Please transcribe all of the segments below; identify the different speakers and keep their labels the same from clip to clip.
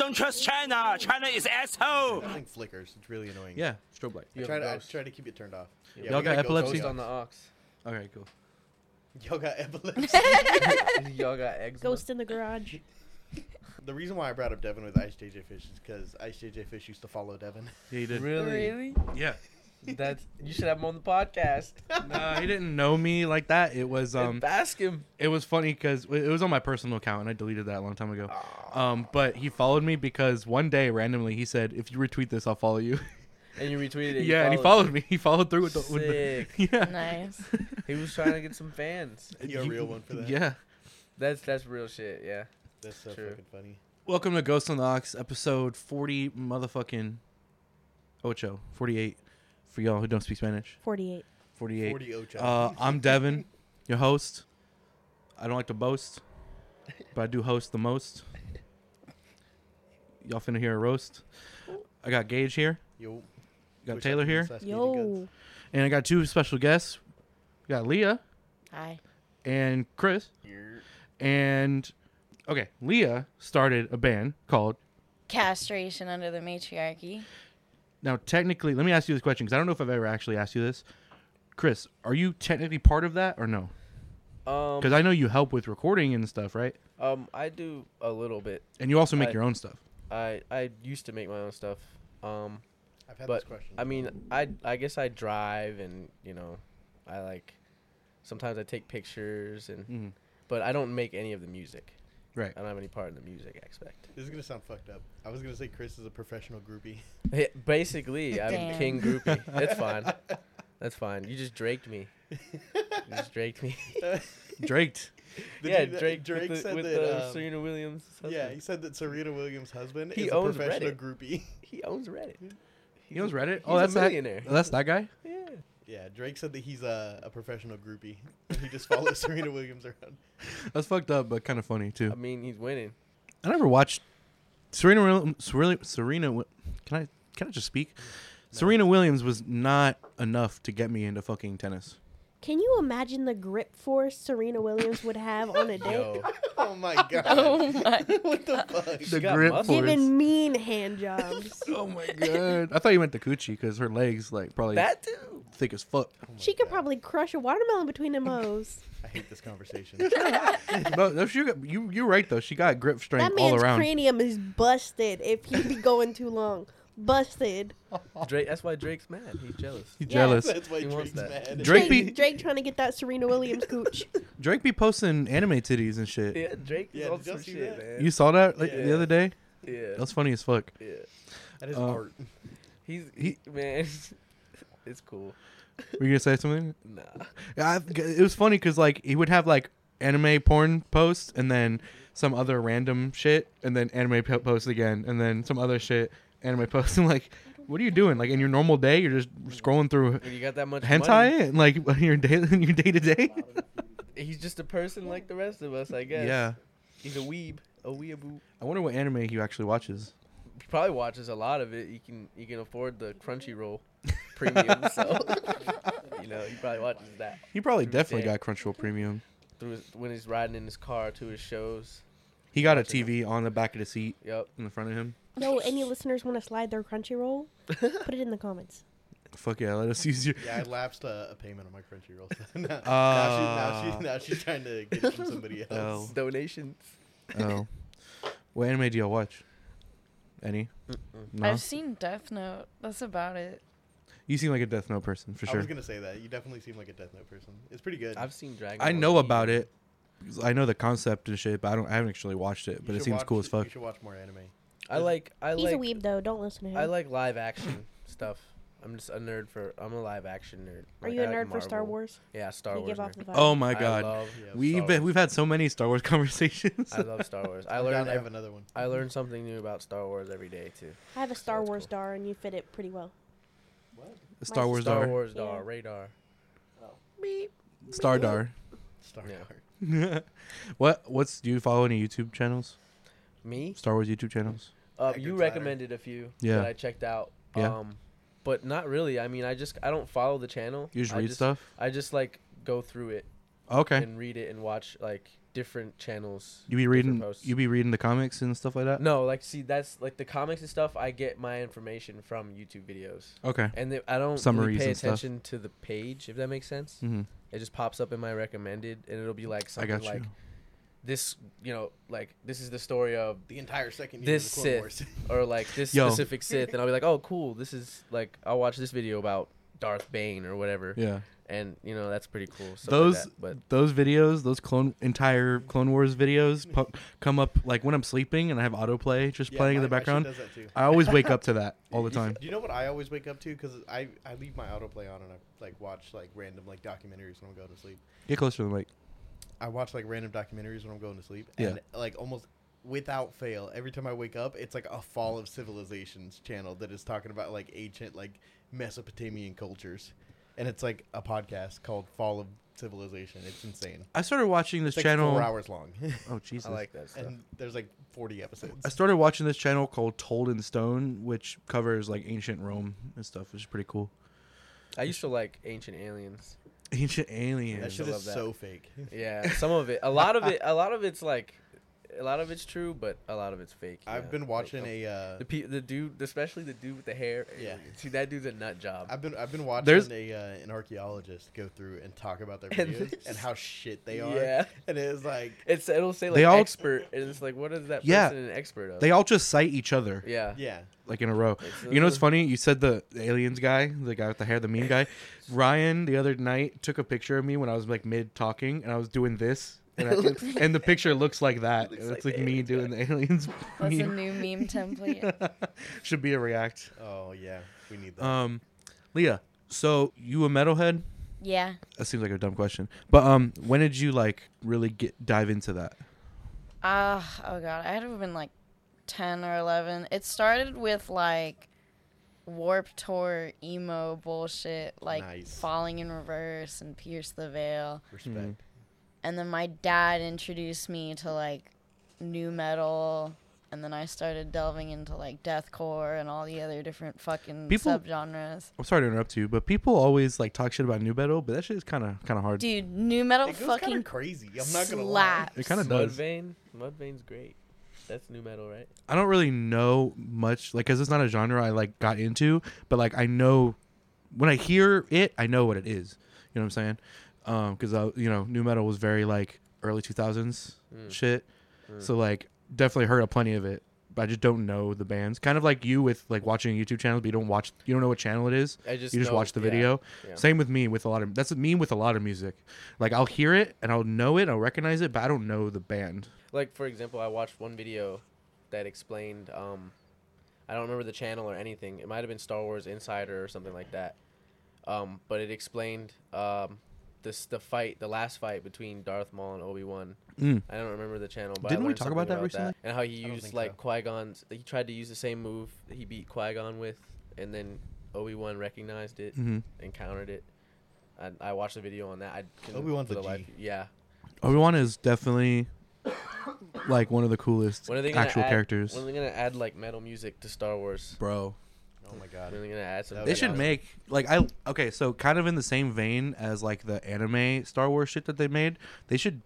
Speaker 1: don't trust China. China is asshole.
Speaker 2: That thing flickers. It's really annoying.
Speaker 3: Oh. Yeah, strobe light.
Speaker 2: I
Speaker 4: You
Speaker 2: try,
Speaker 4: have
Speaker 2: to, I
Speaker 4: ghosts.
Speaker 2: try to keep it turned off. Yeah,
Speaker 3: Y'all
Speaker 2: we gotta
Speaker 3: got
Speaker 2: go
Speaker 3: epilepsy?
Speaker 4: Ghost
Speaker 2: ghost
Speaker 4: on the ox.
Speaker 3: Okay, cool.
Speaker 2: Y'all got epilepsy.
Speaker 4: Y'all got eggs.
Speaker 5: Ghost in the garage.
Speaker 2: the reason why I brought up Devin with Ice JJ Fish is because Ice JJ Fish used to follow Devin.
Speaker 3: Yeah, he did.
Speaker 4: Really?
Speaker 3: Yeah.
Speaker 4: That's you should have him on the podcast.
Speaker 3: Nah, Uh, he didn't know me like that. It was um,
Speaker 4: and ask him.
Speaker 3: it was funny because it was on my personal account and I deleted that a long time ago. Um, but he followed me because one day randomly he said, "If you retweet this, I'll follow you."
Speaker 4: And you retweeted it.
Speaker 3: yeah, and he followed me. He followed through with the. With the
Speaker 4: Sick.
Speaker 3: yeah.
Speaker 6: Nice.
Speaker 4: He was trying to get some fans.
Speaker 2: You're a real one for that.
Speaker 3: Yeah.
Speaker 4: That's that's real shit. Yeah.
Speaker 2: That's so
Speaker 4: True.
Speaker 2: fucking funny.
Speaker 3: Welcome to Ghost on the Ox, episode 40 motherfucking oh, ocho, 48 for y'all who don't speak Spanish.
Speaker 5: 48.
Speaker 3: 48.
Speaker 2: 40 Ocho.
Speaker 3: Uh, I'm Devin, your host. I don't like to boast, but I do host the most. Y'all finna hear a roast. I got Gage here,
Speaker 2: Yo.
Speaker 3: got
Speaker 2: Wish I
Speaker 3: Taylor
Speaker 2: could
Speaker 3: here,
Speaker 2: possess Asian
Speaker 5: Yo.
Speaker 2: goods.
Speaker 3: and I got two special guests. We got Leah
Speaker 6: Hi.
Speaker 3: and Chris. And okay, Leah started a band called
Speaker 6: Castration under the matriarchy.
Speaker 3: Now, technically, let me ask you this question because I don't know if I've ever actually asked you this. Chris, are you technically part of that or no?
Speaker 4: Um.
Speaker 3: Because I know you help with recording and stuff, right?
Speaker 4: Um. I do a little bit.
Speaker 3: And you also make
Speaker 4: I-
Speaker 3: your own stuff.
Speaker 4: I I used to make my own stuff. Um.
Speaker 2: I've had
Speaker 4: but
Speaker 2: this question.
Speaker 4: I mean, I I guess I drive and you know, I like. Sometimes I take pictures and,
Speaker 3: Mhm.
Speaker 4: but I don't make any of the music.
Speaker 3: Right.
Speaker 4: I don't have any part in the music aspect.
Speaker 2: this is gonna sound fucked up. I was gonna say Chris is a professional groupie.
Speaker 4: Yeah, Basically, I'm
Speaker 6: Damn.
Speaker 4: king groupie. That's fine. That's fine. You just draked me. You just draked me.
Speaker 3: Draked.
Speaker 2: Did
Speaker 4: yeah,
Speaker 2: you- that-
Speaker 4: Drake.
Speaker 2: Drake
Speaker 4: with the,
Speaker 2: said
Speaker 4: with
Speaker 2: that,
Speaker 4: the uh,
Speaker 2: um,
Speaker 4: Serena Williams. Husband.
Speaker 2: Yeah, he said that Serena Williams' husband
Speaker 4: He
Speaker 2: is a
Speaker 4: owns
Speaker 2: professional
Speaker 4: Reddit.
Speaker 2: groupie.
Speaker 4: he owns Reddit.
Speaker 3: He knows Reddit.
Speaker 4: he's
Speaker 3: Oh,
Speaker 4: a
Speaker 3: that's that.
Speaker 4: millionaire.
Speaker 3: oh, that's that guy.
Speaker 4: Yeah.
Speaker 2: Yeah, Drake said that he's a, a professional groupie. He just follows Serena Williams around.
Speaker 3: That's fucked up, but kind of funny
Speaker 4: I
Speaker 3: too.
Speaker 4: mean, he's winning.
Speaker 3: I never watched Serena. Will- Serena. Serena. Wi- Can I? Can I just speak? Serena Williams was not enough to get me into fucking tennis.
Speaker 5: Can you imagine the grip force Serena Williams would have on a dick?
Speaker 4: Yo,
Speaker 2: Oh my god.
Speaker 6: Oh my.
Speaker 2: what the fuck?
Speaker 4: She got muscles.
Speaker 5: Giving mean hand jobs.
Speaker 3: Oh my god! I thought you meant the coochie because her legs like probably
Speaker 4: that too.
Speaker 3: thick as fuck.
Speaker 2: Oh my
Speaker 5: she could
Speaker 2: God.
Speaker 5: probably crush a watermelon between them hoes.
Speaker 2: I hate this conversation.
Speaker 3: but no, she got, you you're right though. She got grip strength
Speaker 5: that
Speaker 3: all
Speaker 5: man's
Speaker 3: around.
Speaker 5: cranium is busted if he be going too long. Busted.
Speaker 4: Drake. That's why Drake's mad. He's jealous.
Speaker 3: He's
Speaker 5: Yeah.
Speaker 3: jealous.
Speaker 2: That's why
Speaker 4: He wants
Speaker 2: Drake's
Speaker 4: that.
Speaker 2: mad.
Speaker 3: Drake
Speaker 5: Drake,
Speaker 3: be-
Speaker 5: Drake trying to get that Serena Williams cooch.
Speaker 3: Drake be posting anime titties and shit.
Speaker 4: Yeah, Drake is
Speaker 2: Yeah,
Speaker 4: on
Speaker 2: did y'all
Speaker 4: some
Speaker 2: see
Speaker 4: shit,
Speaker 2: that?
Speaker 4: man.
Speaker 3: You saw that like, the
Speaker 4: Yeah.
Speaker 3: other day?
Speaker 4: yeah,
Speaker 3: That's funny as fuck.
Speaker 4: yeah.
Speaker 2: That is
Speaker 3: Uh,
Speaker 2: art.
Speaker 4: He's he, man. it's cool.
Speaker 3: Were you gonna say something?
Speaker 4: Nah.
Speaker 3: I, it was funny because like he would have like anime porn posts and then some other random shit and then anime po- posts again and then some other shit anime posts. I'm like, what are you doing? Like in your normal day, you're just scrolling through
Speaker 4: When you got that much money,
Speaker 3: hentai and like your day your day to day.
Speaker 4: he's just a person like the rest of us, I guess.
Speaker 3: Yeah.
Speaker 4: He's a weeb, a weeaboo.
Speaker 3: I wonder what anime he actually watches.
Speaker 4: He probably watches a lot of it. You can you can afford the Crunchyroll premium, so you know he probably watches that
Speaker 3: He probably definitely
Speaker 4: Yeah.
Speaker 3: got Crunchyroll Premium.
Speaker 4: through his, when he's riding in his car to his shows.
Speaker 3: He got a
Speaker 4: Gotcha.
Speaker 3: TV on the back of the seat
Speaker 4: Yep.
Speaker 3: in the front of him.
Speaker 5: Yo, any listeners want to slide their Crunchyroll? Put it in the comments.
Speaker 3: Fuck yeah, let us use your.
Speaker 2: Yeah, I lapsed uh, a payment on my Crunchyroll. So now, now, she, now,
Speaker 3: Ah.
Speaker 2: she, now she's trying to get it from somebody else.
Speaker 3: Oh.
Speaker 4: Donations.
Speaker 3: Oh. What anime do y'all watch? Any? No.
Speaker 6: I've seen Death Note. That's about it.
Speaker 3: You seem like a Death Note person for
Speaker 2: I
Speaker 3: sure.
Speaker 2: was gonna say that. You definitely seem like a Death Note person. It's pretty good.
Speaker 4: I've seen Dragon.
Speaker 3: I
Speaker 4: Ball
Speaker 3: know
Speaker 4: Z.
Speaker 3: about it. 'cause I know the concept and shit, but I don't. I haven't actually watched
Speaker 2: You
Speaker 3: it, but it
Speaker 2: should
Speaker 3: seems
Speaker 2: watch-
Speaker 3: cool as fuck.
Speaker 2: You should watch more anime.
Speaker 4: I like I
Speaker 5: He's
Speaker 4: like
Speaker 5: a weeb though. Don't listen to him.
Speaker 4: I like live action stuff. I'm just a nerd for I'm a live action nerd.
Speaker 5: Are
Speaker 4: Like,
Speaker 5: you a
Speaker 4: I like
Speaker 5: nerd for Star
Speaker 4: Marvel.
Speaker 5: Wars?
Speaker 4: Yeah, Star
Speaker 5: you
Speaker 4: Wars.
Speaker 5: give off
Speaker 4: nerd.
Speaker 5: the vibe.
Speaker 3: Oh my
Speaker 4: I
Speaker 3: god,
Speaker 4: love-
Speaker 2: Yeah,
Speaker 3: we've
Speaker 4: Star
Speaker 3: been,
Speaker 4: Wars.
Speaker 3: we've had so many Star Wars conversations.
Speaker 4: I love Star Wars. I
Speaker 2: I learned
Speaker 4: learn
Speaker 2: I have
Speaker 4: ev-
Speaker 2: another one.
Speaker 4: I learn something new about Star Wars every day too.
Speaker 5: I have a Star
Speaker 4: that's
Speaker 5: Wars
Speaker 4: cool.
Speaker 5: star, and you fit it pretty well.
Speaker 3: Star Wars
Speaker 4: Star
Speaker 3: Dar,
Speaker 4: Wars Dar,
Speaker 5: Yeah.
Speaker 4: Radar.
Speaker 3: Star Dar.
Speaker 2: Star
Speaker 4: Yeah.
Speaker 2: Card.
Speaker 3: what? What's? Do you follow any YouTube channels?
Speaker 4: Me?
Speaker 3: Star Wars YouTube channels?
Speaker 4: Uh,
Speaker 2: Hector
Speaker 4: you
Speaker 2: Tyler.
Speaker 4: recommended a few
Speaker 3: Yeah.
Speaker 4: that I checked out.
Speaker 3: Yeah.
Speaker 4: Um but not really. I mean, I just I don't follow the channel.
Speaker 3: You just
Speaker 4: I
Speaker 3: read stuff.
Speaker 4: I just like go through it
Speaker 3: Okay.
Speaker 4: and read it and watch like different channels.
Speaker 3: You be
Speaker 4: different
Speaker 3: reading
Speaker 4: posts.
Speaker 3: you be reading the comics and stuff like that.
Speaker 4: no, like see, that's like the comics and stuff. I get my information from YouTube videos,
Speaker 3: Okay.
Speaker 4: and they, I don't really
Speaker 3: Summaries
Speaker 4: pay
Speaker 3: and stuff.
Speaker 4: attention to the page if that makes sense.
Speaker 3: Mm-hmm.
Speaker 4: It just pops up in my recommended, and it'll be like
Speaker 3: I
Speaker 4: something
Speaker 3: got
Speaker 4: like
Speaker 3: you.
Speaker 4: this. You know, like this is the story of
Speaker 2: The entire second year
Speaker 4: this
Speaker 2: of the Clone
Speaker 4: Sith
Speaker 2: Wars.
Speaker 4: or like this
Speaker 3: Yo.
Speaker 4: specific Sith, and I'll be like, oh, cool. This is like I'll watch this video about Darth Bane or whatever,
Speaker 3: Yeah.
Speaker 4: and you know that's pretty cool. stuff like
Speaker 3: Those
Speaker 4: that, but
Speaker 3: those videos, those clone entire Clone Wars videos pu- come up like when I'm sleeping and I have autoplay just
Speaker 2: Yeah,
Speaker 3: playing in
Speaker 2: my-
Speaker 3: the
Speaker 2: my shit
Speaker 3: background.
Speaker 2: Does that too.
Speaker 3: I always wake up to that all the
Speaker 2: You-
Speaker 3: time.
Speaker 2: You, know what I always wake up to? Because I, I leave my autoplay on and I like watch like random like documentaries when I'm going to sleep.
Speaker 3: Get closer to the mic.
Speaker 2: I watch like random documentaries when I'm going to sleep.
Speaker 3: Yeah.
Speaker 2: And like almost without fail, every time I wake up, it's like a fall of civilizations channel that is talking about like ancient like Mesopotamian cultures. And it's like a podcast called Fall of Civilization. It's insane.
Speaker 3: I started watching this
Speaker 2: It's like
Speaker 3: channel.
Speaker 2: four hours long.
Speaker 3: Oh Jesus!
Speaker 4: I like that stuff.
Speaker 2: and there's like 40 episodes.
Speaker 3: I started watching this channel called Told in Stone, which covers like ancient Rome and stuff, which is pretty cool.
Speaker 4: I used to like Ancient Aliens.
Speaker 3: Ancient
Speaker 2: that
Speaker 3: aliens.
Speaker 2: shit
Speaker 4: I love
Speaker 2: is
Speaker 4: that.
Speaker 2: so fake.
Speaker 4: Yeah, some of it, a lot of it, a lot of it's like, a lot of it's true, but a lot of it's fake. you know?
Speaker 2: I've been
Speaker 4: Like,
Speaker 2: watching
Speaker 4: um,
Speaker 2: a. Uh,
Speaker 4: the pe- the dude, especially the dude with the hair.
Speaker 2: Yeah.
Speaker 4: see that dude's a nut job.
Speaker 2: I've been I've been watching
Speaker 3: There's-
Speaker 2: a uh, an archaeologist go through and talk about their
Speaker 4: And
Speaker 2: videos and,
Speaker 4: this-
Speaker 2: how shit they are.
Speaker 4: Yeah.
Speaker 2: And it's like
Speaker 4: it's it'll say like
Speaker 3: They all-
Speaker 4: expert, and it's like, what is that
Speaker 3: Yeah.
Speaker 4: person an expert of?
Speaker 3: They all just cite each other.
Speaker 4: yeah,
Speaker 2: yeah.
Speaker 3: like in a row.
Speaker 4: It's,
Speaker 3: You know what's
Speaker 4: uh,
Speaker 3: funny? You said the the aliens guy, the guy with the hair, the mean guy. Ryan the other night took a picture of me when I was like mid talking, and I was doing this, and, I, and the picture looks like that.
Speaker 4: Looks
Speaker 3: it's
Speaker 4: like
Speaker 3: like,
Speaker 4: the
Speaker 3: me
Speaker 4: alien
Speaker 3: doing the aliens.
Speaker 6: That's a
Speaker 3: meme.
Speaker 6: new meme template.
Speaker 3: Should be a react.
Speaker 2: Oh yeah, we need that.
Speaker 3: Um, Leah, so you a metalhead?
Speaker 6: Yeah.
Speaker 3: That seems like a dumb question, but um, when did you like really get dive into that?
Speaker 6: Uh, oh god, I had to have been like 10 or 11. It started with like warp tour emo bullshit, like
Speaker 2: Nice.
Speaker 6: falling in reverse and pierce the veil.
Speaker 2: Respect.
Speaker 6: And then my dad introduced me to like new metal. And then I started delving into like deathcore and all the other different fucking
Speaker 3: People-
Speaker 6: subgenres.
Speaker 3: I'm sorry to interrupt you, but people always like talk shit about new metal, but that shit is kind of kind of hard.
Speaker 6: Dude, new metal
Speaker 2: It goes kind
Speaker 6: fucking
Speaker 2: of crazy. I'm not gonna lie.
Speaker 6: slaps.
Speaker 3: It kind of does.
Speaker 4: Mudvayne, Mudvayne's great. That's new metal, right?
Speaker 3: I don't really know much, like, cause it's not a genre I like got into, but like I know when I hear it, I know what it is. You know what I'm saying? Um, cause I, you know, new metal was very like early 2000s
Speaker 4: Mm.
Speaker 3: shit, so like definitely heard of plenty of it, but I just don't know the bands. Kind of like you with like watching YouTube channels, but you don't watch, you don't know what channel it is.
Speaker 4: I just
Speaker 3: you just
Speaker 4: know-
Speaker 3: watch the
Speaker 4: yeah,
Speaker 3: video.
Speaker 4: yeah.
Speaker 3: Same with me with a lot of that's me with a lot of music. Like I'll hear it and I'll know it, I'll recognize it, but I don't know the band.
Speaker 4: Like for example, I watched one video that explained. Um, I don't remember the channel or anything. It might have been Star Wars Insider or something like that. Um, but it explained um, this the fight, the last fight between Darth Maul and Obi Wan.
Speaker 3: Mm.
Speaker 4: I don't remember the channel, but I
Speaker 3: Didn't we
Speaker 4: learned
Speaker 3: talk
Speaker 4: something
Speaker 3: about that recently?
Speaker 4: and how he
Speaker 2: don't
Speaker 4: used
Speaker 2: think
Speaker 4: like
Speaker 2: so.
Speaker 4: Qui Gon's. He tried to use the same move that he beat Qui Gon with, and then Obi Wan recognized it
Speaker 3: Mhm.
Speaker 4: and countered it. I, I watched the video on that. I couldn't-
Speaker 2: Obi-Wan's
Speaker 4: for
Speaker 2: a
Speaker 4: the life.
Speaker 2: G.
Speaker 4: Yeah,
Speaker 3: Obi Wan is definitely like one of the coolest
Speaker 4: When are they gonna
Speaker 3: actual
Speaker 4: add,
Speaker 3: characters,
Speaker 4: When are they gonna add like metal music to Star Wars?
Speaker 3: bro.
Speaker 2: Oh my
Speaker 4: When are
Speaker 2: god.
Speaker 4: they gonna add some?
Speaker 2: That
Speaker 3: They
Speaker 2: would
Speaker 3: should
Speaker 2: awesome.
Speaker 3: make like I okay, so kind of in the same vein as like the anime Star Wars shit that they made. They should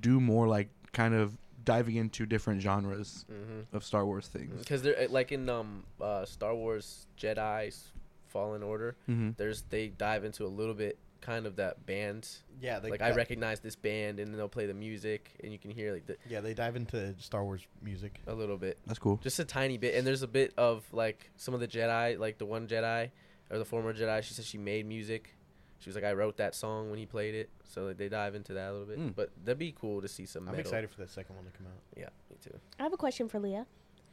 Speaker 3: do more like kind of diving into different genres
Speaker 4: Mm-hmm.
Speaker 3: of Star Wars things.
Speaker 4: because they're uh, like in um uh, Star Wars Jedi's Fallen Order.
Speaker 3: Mhm.
Speaker 4: There's they dive into a little bit kind of that band.
Speaker 2: Yeah, they
Speaker 4: Like, I
Speaker 2: got-
Speaker 4: recognize this band, and then they'll play the music, and you can hear like the,
Speaker 2: Yeah, they dive into Star Wars music.
Speaker 4: a little bit.
Speaker 3: That's cool.
Speaker 4: just a tiny bit and there's a bit of like some of the jedi like the one jedi or the former jedi she said she made music she was like i wrote that song when he played it so like, they dive into that a little bit
Speaker 3: Mm.
Speaker 4: but that'd be cool to see some metal.
Speaker 2: I'm excited for that second one to come out.
Speaker 4: yeah me too
Speaker 5: I have a question for Leah.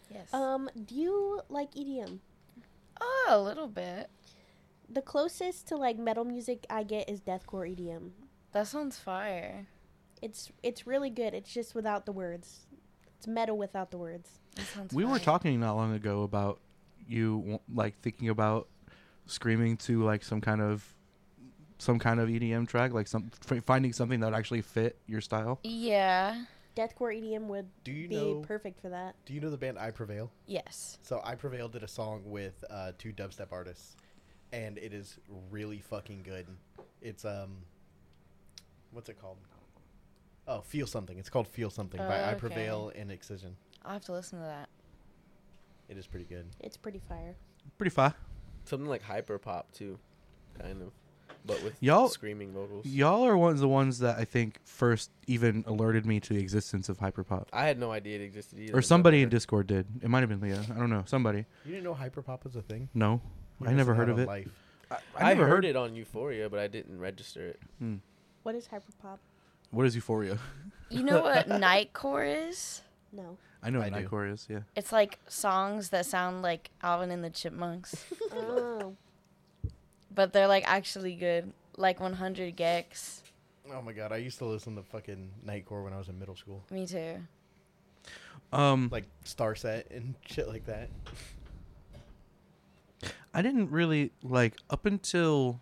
Speaker 6: Yes.
Speaker 5: Um, do you like E EDM?
Speaker 6: Uh, oh, a little bit.
Speaker 5: The closest to like metal music I get is deathcore EDM.
Speaker 6: That sounds fire.
Speaker 5: It's it's really good. It's just without the words. It's metal without the words.
Speaker 6: That sounds
Speaker 3: We were
Speaker 6: fire.
Speaker 3: talking not long ago about you w- like thinking about screaming to like some kind of some kind of EDM track, like some f- finding something that would actually fit your style.
Speaker 6: Yeah.
Speaker 5: Deathcore EDM would
Speaker 2: Do you
Speaker 5: be
Speaker 2: know
Speaker 5: perfect for that.
Speaker 2: Do you know the band I Prevail?
Speaker 6: Yes.
Speaker 2: So I Prevail did a song with uh, two dubstep artists, and it is really fucking good. It's um, what's it called? Oh, Feel Something. It's called Feel Something by
Speaker 6: Oh,
Speaker 2: I
Speaker 6: okay.
Speaker 2: Prevail and Excision.
Speaker 6: I'll have to listen to that.
Speaker 2: It is pretty good.
Speaker 5: It's pretty fire.
Speaker 3: Pretty far.
Speaker 4: Something like hyper pop too, kind of, but with
Speaker 3: Y'all-
Speaker 4: screaming vocals.
Speaker 3: Y'all are ones the ones that I think first even alerted me to the existence of hyperpop.
Speaker 4: I had no idea it existed either.
Speaker 3: Or
Speaker 4: until
Speaker 3: somebody in
Speaker 4: later.
Speaker 3: Discord did. It might have been Leah. I don't know. Somebody.
Speaker 2: You didn't know hyperpop was a thing?
Speaker 3: No.
Speaker 2: You're
Speaker 3: I never
Speaker 2: missing
Speaker 3: heard
Speaker 2: out
Speaker 3: of
Speaker 2: on
Speaker 3: it.
Speaker 2: Life.
Speaker 4: I, never heard, it on Euphoria, but I didn't register it.
Speaker 5: What is hyperpop?
Speaker 3: What is Euphoria?
Speaker 6: You know what nightcore is?
Speaker 5: No.
Speaker 3: I know
Speaker 2: I
Speaker 3: what
Speaker 2: do.
Speaker 3: Nightcore is, yeah.
Speaker 6: It's like songs that sound like Alvin and the Chipmunks,
Speaker 5: Oh,
Speaker 6: but they're like actually good. Like 100 Gex.
Speaker 2: Oh my god, I used to listen to fucking Nightcore when I was in middle school.
Speaker 6: Me too.
Speaker 3: Um
Speaker 2: Like Starset and shit like that.
Speaker 3: I didn't really like up until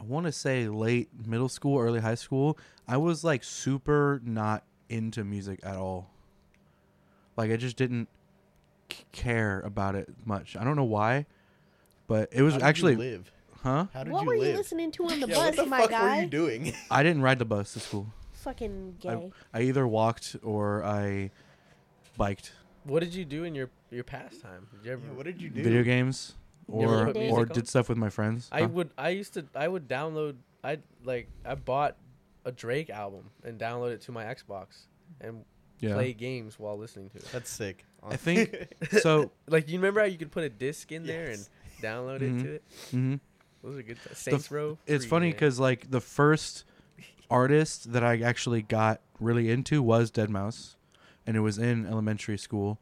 Speaker 3: I want to say late middle school, early high school. I was like super not into music at all. Like I just didn't c- care about it much. I don't know why, but it was
Speaker 2: How did you
Speaker 3: actually
Speaker 2: live.
Speaker 3: huh?
Speaker 2: How did
Speaker 5: what
Speaker 2: you
Speaker 5: were
Speaker 2: live?
Speaker 5: you listening to on the
Speaker 2: yeah,
Speaker 5: bus,
Speaker 2: what the
Speaker 5: my
Speaker 2: fuck
Speaker 5: guy?
Speaker 2: were you doing?
Speaker 3: I didn't ride the bus to school.
Speaker 5: Fucking
Speaker 3: I-
Speaker 5: gay.
Speaker 3: I either walked or I biked.
Speaker 4: What did you do in your your pastime? Did you ever?
Speaker 2: Yeah, what did you do?
Speaker 3: Video games
Speaker 4: You ever
Speaker 3: or
Speaker 4: put music
Speaker 3: or
Speaker 4: on?
Speaker 3: did stuff with my friends.
Speaker 4: I
Speaker 3: Huh?
Speaker 4: would. I used to. I would download. I like. I bought a Drake album and download it to my Xbox and
Speaker 3: yeah.
Speaker 4: play games while listening to it.
Speaker 2: That's sick.
Speaker 3: I think so.
Speaker 4: Like you remember how you could put a disc in there
Speaker 2: Yes.
Speaker 4: and download
Speaker 3: Mhm.
Speaker 4: it to it.
Speaker 3: hmm
Speaker 4: Those are good. T-
Speaker 3: the
Speaker 4: Saints
Speaker 3: f-
Speaker 4: Row.
Speaker 3: It's
Speaker 4: free,
Speaker 3: funny
Speaker 4: man.
Speaker 3: because like the first artist that I actually got really into was Dead Mouse, and it was in elementary school,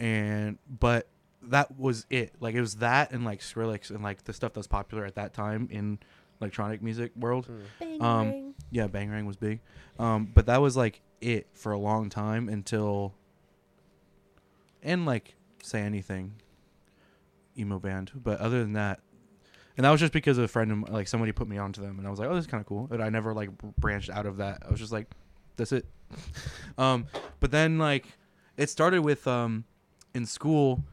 Speaker 3: and but that was it. Like it was that and like Skrillex and like the stuff that was popular at that time in electronic music world.
Speaker 5: Bang,
Speaker 3: um,
Speaker 5: bang.
Speaker 3: Yeah, Bang Rang was big, um, but that was like it for a long time until, and like say anything, emo band. But other than that, and that was just because of a friend, of m- like somebody put me onto them, and I was like, oh, this is kind of cool. But I never like br- branched out of that. I was just like, that's it. um, but then like it started with um, in school.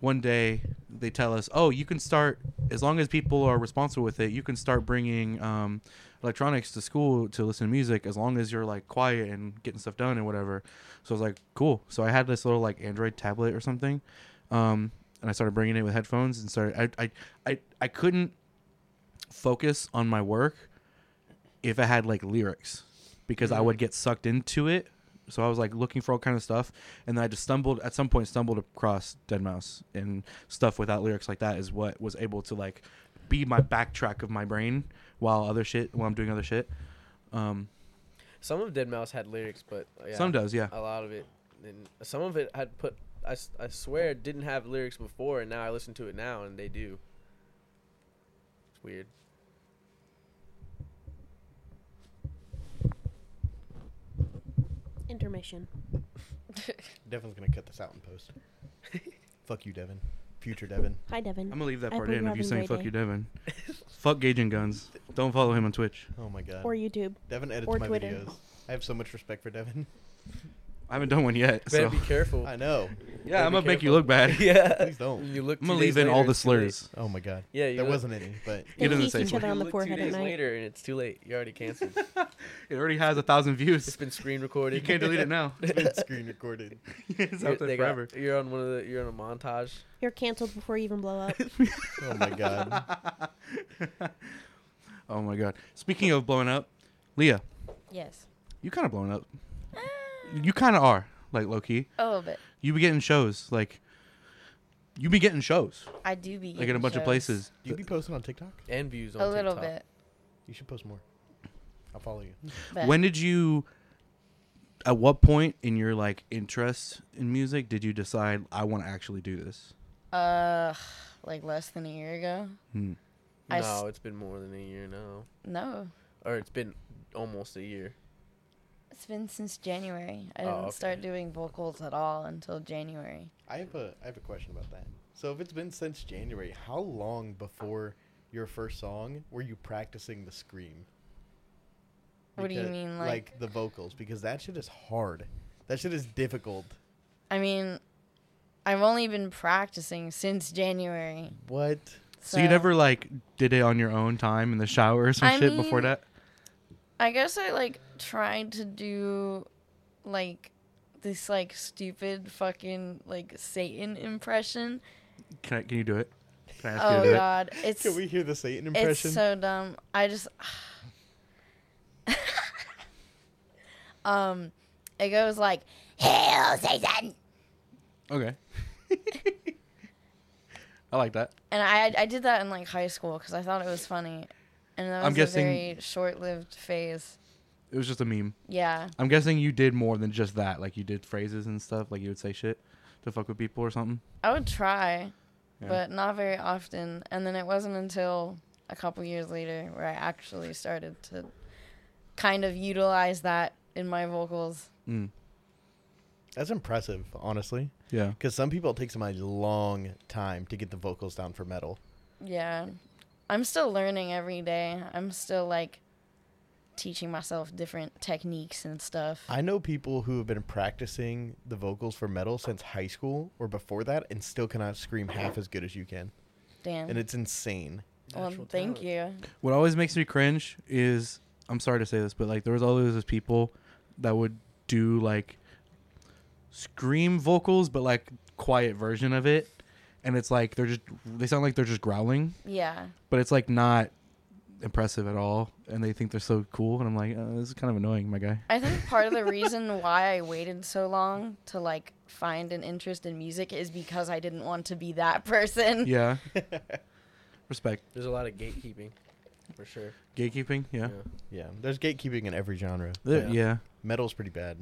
Speaker 3: One day they tell us, oh, you can start as long as people are responsible with it. You can start bringing um, electronics to school to listen to music as long as you're like quiet and getting stuff done and whatever. So I was like, cool. So I had this little like Android tablet or something, um, and I started bringing it with headphones and started. I I I, I couldn't focus on my work if I had like lyrics because I would get sucked into it. So I was like looking for all kind of stuff, and then I just stumbled at some point stumbled across Dead Mouse and stuff without lyrics like that is what was able to like be my backtrack of my brain while other shit while I'm doing other shit. Um,
Speaker 4: some of Dead Mouse had lyrics, but uh, yeah,
Speaker 3: Some does, yeah.
Speaker 4: A lot of it, and some of it had put. I, s- I swear it didn't have lyrics before, and now I listen to it now, and they do. It's weird.
Speaker 5: Intermission.
Speaker 2: Devin's gonna cut this out in post. Fuck you, Devin. Future Devin.
Speaker 5: Hi, Devin.
Speaker 3: I'm gonna leave that
Speaker 5: I
Speaker 3: part
Speaker 5: put
Speaker 3: in of
Speaker 5: Robin
Speaker 3: you saying
Speaker 5: Ray
Speaker 3: "fuck
Speaker 5: Day.
Speaker 3: you, Devin." Fuck Gaging Guns. Don't follow him on Twitch.
Speaker 2: Oh my god.
Speaker 5: or YouTube.
Speaker 2: Devin edits
Speaker 5: or
Speaker 2: my
Speaker 5: Twitter.
Speaker 2: videos. I have so much respect for Devin.
Speaker 3: I haven't done one yet.
Speaker 4: Better
Speaker 3: So.
Speaker 4: be careful.
Speaker 2: I know.
Speaker 3: Yeah,
Speaker 4: Better
Speaker 3: I'm
Speaker 4: be
Speaker 3: gonna make you
Speaker 4: careful.
Speaker 3: look bad.
Speaker 4: yeah.
Speaker 2: Please don't.
Speaker 4: You look.
Speaker 3: I'm gonna
Speaker 4: two days
Speaker 3: leave in all
Speaker 4: later,
Speaker 3: the
Speaker 4: it's too late.
Speaker 3: slurs.
Speaker 2: Oh my god.
Speaker 4: Yeah, you
Speaker 2: There
Speaker 4: look-
Speaker 2: wasn't any, but
Speaker 5: They
Speaker 3: Get in the
Speaker 5: kiss
Speaker 3: same
Speaker 5: each
Speaker 3: one.
Speaker 5: other on
Speaker 4: You
Speaker 5: the
Speaker 4: look
Speaker 5: forehead
Speaker 4: two
Speaker 5: at
Speaker 4: days
Speaker 5: night.
Speaker 4: later, and it's too late. You already canceled.
Speaker 3: It already has a thousand
Speaker 4: it's
Speaker 3: views.
Speaker 4: been screen recorded.
Speaker 3: You can't delete it now.
Speaker 2: it's been screen recorded.
Speaker 3: it's
Speaker 4: You're,
Speaker 3: out there
Speaker 4: they got-
Speaker 3: forever.
Speaker 4: you're on one of the. You're on a montage.
Speaker 5: You're canceled before you even blow up.
Speaker 2: Oh my god.
Speaker 3: Oh my god. Speaking of blowing up, Leah,
Speaker 6: Yes.
Speaker 3: you kind of blowing up. You kind of are, like low key.
Speaker 6: A little bit.
Speaker 3: You be getting shows, like you be getting shows,
Speaker 6: I do be.
Speaker 3: like in a
Speaker 6: getting
Speaker 3: bunch of
Speaker 6: shows.
Speaker 3: places.
Speaker 2: Do you be posting on TikTok?
Speaker 4: And views on
Speaker 6: A little
Speaker 4: TikTok.
Speaker 6: bit.
Speaker 2: You should post more. I'll follow you.
Speaker 6: But
Speaker 3: When did you? At what point in your like interest in music did you decide I want to actually do this?
Speaker 6: Uh, like less than a year ago.
Speaker 3: Hmm.
Speaker 6: I s-
Speaker 4: No, it's been more than a year now,
Speaker 6: No,
Speaker 4: or it's been almost a year.
Speaker 6: it's been since January. I
Speaker 4: Oh,
Speaker 6: didn't
Speaker 4: okay.
Speaker 6: start doing vocals at all until January.
Speaker 2: I have a I have a question about that. So if it's been since January, how long before your first song were you practicing the scream?
Speaker 6: What do you mean, like-
Speaker 2: the vocals? Because that shit is hard. That shit is difficult.
Speaker 6: I mean, I've only been practicing since January.
Speaker 2: What?
Speaker 3: So, you never like did it on your own time in the shower or some
Speaker 6: I
Speaker 3: shit before
Speaker 6: mean-
Speaker 3: that?
Speaker 6: I guess I like tried to do like this like stupid fucking like Satan impression.
Speaker 3: Can I, Can you do it? Can I ask you
Speaker 6: Oh
Speaker 3: to do
Speaker 6: god, it's
Speaker 2: Can we hear the Satan
Speaker 6: it's
Speaker 2: impression?
Speaker 6: so dumb. I just um it goes like Hail Satan
Speaker 3: it? Okay. I like that.
Speaker 6: and I I did that in like high school cuz I thought it was funny. And that was
Speaker 3: I'm
Speaker 6: a
Speaker 3: guessing-
Speaker 6: very short-lived phase.
Speaker 3: It was just a meme.
Speaker 6: Yeah.
Speaker 3: I'm guessing you did more than just that. Like you did phrases and stuff. Like you would say shit to fuck with people or something.
Speaker 6: I would try,
Speaker 3: Yeah.
Speaker 6: but not very often. And then it wasn't until a couple years later where I actually started to kind of utilize that in my vocals.
Speaker 3: Mm.
Speaker 2: That's impressive, honestly.
Speaker 3: Yeah.
Speaker 2: Because some people it takes them a long time to get the vocals down for metal.
Speaker 6: Yeah. I'm still learning every day. I'm still like teaching myself different techniques and stuff.
Speaker 2: I know people who have been practicing the vocals for metal since high school or before that and still cannot scream half as good as you can.
Speaker 6: Damn.
Speaker 2: And it's insane.
Speaker 6: well,
Speaker 4: Natural
Speaker 6: thank
Speaker 4: talent.
Speaker 6: you.
Speaker 3: What always makes me cringe is I'm sorry to say this, but like there was always those people that would do like scream vocals, but like quiet version of it, and it's like they're just they sound like they're just growling,
Speaker 6: Yeah.
Speaker 3: but it's like not impressive at all, and they think they're so cool, and I'm like, uh this is kind of annoying, my guy.
Speaker 6: I think part of the reason why I waited so long to like find an interest in music is because I didn't want to be that person.
Speaker 3: Yeah. Respect.
Speaker 4: There's a lot of gatekeeping, for sure.
Speaker 3: Gatekeeping. Yeah.
Speaker 2: Yeah. There's gatekeeping in every genre.
Speaker 3: Th-
Speaker 2: but
Speaker 3: yeah.
Speaker 2: Metal's pretty bad.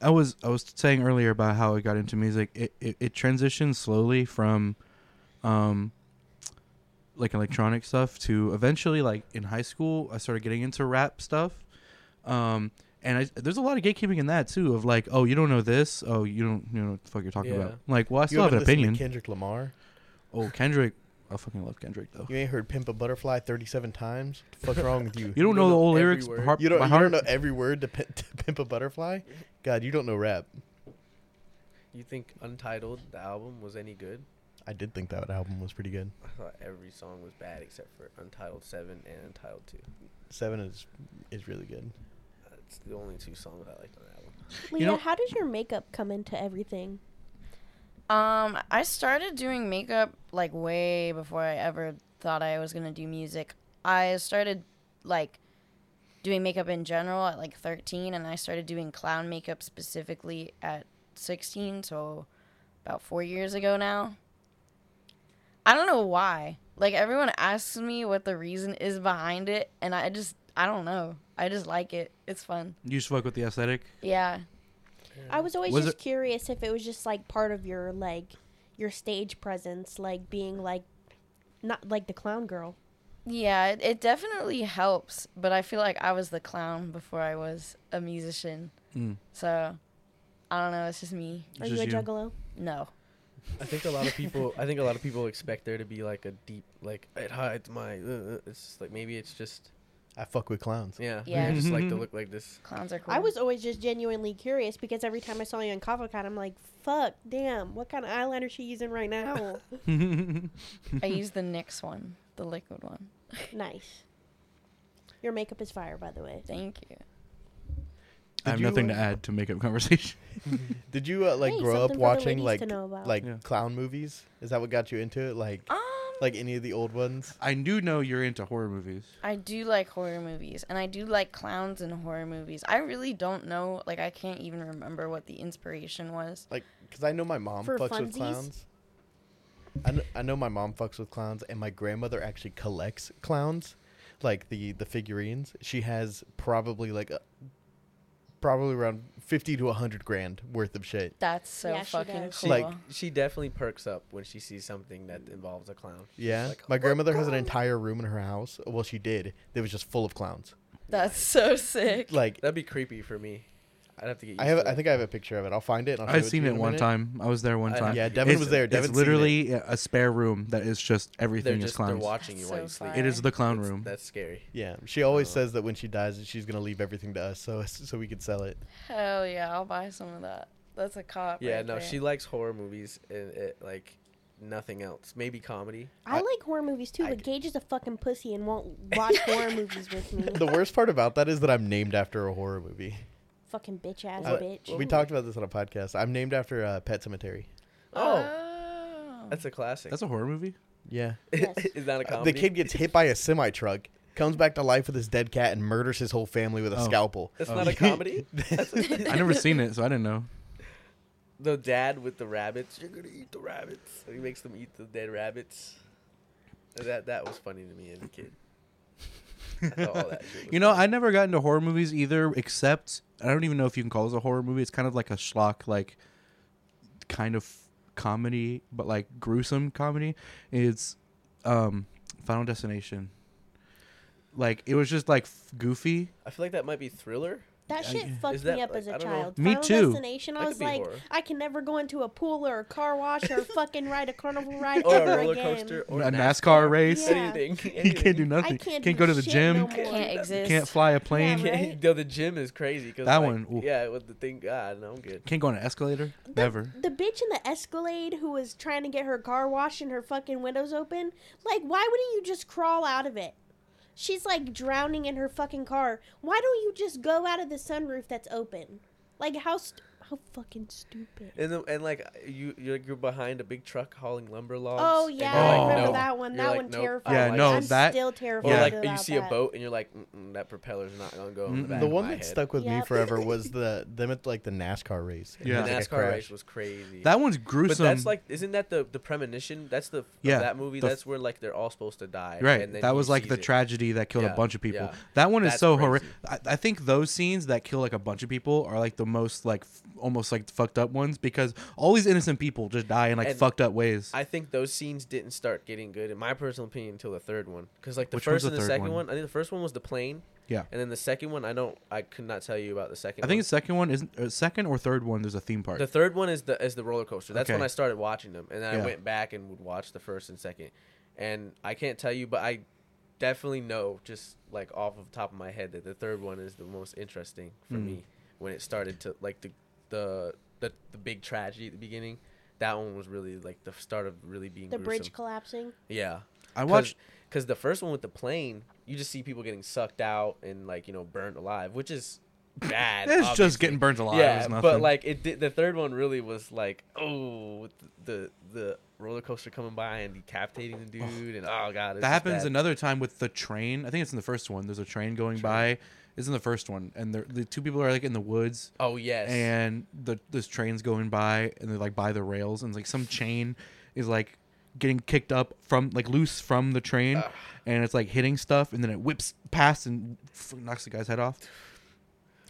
Speaker 3: I was I was saying earlier about how I got into music. It it, it transitioned slowly from, um, like electronic stuff to eventually like in high school I started getting into rap stuff, um, and I, there's a lot of gatekeeping in that too of like oh you don't know this oh you don't you know what the fuck you're talking
Speaker 4: Yeah.
Speaker 3: about like well I still
Speaker 2: you
Speaker 3: have
Speaker 2: haven't
Speaker 3: an
Speaker 2: listened to
Speaker 3: opinion.
Speaker 2: Kendrick Lamar.
Speaker 3: oh Kendrick, I fucking love Kendrick though.
Speaker 2: You ain't heard Pimp a Butterfly 37 times? What the fuck's wrong with you?
Speaker 3: You don't know the whole
Speaker 4: every
Speaker 3: lyrics.
Speaker 4: word.
Speaker 3: Harp,
Speaker 2: You don't,
Speaker 3: by
Speaker 2: you don't
Speaker 3: heart?
Speaker 2: know every word to, pi- to Pimp a Butterfly? God, you don't know rap.
Speaker 4: You think Untitled, the album, was any good?
Speaker 2: I did think that album was pretty good.
Speaker 4: I thought every song was bad except for Untitled 7 and Untitled 2.
Speaker 2: Seven is is really good.
Speaker 4: That's the only two songs I liked on that album.
Speaker 5: Leah,
Speaker 3: know-
Speaker 5: how does your makeup come into everything?
Speaker 6: Um, I started doing makeup like way before I ever thought I was gonna do music. I started like doing makeup in general at like 13, and I started doing clown makeup specifically at 16, so about four years ago now. I don't know why. Like everyone asks me what the reason is behind it, and I just I don't know. I just like it. It's fun.
Speaker 3: You just fuck with the aesthetic.
Speaker 6: Yeah.
Speaker 5: I was always
Speaker 3: Was
Speaker 5: just curious if it was just like part of your like your stage presence, like being like not like the clown girl.
Speaker 6: Yeah, it, it definitely helps, but I feel like I was the clown before I was a musician.
Speaker 3: Mm.
Speaker 6: So I don't know, it's just me.
Speaker 5: Are
Speaker 3: It's
Speaker 5: you a
Speaker 3: just you.
Speaker 5: juggalo?
Speaker 6: No.
Speaker 4: I think a lot of people. I think a lot of people expect there to be like a deep, like it hides my. Uh, uh," it's just like maybe it's just
Speaker 2: I fuck with clowns.
Speaker 4: yeah.
Speaker 6: Yeah.
Speaker 4: I just like to look like this.
Speaker 6: Clowns are cool.
Speaker 5: I was always just genuinely curious because every time I saw you in Comic Con, I'm like, fuck, damn, what kind of eyeliner she using right now?
Speaker 6: I used the NYX one, the liquid one.
Speaker 5: nice. Your makeup is fire, by the way.
Speaker 6: Thank you.
Speaker 3: I have
Speaker 2: Did you,
Speaker 3: nothing to
Speaker 2: uh,
Speaker 3: add to make up conversation.
Speaker 2: Did you uh, like
Speaker 5: Hey,
Speaker 2: grow up
Speaker 5: something for the
Speaker 2: watching
Speaker 5: ladies
Speaker 2: like
Speaker 5: to know about.
Speaker 2: like
Speaker 3: Yeah.
Speaker 2: clown movies? Is that what got you into it? Like
Speaker 6: Um
Speaker 2: like any of the old ones?
Speaker 3: I do know you're into horror movies.
Speaker 6: I do like horror movies and I do like clowns in horror movies. I really don't know like I can't even remember what the inspiration was.
Speaker 2: Like because I know my mom
Speaker 5: For
Speaker 2: fucks with
Speaker 5: funsies?
Speaker 2: clowns. I know, I know my mom fucks with clowns, and my grandmother actually collects clowns, like the the figurines. She has probably like a, probably around fifty to hundred grand worth of shit.
Speaker 6: That's so
Speaker 5: Yeah, she
Speaker 6: fucking
Speaker 5: does.
Speaker 6: cool.
Speaker 2: Like-
Speaker 4: She definitely perks up when she sees something that involves a clown. She's
Speaker 2: Yeah,
Speaker 4: like, "Oh
Speaker 2: my grandmother has an entire room in her house. Well, she did. That was just full of clowns.
Speaker 6: That's so sick.
Speaker 2: Like
Speaker 4: That'd be creepy for me. I'd have to get. Used
Speaker 2: I have,
Speaker 4: To
Speaker 2: I think I have a picture of it. I'll find it. And I'll show
Speaker 3: I've
Speaker 2: to
Speaker 3: seen
Speaker 2: you
Speaker 3: it
Speaker 2: in a
Speaker 3: one
Speaker 2: minute. Uh,
Speaker 3: time. I was there one
Speaker 4: I-
Speaker 3: time.
Speaker 2: Yeah, Devin
Speaker 3: It's-
Speaker 2: was there. Devin seen
Speaker 3: it's literally a spare room that is just
Speaker 4: they're
Speaker 3: everything
Speaker 4: just
Speaker 3: is clowns.
Speaker 4: they're watching you
Speaker 6: That's
Speaker 4: while you
Speaker 6: so
Speaker 4: sleep.
Speaker 3: it is the clown
Speaker 4: It's-
Speaker 3: room.
Speaker 4: That's scary.
Speaker 2: Yeah, she always
Speaker 4: Oh.
Speaker 2: says that when she dies, she's gonna leave everything to us, so so we could sell it.
Speaker 6: Hell yeah, I'll buy some of that. That's a cop.
Speaker 4: Yeah,
Speaker 6: right
Speaker 4: no,
Speaker 6: there.
Speaker 4: she likes horror movies, and it like nothing else. Maybe comedy.
Speaker 5: I, like horror movies too, but Gage is a fucking pussy and won't watch horror movies with me.
Speaker 2: The worst part about that is that I'm named after a horror movie.
Speaker 5: fucking bitch ass
Speaker 2: Uh,
Speaker 5: bitch.
Speaker 2: We talked about this on a podcast. I'm named after uh, Pet Cemetery.
Speaker 4: Oh,
Speaker 6: Oh.
Speaker 4: that's a classic.
Speaker 3: That's Uh, a horror movie.
Speaker 2: Yeah. Uh,
Speaker 5: Yes.
Speaker 4: Is that a
Speaker 2: The
Speaker 4: comedy?
Speaker 2: kid gets hit by a semi truck, comes back to life with his dead cat, and murders his whole family with a
Speaker 3: Oh.
Speaker 2: scalpel.
Speaker 4: That's not a comedy. That's a-
Speaker 3: I never seen it, so I didn't know.
Speaker 4: the dad with the rabbits. You're gonna eat the rabbits. And he makes them eat the dead rabbits. And That that was funny to me as a kid. I thought all that shit was
Speaker 3: You know,
Speaker 4: funny.
Speaker 3: I never got into horror movies either, except I don't even know if you can call this a horror movie. It's kind of like a schlock, like kind of comedy, but like gruesome comedy. It's um Final Destination. Like it was just like f- goofy.
Speaker 4: I feel like that might be thriller.
Speaker 5: That shit fucked
Speaker 4: that,
Speaker 5: me up
Speaker 4: like,
Speaker 5: as a
Speaker 4: I don't know.
Speaker 5: child.
Speaker 3: Me
Speaker 5: Final
Speaker 3: too.
Speaker 5: Destination, I
Speaker 4: That
Speaker 5: was
Speaker 4: could be
Speaker 5: like,
Speaker 4: horror.
Speaker 5: I can never go into a pool or a car wash or fucking ride a carnival ride
Speaker 4: Or
Speaker 5: ever
Speaker 4: a roller
Speaker 5: again.
Speaker 4: coaster
Speaker 3: A
Speaker 4: or
Speaker 3: NASCAR, race.
Speaker 5: Yeah.
Speaker 4: Anything.
Speaker 3: You can't do
Speaker 4: anything.
Speaker 3: nothing.
Speaker 5: can't
Speaker 3: can't
Speaker 5: do
Speaker 3: go to the
Speaker 5: shit
Speaker 3: gym.
Speaker 5: no more.
Speaker 6: can't exist.
Speaker 3: Can't fly a plane.
Speaker 5: right.
Speaker 4: Can't- Though the gym is crazy because
Speaker 3: That
Speaker 4: like,
Speaker 3: one, ooh.
Speaker 4: yeah, with the thing. God, no, I'm good.
Speaker 3: Can't go on an escalator.
Speaker 5: The-
Speaker 3: Never.
Speaker 5: The bitch in the Escalade who was trying to get her car washed and her fucking windows open. Like, why wouldn't you just crawl out of it? She's like drowning in her fucking car. Why don't you just go out of the sunroof that's open? Like, how st- how fucking stupid.
Speaker 4: And the, and like you you're, like, you're behind a big truck hauling lumber logs.
Speaker 5: Oh
Speaker 4: and
Speaker 5: yeah,
Speaker 4: you're
Speaker 5: I
Speaker 4: like,
Speaker 5: remember
Speaker 4: "Nope."
Speaker 5: that one.
Speaker 4: You're
Speaker 5: That
Speaker 4: like,
Speaker 5: one
Speaker 4: "Nope, I
Speaker 5: terrified.
Speaker 3: Yeah,
Speaker 4: don't
Speaker 3: no,
Speaker 5: I'm
Speaker 4: like this."
Speaker 3: that-
Speaker 5: still terrified.
Speaker 4: Or
Speaker 3: Yeah.
Speaker 4: like you
Speaker 5: about
Speaker 4: see
Speaker 5: that.
Speaker 4: a boat and you're like, Mm-mm, that propeller's not gonna go. In the,
Speaker 3: Mm-mm.
Speaker 4: back
Speaker 2: The
Speaker 4: of
Speaker 2: one
Speaker 4: my
Speaker 2: that
Speaker 4: head.
Speaker 2: stuck with me
Speaker 5: Yep.
Speaker 2: forever was the them at like the NASCAR race. It
Speaker 3: Yeah.
Speaker 4: The
Speaker 2: was, like, a
Speaker 4: NASCAR race
Speaker 2: crash.
Speaker 4: was crazy.
Speaker 3: That one's
Speaker 4: but
Speaker 3: gruesome.
Speaker 4: that's like, isn't that the the premonition? That's the
Speaker 3: Yeah,
Speaker 4: yeah that movie.
Speaker 3: the f-
Speaker 4: that's where like they're all supposed to die.
Speaker 3: Right.
Speaker 4: and then
Speaker 3: That
Speaker 4: he
Speaker 3: was like the
Speaker 4: sees it.
Speaker 3: tragedy that killed a
Speaker 4: Yeah,
Speaker 3: bunch of people.
Speaker 4: yeah.
Speaker 3: That one is
Speaker 4: That's
Speaker 3: so horrific.
Speaker 4: crazy.
Speaker 3: I, I think those scenes that kill like a bunch of people are like the most like f- almost like fucked up ones because all these innocent people just die in like
Speaker 4: And
Speaker 3: fucked up ways.
Speaker 4: I think those scenes didn't start getting good, in my personal opinion, until the third one. Because like the
Speaker 3: Which one's
Speaker 4: first
Speaker 3: the
Speaker 4: and the
Speaker 3: third
Speaker 4: second
Speaker 3: one?
Speaker 4: one? I think the first one was the plane,
Speaker 3: yeah.
Speaker 4: and then the second one, I don't, I could not tell you about the second.
Speaker 3: I think
Speaker 4: one.
Speaker 3: the second one is uh, second or third one. There's a theme park.
Speaker 4: The third one is the is the roller coaster. That's when
Speaker 3: Okay.
Speaker 4: I started watching them, and then
Speaker 3: Yeah.
Speaker 4: I went back and would watch the first and second. And I can't tell you, but I definitely know just like off of the top of my head that the third one is the most interesting for
Speaker 3: Hmm.
Speaker 4: me when it started to like the the the, the big tragedy at the beginning. That one was really like the start of really being
Speaker 5: The
Speaker 4: gruesome.
Speaker 5: bridge collapsing.
Speaker 4: Yeah,
Speaker 3: I watched.
Speaker 4: because the first one with the plane, you just see people getting sucked out and like you know burned alive, which is bad.
Speaker 3: It's just
Speaker 4: obviously.
Speaker 3: getting burnt alive.
Speaker 4: Yeah,
Speaker 3: is
Speaker 4: but
Speaker 3: nothing.
Speaker 4: like it did. The third one really was like, oh, with the the roller coaster coming by and decapitating the dude, and oh god, it's
Speaker 3: that
Speaker 4: just
Speaker 3: happens
Speaker 4: bad.
Speaker 3: another time with the train. I think it's in the first one. There's a train going by. It's in the first one, and the the two people are like in the woods.
Speaker 4: Oh yes,
Speaker 3: and the this train's going by and they're like by the rails and like some chain is like getting kicked up from like loose from the train and it's like hitting stuff and then it whips past and f- knocks the guy's head off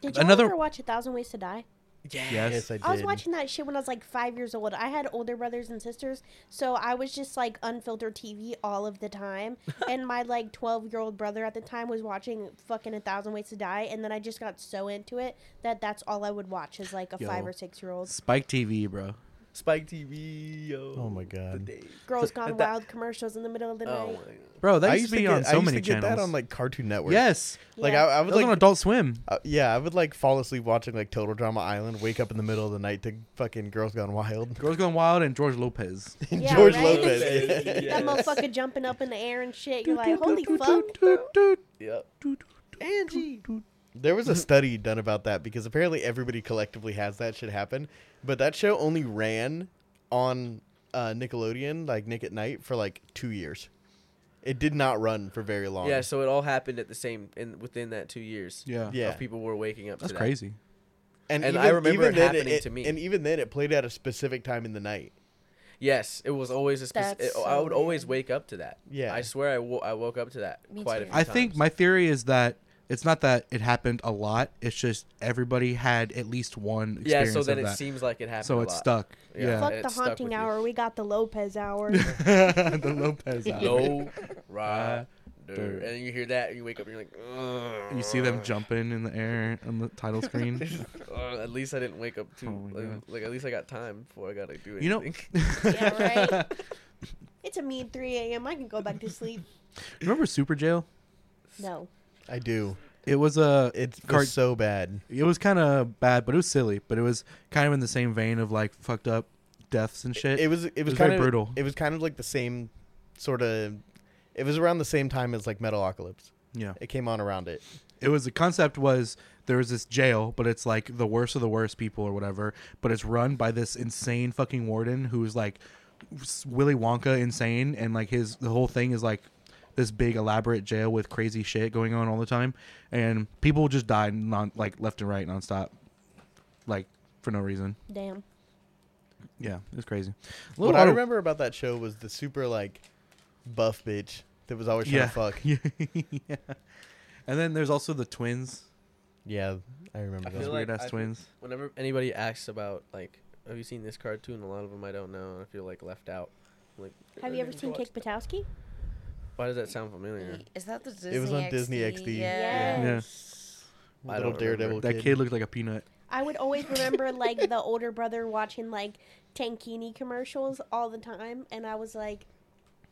Speaker 5: Did you
Speaker 3: Another-
Speaker 5: ever watch A Thousand Ways to Die?
Speaker 4: yes.
Speaker 3: yes
Speaker 2: Yes, I did.
Speaker 5: I was watching that shit when I was like five years old. I had older brothers and sisters, so I was just like unfiltered TV all of the time. and my like 12 year old brother at the time was watching fucking A Thousand Ways to Die, and then I just got so into it that that's all I would watch as like a
Speaker 3: Yo.
Speaker 5: five or six year old.
Speaker 3: spike tv bro
Speaker 4: Spike TV. Yo,
Speaker 2: Oh my
Speaker 4: the
Speaker 2: god.
Speaker 4: days.
Speaker 5: Girls Gone
Speaker 4: That-
Speaker 5: Wild commercials in the middle of the
Speaker 4: Oh my
Speaker 5: night.
Speaker 4: god.
Speaker 3: bro that
Speaker 2: I
Speaker 3: used, to be on
Speaker 2: I
Speaker 3: so
Speaker 2: used
Speaker 3: many
Speaker 2: to get
Speaker 3: channels
Speaker 2: that on like Cartoon Network.
Speaker 3: yes
Speaker 2: Like I,
Speaker 5: Yeah.
Speaker 2: I
Speaker 3: that
Speaker 2: was
Speaker 3: was on
Speaker 2: like
Speaker 3: adult swim
Speaker 2: uh, yeah, I would like fall asleep watching like Total Drama Island, wake up in the middle of the night to fucking Girls Gone Wild.
Speaker 3: girls going wild and george lopez
Speaker 5: Yeah,
Speaker 2: George
Speaker 5: right?
Speaker 2: Lopez.
Speaker 4: Lopez,
Speaker 5: That
Speaker 4: yes.
Speaker 5: motherfucker jumping up in the air and shit. You're like, holy
Speaker 3: Doot,
Speaker 5: fuck.
Speaker 3: doot, doot, doot,
Speaker 4: Yep.
Speaker 3: doot, doot,
Speaker 4: Angie.
Speaker 3: doot, doot.
Speaker 2: There was a
Speaker 4: Mm-hmm.
Speaker 2: study done about that because apparently everybody collectively has that shit happen, but that show only ran on uh, Nickelodeon, like Nick at Night, for like two years. It did not run for very long.
Speaker 4: Yeah, so it all happened at the same in within that two years.
Speaker 3: yeah
Speaker 2: Yeah.
Speaker 4: of people were waking up.
Speaker 3: that's
Speaker 4: to that.
Speaker 3: crazy
Speaker 4: and I remember it
Speaker 2: then
Speaker 4: happening
Speaker 2: it-
Speaker 4: to me.
Speaker 2: And even then, it played at a specific time in the night.
Speaker 4: Yes, it was always a
Speaker 6: That's
Speaker 4: specific. I
Speaker 6: so
Speaker 4: would always
Speaker 6: weird.
Speaker 4: wake up to that.
Speaker 2: Yeah.
Speaker 4: I swear I, wo- I woke up to that
Speaker 6: Me
Speaker 4: quite a
Speaker 6: too.
Speaker 4: few
Speaker 3: I think
Speaker 4: times.
Speaker 3: my theory is that it's not that it happened a lot. It's just everybody had at least one
Speaker 4: yeah.
Speaker 3: experience
Speaker 4: So then
Speaker 3: of
Speaker 4: it
Speaker 3: that.
Speaker 4: seems like it happened.
Speaker 3: so
Speaker 4: a
Speaker 3: it
Speaker 4: lot.
Speaker 3: stuck. Yeah.
Speaker 5: Fuck
Speaker 4: it
Speaker 5: the
Speaker 4: stuck
Speaker 5: haunting
Speaker 4: with you.
Speaker 5: hour. We got the Lopez hour.
Speaker 3: the Lopez. hour.
Speaker 4: No
Speaker 3: Rider.
Speaker 4: rider. And you hear that, and you wake up, and you're like,
Speaker 3: You see them jumping in the air on the title screen.
Speaker 4: "Ugh, at least I didn't wake up too.
Speaker 3: Oh my
Speaker 4: like,
Speaker 3: God.
Speaker 4: like, at least I got time before I gotta do anything.
Speaker 3: you know,
Speaker 6: Yeah, right.
Speaker 5: It's a mean 3 a.m. I can go back to sleep.
Speaker 3: remember Super Jail?
Speaker 5: No.
Speaker 2: I do.
Speaker 3: It was uh, a. It,
Speaker 2: It's
Speaker 3: Cart-
Speaker 2: so bad.
Speaker 3: it was kind of bad, but it was silly. But it was kind of in the same vein of like fucked up deaths and shit.
Speaker 2: It was it was,
Speaker 3: was very
Speaker 2: kind of
Speaker 3: brutal.
Speaker 2: It was kind of like the same sort of. It was around the same time as like Metalocalypse.
Speaker 3: yeah.
Speaker 2: It came on around it.
Speaker 3: It was the concept was there was this jail, but it's like the worst of the worst people or whatever, but it's run by this insane fucking warden who's like s- Willy Wonka insane and like his the whole thing is like this big elaborate jail with crazy shit going on all the time and people just died non like left and right nonstop. Like for no reason.
Speaker 5: Damn.
Speaker 3: Yeah, it was crazy.
Speaker 2: what
Speaker 3: Little
Speaker 2: I
Speaker 3: auto-
Speaker 2: remember about that show was the super like buff bitch that was always trying
Speaker 3: yeah.
Speaker 2: to fuck.
Speaker 3: yeah. And then there's also the twins.
Speaker 2: Yeah, I remember that.
Speaker 4: I feel
Speaker 3: Those
Speaker 4: like
Speaker 3: weird ass
Speaker 4: I-
Speaker 3: twins.
Speaker 4: Whenever anybody asks about like, have you seen this cartoon? A lot of them I don't know. and I feel like left out. I'm like, uh,
Speaker 5: Have you ever seen Kick Patowski?
Speaker 4: Why does that sound familiar?
Speaker 6: Is that the Disney?
Speaker 2: It was on Disney XD.
Speaker 6: Yeah.
Speaker 5: Yes.
Speaker 3: Yeah.
Speaker 4: I
Speaker 2: Little
Speaker 4: don't remember.
Speaker 2: daredevil
Speaker 3: That kid looked like a peanut.
Speaker 5: I would always remember like the older brother watching like Tankini commercials all the time, and I was like,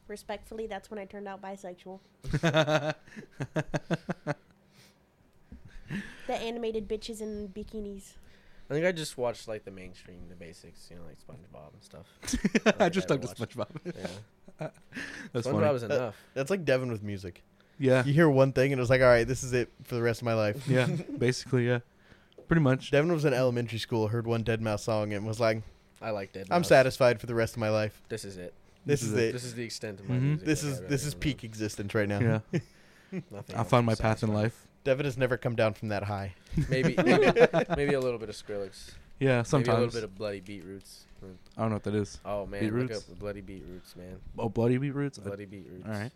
Speaker 5: respectfully, that's when I turned out bisexual. The animated bitches in bikinis.
Speaker 4: I think I just watched like the mainstream, the basics, you know, like SpongeBob and stuff.
Speaker 3: I just stuck
Speaker 4: ever
Speaker 3: to
Speaker 4: watched.
Speaker 3: SpongeBob.
Speaker 4: Yeah.
Speaker 3: That's
Speaker 4: SpongeBob
Speaker 3: funny.
Speaker 4: was enough.
Speaker 2: That's like Devin with music.
Speaker 3: yeah,
Speaker 2: You hear one thing and it's like, all right, this is it for the rest of my life.
Speaker 3: yeah, basically, yeah, pretty much.
Speaker 2: Devin was in elementary school, heard one Dead Mouse song, and was like,
Speaker 3: Uh,
Speaker 4: I liked it.
Speaker 2: I'm satisfied for the rest of my life.
Speaker 4: This is it.
Speaker 2: This, is, it.
Speaker 4: This is the extent of my
Speaker 3: Mhm.
Speaker 4: music.
Speaker 2: This
Speaker 4: that I
Speaker 2: is
Speaker 4: really
Speaker 2: this is
Speaker 4: don't know.
Speaker 2: peak existence right now.
Speaker 3: Yeah,
Speaker 4: Nothing
Speaker 3: I
Speaker 4: else
Speaker 3: found my
Speaker 4: is
Speaker 3: path in
Speaker 4: satisfying.
Speaker 3: life.
Speaker 2: Devin has never come down from that high.
Speaker 4: Maybe, maybe maybe a little bit of Skrillex.
Speaker 3: Yeah, sometimes
Speaker 4: Maybe a little bit of bloody beetroots.
Speaker 3: I don't know what that is.
Speaker 4: Oh man,
Speaker 3: Beetroots?
Speaker 4: look up the bloody beetroots, man.
Speaker 3: Oh, bloody beetroots. I-
Speaker 4: Bloody beetroots.
Speaker 3: All right.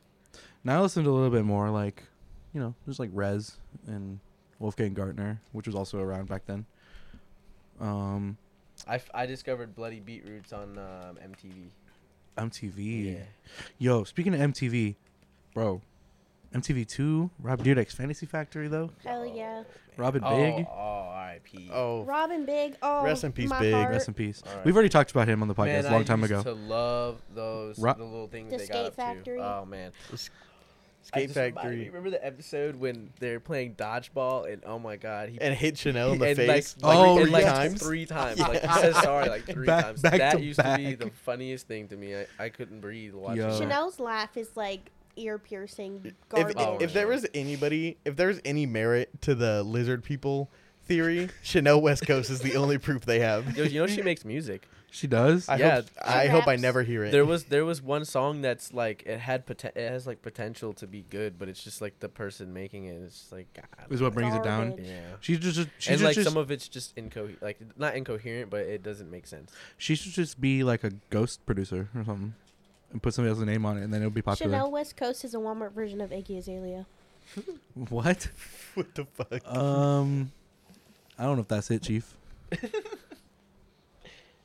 Speaker 3: Now I listened to a little bit more, like you know, there's like Rez and Wolfgang Gartner, which was also around back then. Um,
Speaker 4: I, f- I discovered bloody beetroots on um, MTV.
Speaker 3: MTV. Yo, speaking of MTV, bro, MTV Two, Rob Dyrdek's Fantasy Factory though,
Speaker 5: Hell yeah.
Speaker 3: Robin
Speaker 4: Oh,
Speaker 3: Big.
Speaker 4: Oh, R.I.P.
Speaker 2: Oh,
Speaker 5: Robin Big. Oh,
Speaker 2: Rest in peace,
Speaker 5: my
Speaker 2: Big.
Speaker 5: heart.
Speaker 3: Rest in peace.
Speaker 4: All right.
Speaker 3: We've already talked about him on the podcast a long time
Speaker 4: used
Speaker 3: ago.
Speaker 4: To love those
Speaker 3: Ro-
Speaker 4: the little things
Speaker 5: The
Speaker 4: they
Speaker 5: Skate
Speaker 4: got up
Speaker 5: Factory.
Speaker 4: to. Oh man,
Speaker 2: Skate
Speaker 4: I just reminded me-
Speaker 2: Factory.
Speaker 4: Remember the episode when they're playing dodgeball and oh my god, he
Speaker 2: And hit Chanel in
Speaker 4: he-
Speaker 2: the
Speaker 4: and,
Speaker 2: face
Speaker 4: Like,
Speaker 3: Oh,
Speaker 2: three
Speaker 4: three, and, like,
Speaker 2: times.
Speaker 4: Three times.
Speaker 2: Yeah.
Speaker 4: Like he says sorry like three
Speaker 3: Back-
Speaker 4: times.
Speaker 3: back
Speaker 4: that
Speaker 3: to
Speaker 4: used to be the
Speaker 3: back.
Speaker 4: funniest thing to me. I, I couldn't breathe watching.
Speaker 3: Yo.
Speaker 4: that.
Speaker 5: Chanel's laugh is like ear piercing
Speaker 2: If,
Speaker 5: garbage.
Speaker 4: Oh,
Speaker 2: if there
Speaker 4: yeah.
Speaker 2: was anybody, if there's any merit to the lizard people theory, Chanel West Coast is the only proof they have.
Speaker 4: Yo, you know she makes music.
Speaker 3: She does.
Speaker 2: I
Speaker 4: Yeah,
Speaker 2: hope, I, hope I
Speaker 5: raps.
Speaker 2: never hear it.
Speaker 4: There was there was one song that's like it had poten- it has like potential to be good, but it's just like the person making it is just like God.
Speaker 3: is what brings it down.
Speaker 5: Garbage.
Speaker 4: yeah.
Speaker 3: She's just, just she's
Speaker 4: and
Speaker 3: just,
Speaker 4: like
Speaker 3: just-
Speaker 4: some of it's just incoherent, like not incoherent, but it doesn't make sense.
Speaker 3: she should just be like a ghost producer or something, and put somebody else's name on it, and then it'll be popular.
Speaker 5: Chanel West Coast is a Walmart version of Iggy Azalea.
Speaker 3: What?
Speaker 2: what the fuck?
Speaker 3: Um, I don't know if that's it, Chief.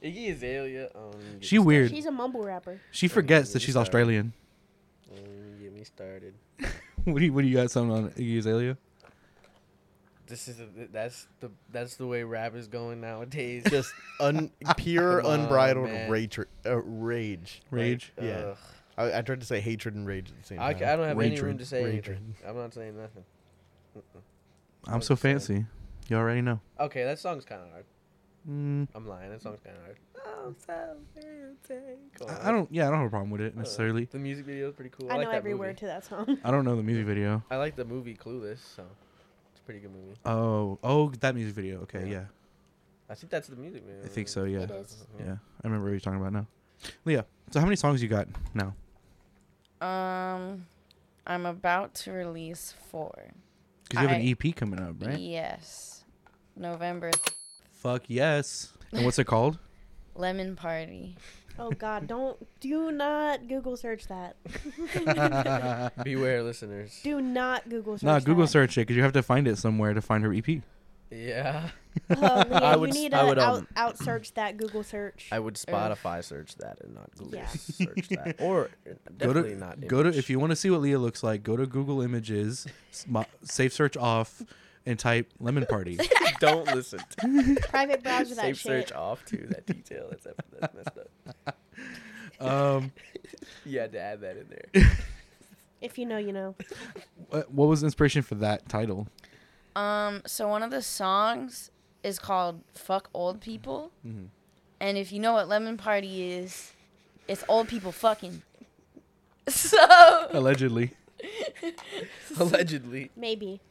Speaker 4: Iggy Azalea. Um, get
Speaker 3: She
Speaker 4: me
Speaker 3: weird.
Speaker 5: She's a mumble rapper.
Speaker 3: She forgets that
Speaker 4: you
Speaker 3: she's
Speaker 4: start.
Speaker 3: Australian.
Speaker 4: started. Um, get me started.
Speaker 3: What do you What do you got? Something on Iggy Azalea?
Speaker 4: This is the that's the that's the way rap is going nowadays.
Speaker 2: Just un- pure
Speaker 4: Come on,
Speaker 2: unbridled
Speaker 4: man.
Speaker 2: rage. Uh, rage.
Speaker 4: Like,
Speaker 3: Rage.
Speaker 2: yeah.
Speaker 4: ugh.
Speaker 2: I, I tried to say hatred and rage at the same
Speaker 4: I,
Speaker 2: time.
Speaker 4: c- I don't have any room
Speaker 3: Rage-rid.
Speaker 4: to say anything.
Speaker 2: Rage-rid.
Speaker 4: I'm not saying nothing.
Speaker 3: I'm so fancy. You already know.
Speaker 4: Okay, that song's kind of hard.
Speaker 3: Mm,
Speaker 4: I'm lying. That song's kind of hard.
Speaker 3: I I don't. Yeah, I don't have a problem with it necessarily.
Speaker 4: The music video is pretty cool.
Speaker 5: I,
Speaker 4: I, like
Speaker 5: know
Speaker 4: that
Speaker 5: every
Speaker 4: movie.
Speaker 5: word to that song.
Speaker 3: I don't know the music video.
Speaker 4: I like the movie Clueless, so it's a pretty good movie.
Speaker 3: Oh, oh, that music video. Okay,
Speaker 4: Yeah.
Speaker 3: yeah,
Speaker 4: I think that's the music video.
Speaker 3: I think so. Yeah,
Speaker 5: It is.
Speaker 3: yeah. I remember what you're talking about now. Leah, so how many songs you got now?
Speaker 6: Um, I'm about to release four.
Speaker 3: Because you have
Speaker 6: I-
Speaker 3: an EP coming up, right?
Speaker 6: Yes. November
Speaker 3: Fuck yes. And what's it called?
Speaker 6: Lemon Party.
Speaker 5: Oh God, don't do not Google search that.
Speaker 4: Beware, listeners.
Speaker 5: Do not Google search.
Speaker 3: nah, Google
Speaker 5: that.
Speaker 3: search it because you have to find it somewhere to find her E EP.
Speaker 4: Yeah.
Speaker 5: Oh, Leah,
Speaker 4: I would
Speaker 5: you
Speaker 4: s-
Speaker 5: need to
Speaker 4: I would,
Speaker 5: out,
Speaker 4: um,
Speaker 5: out search that Google search.
Speaker 4: I would Spotify search that and not Google
Speaker 5: Yeah.
Speaker 4: search that, or uh, definitely
Speaker 3: go to,
Speaker 4: not.
Speaker 3: Go to
Speaker 4: image.
Speaker 3: if you want to see what Leah looks like. Go to Google Images, sm- safe search off, and type lemon party.
Speaker 4: don't listen. To
Speaker 5: Private browser that
Speaker 4: Save
Speaker 5: shit.
Speaker 4: search off too. That detail. That's, that's messed up.
Speaker 3: um,
Speaker 4: You had to add that in there.
Speaker 5: If you know, you know.
Speaker 3: what, what was the inspiration for that title?
Speaker 2: Mm-hmm.
Speaker 6: Um, so one of the songs is called "Fuck Old People," And if you know what lemon party is, it's old people fucking. So
Speaker 3: Allegedly.
Speaker 4: Allegedly.
Speaker 5: Maybe.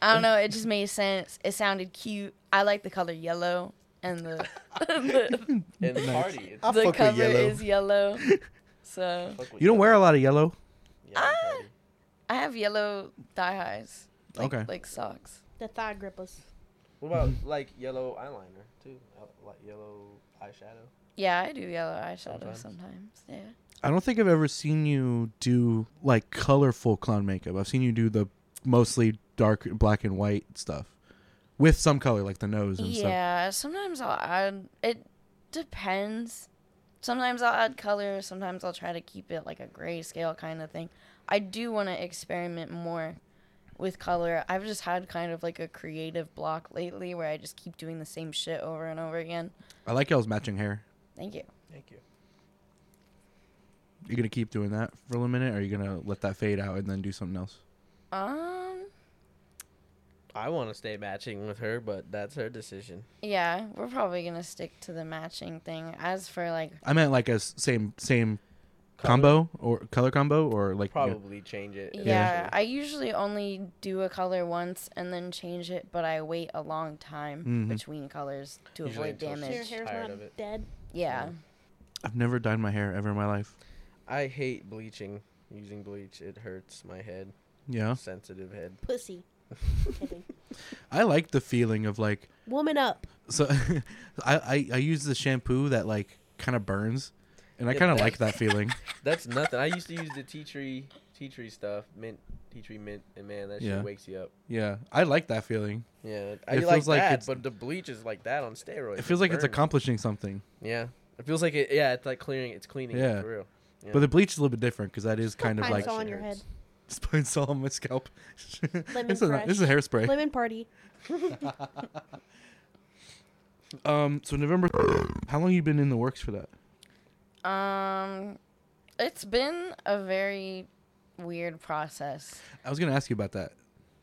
Speaker 6: I don't know. It just made sense. It sounded cute. I like the color yellow, and the the,
Speaker 4: And the
Speaker 3: Nice.
Speaker 4: party. It's
Speaker 5: Oh.
Speaker 2: I
Speaker 6: the
Speaker 2: fuck
Speaker 6: cover
Speaker 2: with yellow.
Speaker 6: is yellow. So
Speaker 4: fuck with
Speaker 3: You don't
Speaker 4: yellow.
Speaker 3: wear a lot of yellow.
Speaker 4: Yellow
Speaker 6: Ah!
Speaker 4: party.
Speaker 6: I have yellow thigh highs. Like,
Speaker 3: Okay.
Speaker 6: Like socks.
Speaker 5: The thigh grippers.
Speaker 4: What about
Speaker 3: Mm-hmm.
Speaker 4: like yellow eyeliner too? Yel- Like yellow eyeshadow.
Speaker 6: Yeah, I do yellow eyeshadow
Speaker 4: Sometimes.
Speaker 6: sometimes. Yeah.
Speaker 3: I don't think I've ever seen you do like colorful clown makeup. I've seen you do the mostly dark black and white stuff with some color, like the nose and stuff.
Speaker 6: Yeah. Sometimes I'll add. It depends. Sometimes I'll add color. Sometimes I'll try to keep it like a grayscale kind of thing. I do want to experiment more with color. I've just had kind of like a creative block lately where I just keep doing the same shit over and over again.
Speaker 3: I like y'all's matching hair.
Speaker 6: Thank you.
Speaker 4: Thank you.
Speaker 3: You gonna keep doing that for a little minute, or are you gonna let that fade out and then do something else?
Speaker 6: Um.
Speaker 4: I want to stay matching with her, but that's her decision.
Speaker 6: Yeah, we're probably gonna stick to the matching thing. As for like
Speaker 3: I meant like a s- same same combo or color combo or like you know-
Speaker 4: Probably change it.
Speaker 6: Yeah,
Speaker 4: eventually.
Speaker 6: I usually only do a color once and then change it, but I wait a long time
Speaker 3: Mhm.
Speaker 6: between colors to
Speaker 4: Usually
Speaker 6: avoid
Speaker 4: until she's
Speaker 5: So your
Speaker 6: damage.
Speaker 5: hair's
Speaker 4: Tired
Speaker 5: not
Speaker 4: of it.
Speaker 5: dead.
Speaker 6: Yeah.
Speaker 3: I've never dyed my hair ever in my life.
Speaker 4: I hate bleaching. Using bleach, it hurts my head.
Speaker 3: Yeah,
Speaker 4: Sensitive head.
Speaker 5: Pussy. Kidding.
Speaker 3: I like the feeling of like
Speaker 5: Woman up.
Speaker 3: so I, I I use the shampoo that like kind of burns, and I
Speaker 4: Yeah,
Speaker 3: kind of
Speaker 4: but-
Speaker 3: like that feeling.
Speaker 4: That's nothing. I used to use the tea tree, tea tree stuff, mint, tea tree mint, and man, that
Speaker 3: Yeah.
Speaker 4: shit wakes you up.
Speaker 3: Yeah, I like that feeling.
Speaker 4: Yeah, I
Speaker 3: It
Speaker 4: like
Speaker 3: feels like
Speaker 4: that,
Speaker 3: it's-
Speaker 4: but the bleach is like that on steroids.
Speaker 3: It feels like it's
Speaker 4: burns.
Speaker 3: accomplishing something,
Speaker 4: Yeah, it feels like it. Yeah, it's like clearing. It's cleaning.
Speaker 3: Yeah.
Speaker 4: Yeah, for real. Yeah.
Speaker 3: but the bleach is a little bit different because that is kind of
Speaker 5: Pine
Speaker 3: like
Speaker 5: Sol
Speaker 4: That
Speaker 5: on
Speaker 4: shit
Speaker 5: your head.
Speaker 4: hurts.
Speaker 3: just putting salt on my scalp. this, is
Speaker 5: Fresh.
Speaker 3: not, this is hairspray.
Speaker 5: Lemon party.
Speaker 3: Um, so November. how long you been in the works for that?
Speaker 6: Um, it's been a very weird process.
Speaker 3: I was gonna ask you about that,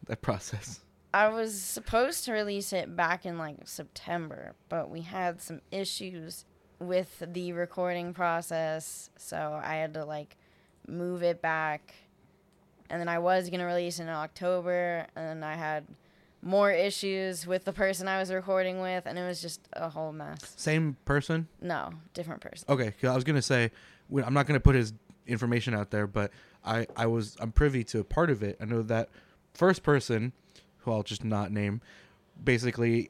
Speaker 3: that process.
Speaker 6: I was supposed to release it back in like September, but we had some issues with the recording process, so I had to like move it back. And then I was going to release in October, and I had more issues with the person I was recording with, and it was just a whole mess.
Speaker 3: Same person.
Speaker 6: No, different person.
Speaker 3: Okay, 'cause I was gonna say we- I'm not gonna put his information out there, but I I was I'm privy to a part of it. I know that first person, who I'll just not name, basically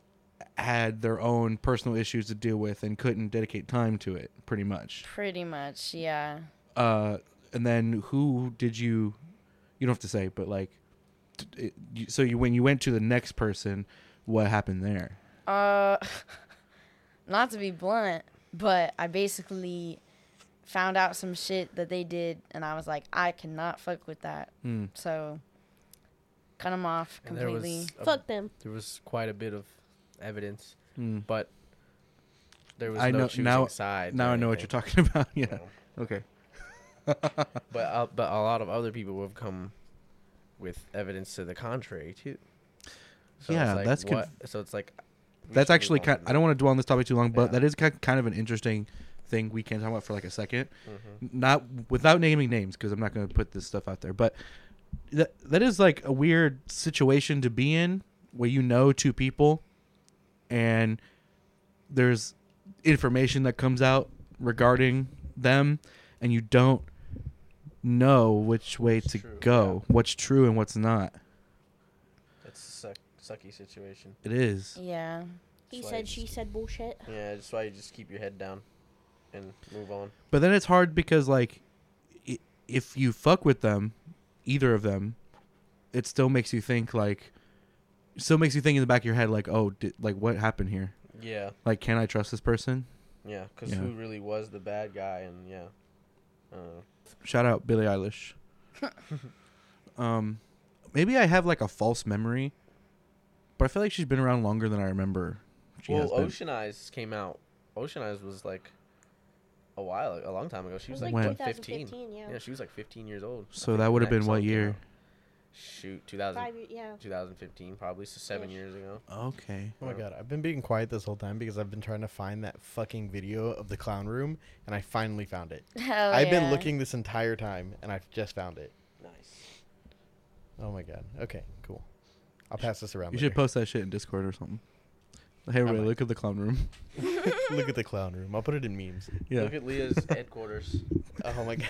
Speaker 3: had their own personal issues to deal with and couldn't dedicate time to it, pretty much.
Speaker 6: Pretty much, yeah.
Speaker 3: Uh, and then who did you? You don't have to say, but like, t- it, you- so you when you went to the next person, what happened there?
Speaker 6: Uh, not to be blunt, but I basically found out some shit that they did, and I was like, I cannot fuck with that.
Speaker 3: Hmm.
Speaker 6: So, cut them off
Speaker 4: And there
Speaker 6: completely.
Speaker 4: was a-
Speaker 5: Fuck them.
Speaker 4: there was quite a bit of evidence,
Speaker 3: Hmm.
Speaker 4: but there was
Speaker 3: I
Speaker 4: no
Speaker 3: know-
Speaker 4: choosing
Speaker 3: now-
Speaker 4: sides.
Speaker 3: Now
Speaker 4: or
Speaker 3: I know what you're
Speaker 4: anything.
Speaker 3: talking about. Yeah.
Speaker 4: No.
Speaker 3: Okay.
Speaker 4: But uh, but a lot of other people have come with evidence to the contrary too. it's
Speaker 3: Yeah, that's conf-
Speaker 4: so it's like we
Speaker 3: That's
Speaker 4: should move
Speaker 3: actually
Speaker 4: on
Speaker 3: kind.
Speaker 4: from
Speaker 3: I don't want to dwell on this topic too long, but
Speaker 4: Yeah.
Speaker 3: that is ki- kind of an interesting thing we can talk about for like a 2nd
Speaker 4: Mm-hmm.
Speaker 3: Not without naming names because I'm not going to put this stuff out there, but that that is like a weird situation to be in where you know two people, and there's information that comes out regarding them, and you don't know which way to
Speaker 4: true,
Speaker 3: go, what's true and what's not.
Speaker 4: That's a suck, sucky situation.
Speaker 3: It is.
Speaker 6: yeah.
Speaker 5: He
Speaker 4: That's why
Speaker 5: said,
Speaker 4: it's-
Speaker 5: she said bullshit.
Speaker 4: Yeah, that's why you just keep your head down and move on.
Speaker 3: But then it's hard because like, i- if you fuck with them, either of them, it still makes you think like, still makes you think in the back of your head like, oh, did, like what happened here?
Speaker 4: Yeah,
Speaker 3: Like, can I trust this person?
Speaker 4: yeah. Because
Speaker 3: Yeah.
Speaker 4: who really was the bad guy? And yeah, Uh, I don't know.
Speaker 3: Shout out Billie Eilish. um, maybe I have like a false memory, but I feel like she's been around longer than I remember. She
Speaker 4: well, oh,
Speaker 3: has been.
Speaker 4: Ocean Eyes came out. Ocean Eyes was like a while, a long time ago. She was like,
Speaker 3: like
Speaker 4: what, 15?
Speaker 5: 2015, yeah.
Speaker 4: Yeah, she was like 15 years old. I
Speaker 3: So
Speaker 4: think
Speaker 3: that
Speaker 4: when
Speaker 3: would have been
Speaker 4: song
Speaker 3: what
Speaker 4: came
Speaker 3: year?
Speaker 4: out. shoot 2000,
Speaker 5: Five years, yeah.
Speaker 4: 2015 probably so seven
Speaker 5: Ish.
Speaker 4: years ago
Speaker 3: Okay.
Speaker 2: Oh my god, I've been being quiet this whole time because I've been trying to find that fucking video of the clown room, and I finally found it.
Speaker 6: Hell
Speaker 2: I've been
Speaker 6: Oh, yeah.
Speaker 2: looking this entire time, and I've just found it.
Speaker 4: nice
Speaker 2: Oh my god. Okay, cool. I'll pass this around.
Speaker 3: You
Speaker 2: later.
Speaker 3: should post that shit in Discord or something. Hey, everybody,
Speaker 2: might.
Speaker 3: look at the clown room.
Speaker 2: look at the clown room. I'll put it in memes.
Speaker 3: Yeah.
Speaker 4: look at leah's headquarters
Speaker 2: Oh my god.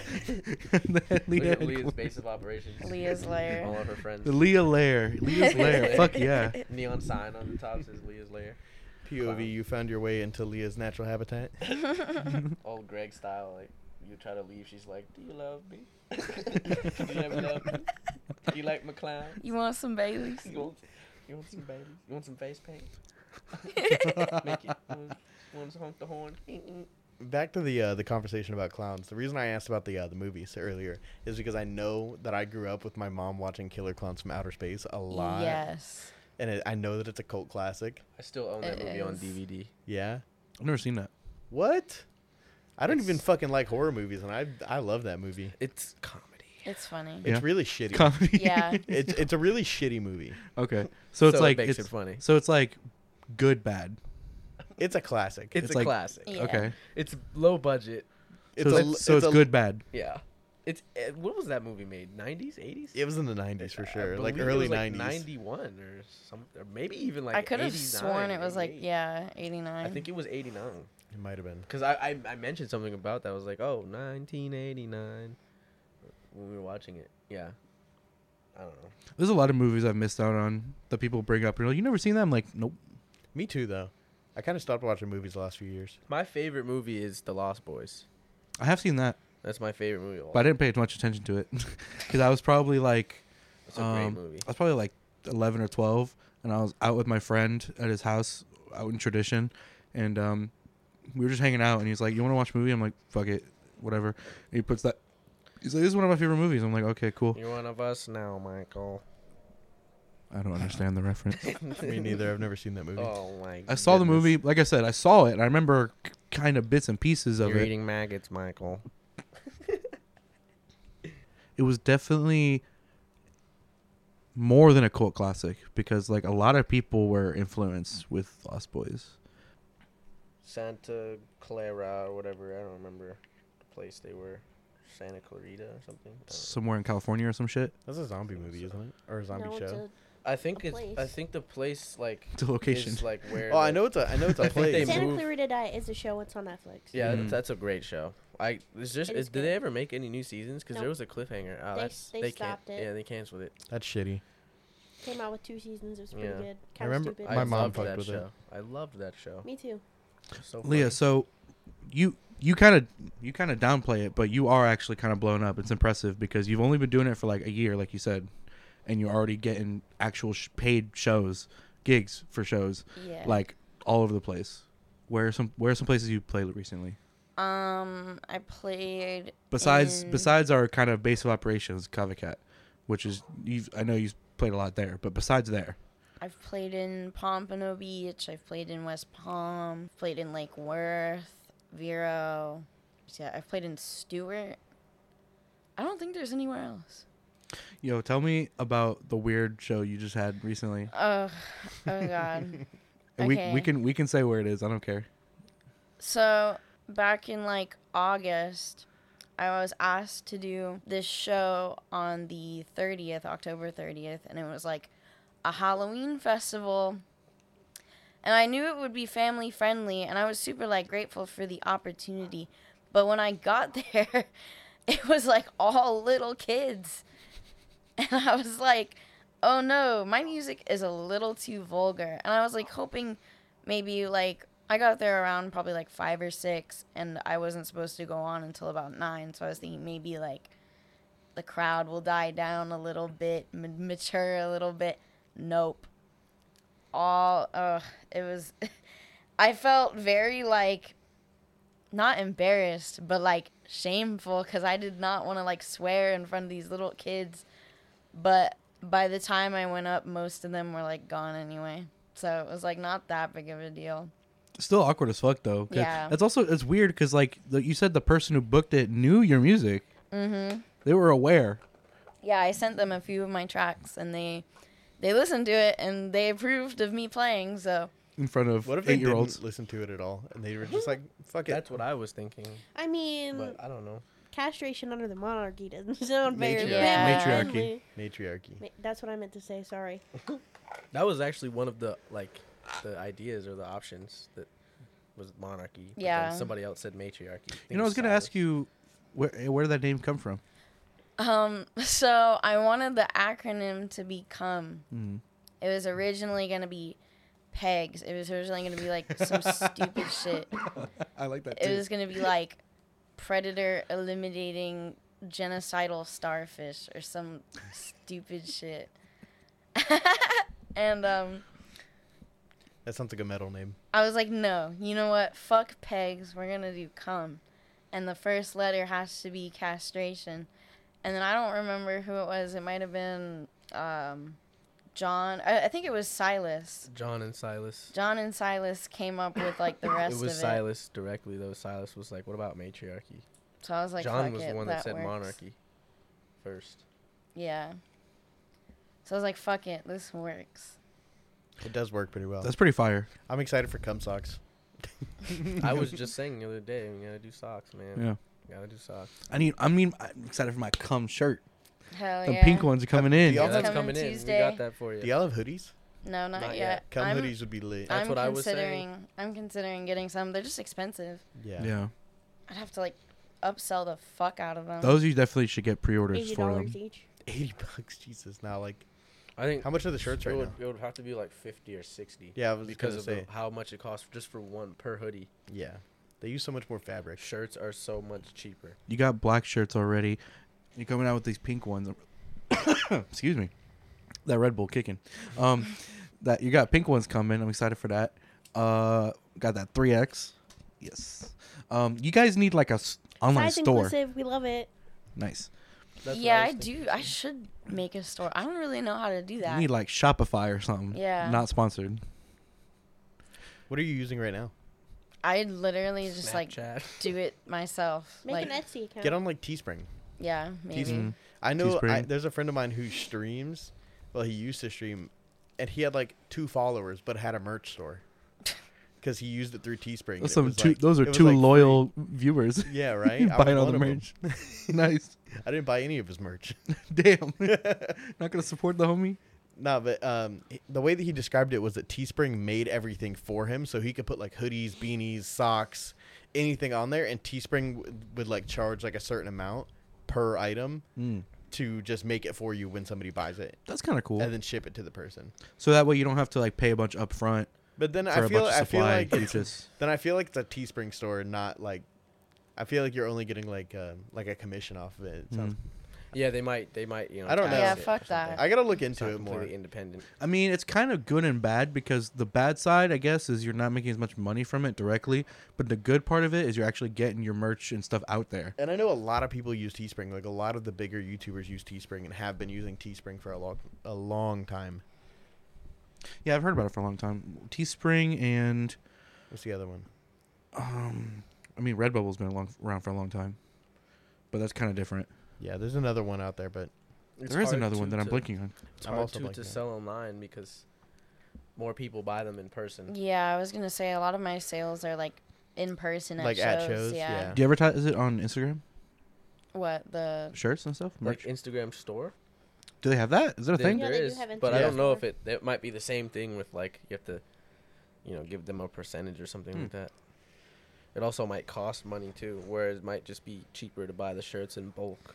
Speaker 3: the
Speaker 4: look
Speaker 3: Leah,
Speaker 4: at leah's base of operations
Speaker 6: Leah's lair.
Speaker 4: all of her friends
Speaker 3: the Leah lair. Leah's lair. Fuck yeah.
Speaker 4: neon sign on the top says leah's lair Clown.
Speaker 2: POV, you found your way into Leah's natural habitat.
Speaker 4: old greg style like you try to leave she's like do you love me do you ever love me do you like my clown
Speaker 6: You want some Baileys?
Speaker 4: you want, you want some baby you want some face paint make it you want, you want to honk the horn
Speaker 2: Back to the uh, the conversation about clowns. The reason I asked about the uh, the movies earlier is because I know that I grew up with my mom watching Killer Clowns from Outer Space a lot,
Speaker 6: Yes.
Speaker 2: and it, I know that it's a cult classic.
Speaker 4: i still own that
Speaker 6: It
Speaker 4: movie on
Speaker 6: is.
Speaker 4: dvd
Speaker 2: Yeah.
Speaker 3: I've never seen that.
Speaker 2: What? I don't even
Speaker 4: It's-
Speaker 2: fucking like horror movies, and I I love that movie.
Speaker 4: it's comedy
Speaker 6: It's funny.
Speaker 3: Yeah.
Speaker 2: It's really shitty.
Speaker 3: Comedy.
Speaker 6: Yeah.
Speaker 2: it's it's a really shitty movie.
Speaker 3: okay. So it's
Speaker 4: So it
Speaker 3: like
Speaker 4: makes
Speaker 3: it's
Speaker 4: it funny.
Speaker 3: So it's like good bad.
Speaker 2: It's a classic.
Speaker 4: It's,
Speaker 3: It's
Speaker 4: a
Speaker 3: like-
Speaker 4: classic.
Speaker 6: Yeah.
Speaker 3: Okay.
Speaker 4: It's low budget.
Speaker 2: It's
Speaker 3: so
Speaker 2: a
Speaker 3: it's,
Speaker 2: l-
Speaker 3: so it's,
Speaker 2: a-
Speaker 3: good bad.
Speaker 4: Yeah. It's eh, when was that movie made? 90s, 80s?
Speaker 2: It was in the '90s for
Speaker 4: I
Speaker 2: sure, like
Speaker 4: believe it
Speaker 2: early
Speaker 4: was, like,
Speaker 2: '90s.
Speaker 4: 91 or some or maybe even like
Speaker 6: I could have
Speaker 4: 89,
Speaker 6: sworn it was like
Speaker 4: 88.
Speaker 6: yeah, 89.
Speaker 4: I think it was 89
Speaker 2: It might have been.
Speaker 4: cuz I, I I mentioned something about that. I was like, "Oh, 1989." When we were watching it. Yeah. I don't know.
Speaker 3: There's a lot of movies I've missed out on that people bring up. You're like, you never seen that? I'm like, nope.
Speaker 2: Me too, though. I kind of stopped watching movies the last few years.
Speaker 4: My favorite movie is The Lost Boys.
Speaker 3: I have seen that,
Speaker 4: That's my favorite movie. of all
Speaker 3: but I
Speaker 4: time.
Speaker 3: didn't pay much attention to it because I was probably like,
Speaker 4: It's a great
Speaker 3: um,
Speaker 4: movie.
Speaker 3: I was probably like 11 or 12, and I was out with my friend at his house out in Tradition, and um, we were just hanging out, and he's like, "You want to watch a movie?" I'm like, "Fuck it, whatever." And he puts that. He's like, "This is one of my favorite movies." I'm like, "Okay, cool."
Speaker 4: You're one of us now, Michael.
Speaker 3: I don't understand the reference.
Speaker 2: Me neither. I've never seen that movie.
Speaker 4: Oh my
Speaker 3: I saw the
Speaker 4: goodness.
Speaker 3: movie, like I said, I saw it. And I remember k- kind of bits and pieces of
Speaker 4: You're
Speaker 3: it.
Speaker 4: eating maggots, Michael.
Speaker 3: It was definitely more than a cult classic because like a lot of people were influenced with Lost Boys.
Speaker 4: Santa Clara or whatever. I don't remember the place they were. Santa Clarita or something. I don't
Speaker 3: Somewhere in California or some shit
Speaker 2: That's a zombie movie, isn't it? Or a zombie
Speaker 5: No, it's
Speaker 2: show?
Speaker 4: know. I think
Speaker 5: A
Speaker 4: it's. I
Speaker 5: place.
Speaker 4: think the place like
Speaker 3: to location.
Speaker 4: is like where.
Speaker 2: Oh, I
Speaker 4: the-
Speaker 2: know it's a I know it's
Speaker 4: I
Speaker 2: a
Speaker 4: think they
Speaker 5: a,
Speaker 2: place.
Speaker 4: moved-
Speaker 5: Santa
Speaker 4: move-
Speaker 5: Clarita Diet is a show. It's on Netflix.
Speaker 4: Yeah,
Speaker 3: Mm.
Speaker 4: that's, that's a great show. I it's just
Speaker 5: It
Speaker 4: is,
Speaker 5: is
Speaker 4: did
Speaker 5: good.
Speaker 4: they ever make any new seasons? Because there
Speaker 5: Nope.
Speaker 4: was a cliffhanger. Oh,
Speaker 5: They-
Speaker 4: that's
Speaker 5: they
Speaker 4: they, can't.
Speaker 5: stopped it.
Speaker 4: Yeah, they canceled it.
Speaker 2: That's shitty.
Speaker 5: Came out with two seasons. It was pretty
Speaker 4: Yeah.
Speaker 5: good.
Speaker 2: I
Speaker 5: Kind of
Speaker 2: remember
Speaker 5: stupid.
Speaker 2: my
Speaker 4: I
Speaker 2: mom
Speaker 4: loved
Speaker 2: fucked
Speaker 4: that
Speaker 2: with it.
Speaker 4: show. I loved that show.
Speaker 5: Me too.
Speaker 4: So
Speaker 3: Leah,
Speaker 4: funny.
Speaker 3: so you you kind of you kind of downplay it, but you are actually kind of blown up. It's impressive because you've only been doing it for like a year, like you said, and you're already getting actual sh- paid shows, gigs for shows,
Speaker 6: yeah.
Speaker 3: like all over the place. Where are some where are some places you played recently?
Speaker 6: um I played
Speaker 3: Besides
Speaker 6: in-
Speaker 3: besides our kind of base of operations, Covacat, which is you I know you played a lot there, but besides there,
Speaker 6: I've played in Pompano Beach, I've played in West Palm, played in Lake Worth, Vero. Yeah, I've played in Stewart. I don't think there's anywhere else.
Speaker 3: yo, tell me about the weird show you just had recently.
Speaker 6: Oh, oh god.
Speaker 3: And We we
Speaker 6: Okay.
Speaker 3: can we can say where it is. I don't care.
Speaker 6: So back in like August, I was asked to do this show on the 30th, October 30th, and it was like a Halloween festival. And I knew it would be family friendly, and I was super like grateful for the opportunity. But when I got there, it was like all little kids. And I was like, oh no, my music is a little too vulgar. And I was like hoping maybe like I got there around probably like five or six, and I wasn't supposed to go on until about nine. So I was thinking maybe like the crowd will die down a little bit, m- mature a little bit. Nope. All, uh, it was, I felt very like not embarrassed, but like shameful because I did not want to like swear in front of these little kids. But by the time I went up, most of them were like gone anyway. So it was like not that big of a deal.
Speaker 3: Still awkward as fuck though. 'cause
Speaker 6: Yeah.
Speaker 3: That's also it's weird because like the, you said the person who booked it knew your music. Mm-hmm. They were aware.
Speaker 6: yeah, I sent them a few of my tracks, and they they listened to it and they approved of me playing. So
Speaker 3: in front of
Speaker 2: What if they
Speaker 3: eight year
Speaker 2: didn't
Speaker 3: olds.
Speaker 2: listen to it at all and they were just like, "Fuck it"?
Speaker 4: That's what I was thinking,
Speaker 5: I mean,
Speaker 4: but I don't know.
Speaker 5: castration under the monarchy doesn't sound very
Speaker 2: Matriarchy.
Speaker 6: Yeah.
Speaker 5: family
Speaker 2: Matriarchy.
Speaker 5: friendly.
Speaker 2: Matriarchy.
Speaker 5: Ma- That's what I meant to say. Sorry.
Speaker 4: That was actually one of the like the ideas or the options that was monarchy. but then
Speaker 6: Yeah.
Speaker 4: Somebody else said matriarchy.
Speaker 3: You know, I was gonna ask you where eh, where did that name come from?
Speaker 6: um, so I wanted the acronym to be "Come." It was originally gonna be pegs. It was originally gonna be like some stupid shit.
Speaker 3: I like that
Speaker 6: It was gonna be like predator eliminating genocidal starfish or some stupid shit. and um,
Speaker 2: That sounds like a metal name.
Speaker 6: I was like, no, you know what? Fuck pegs. We're gonna do cum, and the first letter has to be castration. And then I don't remember who it was. It might have been um, John. I, I think it was Silas.
Speaker 4: John and Silas.
Speaker 6: John and Silas came up with like the rest
Speaker 4: It was
Speaker 6: of it.
Speaker 4: Silas directly though. Silas was like, "What about matriarchy?"
Speaker 6: So I was like,
Speaker 4: John
Speaker 6: fuck
Speaker 4: was
Speaker 6: it,
Speaker 4: the one
Speaker 6: that
Speaker 4: that said
Speaker 6: works.
Speaker 4: monarchy first.
Speaker 6: Yeah. So I was like, fuck it, this works.
Speaker 2: It does work pretty well.
Speaker 3: That's pretty fire.
Speaker 2: I'm excited for cum socks.
Speaker 4: I was just saying the other day, we gotta do socks, man.
Speaker 3: Yeah.
Speaker 4: We gotta do socks.
Speaker 3: I need. I mean, I'm excited for my cum shirt.
Speaker 6: Hell
Speaker 3: The
Speaker 6: Oh, yeah.
Speaker 3: pink ones are coming in.
Speaker 2: Yeah,
Speaker 4: Yeah,
Speaker 2: It's
Speaker 4: that's
Speaker 6: coming
Speaker 4: coming in.
Speaker 6: Tuesday.
Speaker 4: We got that for you.
Speaker 2: Do y'all have hoodies?
Speaker 6: No, not,
Speaker 4: Not
Speaker 6: yet.
Speaker 4: yet.
Speaker 2: Cum
Speaker 6: I'm,
Speaker 2: hoodies would be lit.
Speaker 4: That's
Speaker 6: I'm
Speaker 4: what I was
Speaker 6: considering.
Speaker 4: saying.
Speaker 6: I'm considering getting some. They're just expensive.
Speaker 2: yeah.
Speaker 3: Yeah.
Speaker 6: I'd have to like upsell the fuck out of them.
Speaker 3: Those you definitely should get pre-orders
Speaker 5: Eighty
Speaker 3: for them.
Speaker 5: dollars each.
Speaker 2: Eighty bucks, Jesus. Now, like,
Speaker 4: I think
Speaker 2: how much are the shirts
Speaker 4: it
Speaker 2: right
Speaker 4: would,
Speaker 2: now?
Speaker 4: it would have to be like fifty or sixty.
Speaker 2: Yeah, I was
Speaker 4: because
Speaker 2: gonna
Speaker 4: of
Speaker 2: say.
Speaker 4: the, how much it costs just for one per hoodie.
Speaker 2: Yeah, they use so much more fabric.
Speaker 4: Shirts are so much cheaper.
Speaker 3: You got black shirts already. You're coming out with these pink ones. Excuse me. That Red Bull kicking. Um, that you got pink ones coming. I'm excited for that. Uh, got that 3x. Yes. Um, you guys need like a s- online
Speaker 5: Size
Speaker 3: store.
Speaker 5: inclusive. We love it.
Speaker 3: Nice.
Speaker 4: That's what
Speaker 6: yeah, I,
Speaker 4: was thinking.
Speaker 6: do. I should make a store. I don't really know how to do that.
Speaker 3: You need like Shopify or something.
Speaker 6: Yeah.
Speaker 3: Not sponsored.
Speaker 2: What are you using right now?
Speaker 6: I literally just like
Speaker 4: Snapchat.
Speaker 6: do it myself.
Speaker 5: Make
Speaker 6: like,
Speaker 5: an Etsy account.
Speaker 2: Get on like Teespring.
Speaker 6: yeah, maybe.
Speaker 3: Mm.
Speaker 2: Teespring. I know I,
Speaker 3: Teespring.
Speaker 2: there's a friend of mine who streams. Well, he used to stream, and he had like two followers, but had a merch store because he used it through Teespring.
Speaker 3: Those,
Speaker 2: It
Speaker 3: some
Speaker 2: was,
Speaker 3: two,
Speaker 2: like-
Speaker 3: those are
Speaker 2: it was,
Speaker 3: two
Speaker 2: like, free.
Speaker 3: loyal viewers.
Speaker 2: Yeah, right. I
Speaker 3: Buying
Speaker 2: was
Speaker 3: all the
Speaker 2: one of
Speaker 3: merch. nice.
Speaker 2: them. I didn't buy any of his merch.
Speaker 3: Damn. Not gonna support the homie.
Speaker 2: No, but um, h- the way that he described it was that Teespring made everything for him, so he could put like hoodies, beanies, socks, anything on there, and Teespring w- would like charge like a certain amount per item
Speaker 3: Hmm.
Speaker 2: to just make it for you when somebody buys it,
Speaker 3: That's kind of cool.
Speaker 2: and then ship it to the person.
Speaker 3: So that way you don't have to like pay a bunch up front
Speaker 2: But then
Speaker 3: for
Speaker 2: I
Speaker 3: a
Speaker 2: feel
Speaker 3: bunch of
Speaker 2: I feel
Speaker 3: supply.
Speaker 2: like
Speaker 3: you
Speaker 2: it's,
Speaker 3: just
Speaker 2: then I feel like it's a Teespring store, not like I feel like you're only getting like uh, like a commission off of it. it
Speaker 3: Mm.
Speaker 2: sounds,
Speaker 4: Yeah, they might. They might. You know.
Speaker 2: I don't
Speaker 4: tax
Speaker 2: know. Yeah,
Speaker 4: it or
Speaker 6: fuck
Speaker 4: something.
Speaker 6: that.
Speaker 2: I gotta look
Speaker 4: It's
Speaker 2: into
Speaker 4: not
Speaker 2: it more.
Speaker 4: completely independent.
Speaker 3: I mean, it's kind of good and bad because the bad side, I guess, is you're not making as much money from it directly, but the good part of it is you're actually getting your merch and stuff out there.
Speaker 2: And I know a lot of people use Teespring. Like a lot of the bigger YouTubers use Teespring and have been using Teespring for a long, a long time.
Speaker 3: Yeah, I've heard about it for a long time. Teespring and
Speaker 2: What's the other one?
Speaker 3: um I mean Redbubble's been along, around for a long time. But that's kind of different.
Speaker 2: Yeah, there's another one out there, but
Speaker 4: It's
Speaker 3: there is
Speaker 4: hard
Speaker 3: another one
Speaker 4: to-
Speaker 3: that I'm
Speaker 4: to-
Speaker 3: blinking on.
Speaker 4: It's
Speaker 2: I'm
Speaker 4: hard
Speaker 2: also
Speaker 4: too
Speaker 2: blanking
Speaker 4: to
Speaker 2: out.
Speaker 4: sell online because more people buy them in person.
Speaker 6: Yeah, I was gonna say a lot of my sales are like in person at
Speaker 2: like
Speaker 6: shows.
Speaker 2: at shows,
Speaker 6: yeah.
Speaker 2: yeah.
Speaker 3: Do you advertise it on Instagram?
Speaker 6: What the?
Speaker 3: Shirts and stuff?
Speaker 4: Like
Speaker 3: Merch?
Speaker 4: Instagram store.
Speaker 3: Do they have that? Is that a
Speaker 4: There-
Speaker 3: thing?
Speaker 5: Yeah,
Speaker 4: there
Speaker 5: they do
Speaker 4: is,
Speaker 5: have
Speaker 4: but I
Speaker 2: Instagram
Speaker 4: don't know if
Speaker 5: store.
Speaker 4: it it might be the same thing with like you have to, you know, give them a percentage or something
Speaker 3: Hmm.
Speaker 4: like that. It also might cost money too, whereas it might just be cheaper to buy the shirts in bulk.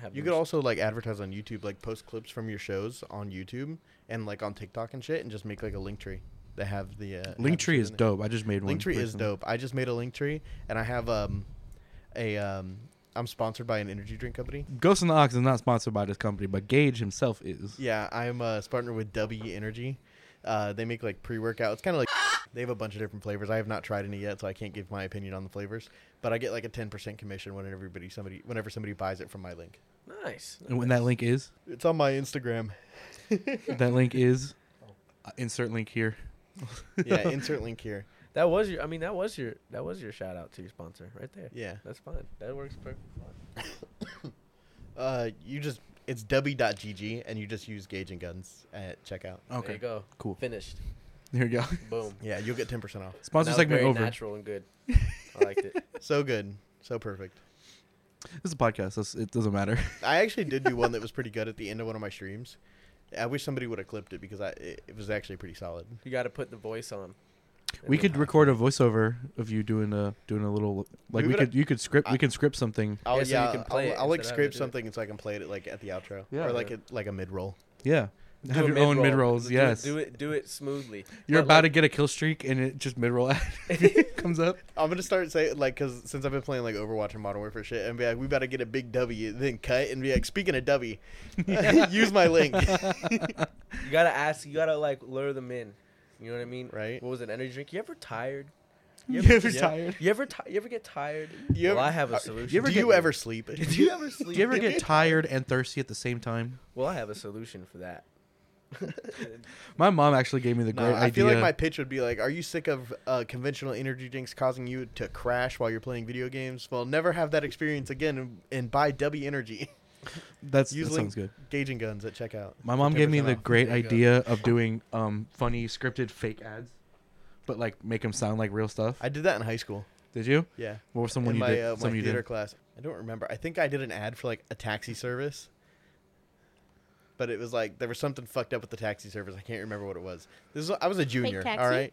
Speaker 4: Have
Speaker 2: You
Speaker 4: them
Speaker 2: could
Speaker 4: s-
Speaker 2: also like advertise on YouTube, like post clips from your shows on YouTube and like on TikTok and shit, and just make like a link tree. They have the uh, have the
Speaker 3: Linktree
Speaker 2: shit
Speaker 3: is
Speaker 2: in it.
Speaker 3: dope. I just made one.
Speaker 2: Linktree is
Speaker 3: recently.
Speaker 2: dope. I just made a Linktree, and I have um a um I'm sponsored by an energy drink company.
Speaker 3: Ghost in the Ox is not sponsored by this company, but Gage himself is.
Speaker 2: Yeah, I'm uh, partnered with W Energy. Uh, they make like pre workout. It's kind of like they have a bunch of different flavors. I have not tried any yet, so I can't give my opinion on the flavors. But I get like a 10% commission whenever everybody somebody whenever somebody buys it from my link.
Speaker 4: nice.
Speaker 3: And when that link is,
Speaker 2: It's on my Instagram.
Speaker 3: that link is. uh, insert link here.
Speaker 2: Yeah, insert link here.
Speaker 4: That was your. I mean, that was your. That was your shout out to your sponsor right there.
Speaker 2: Yeah.
Speaker 4: that's fine. That works perfect. fine.
Speaker 2: Uh, you just It's w.gg, and you just use Gage and Guns at checkout.
Speaker 3: Okay.
Speaker 4: There you go.
Speaker 3: Cool.
Speaker 4: Finished.
Speaker 3: Here we go.
Speaker 4: Boom.
Speaker 2: Yeah, you'll get 10% off.
Speaker 3: Sponsor
Speaker 4: That was
Speaker 3: segment
Speaker 4: very
Speaker 3: over.
Speaker 4: natural and good. I liked it.
Speaker 2: So good. So perfect.
Speaker 3: This is a podcast. so it's- it doesn't matter.
Speaker 2: I actually did do one that was pretty good at the end of one of my streams. I wish somebody would have clipped it because I it, it was actually pretty solid.
Speaker 4: You got to put the voice on.
Speaker 3: we could record a voiceover of you doing a doing a little
Speaker 2: We
Speaker 3: like we
Speaker 2: would-
Speaker 3: could you could script
Speaker 2: I-
Speaker 3: we can script something.
Speaker 2: I'll,
Speaker 4: Yeah,
Speaker 2: yeah,
Speaker 4: so you can play
Speaker 2: I'll,
Speaker 4: it
Speaker 2: I'll like
Speaker 4: instead of
Speaker 2: scrape
Speaker 4: having to do it.
Speaker 2: something so I can play it like at the outro.
Speaker 3: Yeah.
Speaker 2: or like a, like a mid roll.
Speaker 3: Yeah.
Speaker 4: Do
Speaker 3: Have
Speaker 4: a
Speaker 3: your own
Speaker 4: mid-roll.
Speaker 3: mid rolls.
Speaker 4: Do it-
Speaker 3: Yes.
Speaker 4: Do it. Do it smoothly.
Speaker 3: You're
Speaker 4: But,
Speaker 3: about to
Speaker 4: like,
Speaker 3: get a kill streak and it just mid roll comes up.
Speaker 2: I'm gonna start saying like because since I've been playing like Overwatch and Modern Warfare shit, and be like, we better get a big W, then cut and be like, speaking of W, use my link.
Speaker 4: You gotta ask. You gotta like lure them in. You know what I mean?
Speaker 2: Right.
Speaker 4: What was an energy drink? You ever tired?
Speaker 3: You
Speaker 4: ever-
Speaker 3: ever
Speaker 4: yeah.
Speaker 3: tired?
Speaker 4: You ever? Ti- you ever get tired?
Speaker 2: You
Speaker 4: well,
Speaker 2: ever-
Speaker 4: I have
Speaker 2: uh,
Speaker 4: a solution.
Speaker 2: Do you ever,
Speaker 3: Do you ever
Speaker 2: sleep?
Speaker 4: Do you ever sleep?
Speaker 3: Do you ever get tired and thirsty at the same time?
Speaker 4: well, I have a solution for that.
Speaker 3: My mom actually gave me the
Speaker 2: Nah,
Speaker 3: great idea.
Speaker 2: I feel like my pitch would be like, "Are you sick of uh, conventional energy drinks causing you to crash while you're playing video games? Well, never have that experience again, and, and buy W Energy.
Speaker 3: That's that
Speaker 2: Use
Speaker 3: sounds
Speaker 2: link
Speaker 3: good.
Speaker 2: Gaging guns at checkout.
Speaker 3: My mom gave me
Speaker 2: 10%
Speaker 3: the
Speaker 2: off.
Speaker 3: great
Speaker 4: There you go.
Speaker 3: idea of doing um funny scripted fake ads, but like make them sound like real stuff.
Speaker 2: I did that in high school.
Speaker 3: did you?
Speaker 2: Yeah,
Speaker 3: What were some when
Speaker 2: in
Speaker 3: you
Speaker 2: my
Speaker 3: did?
Speaker 2: uh,
Speaker 3: some
Speaker 2: my
Speaker 3: you
Speaker 2: theater
Speaker 3: did.
Speaker 2: class. I don't remember. I think I did an ad for like a taxi service. But it was like there was something fucked up with the taxi service. I can't remember what it was. This was, I was a junior.
Speaker 5: taxi?
Speaker 2: All right.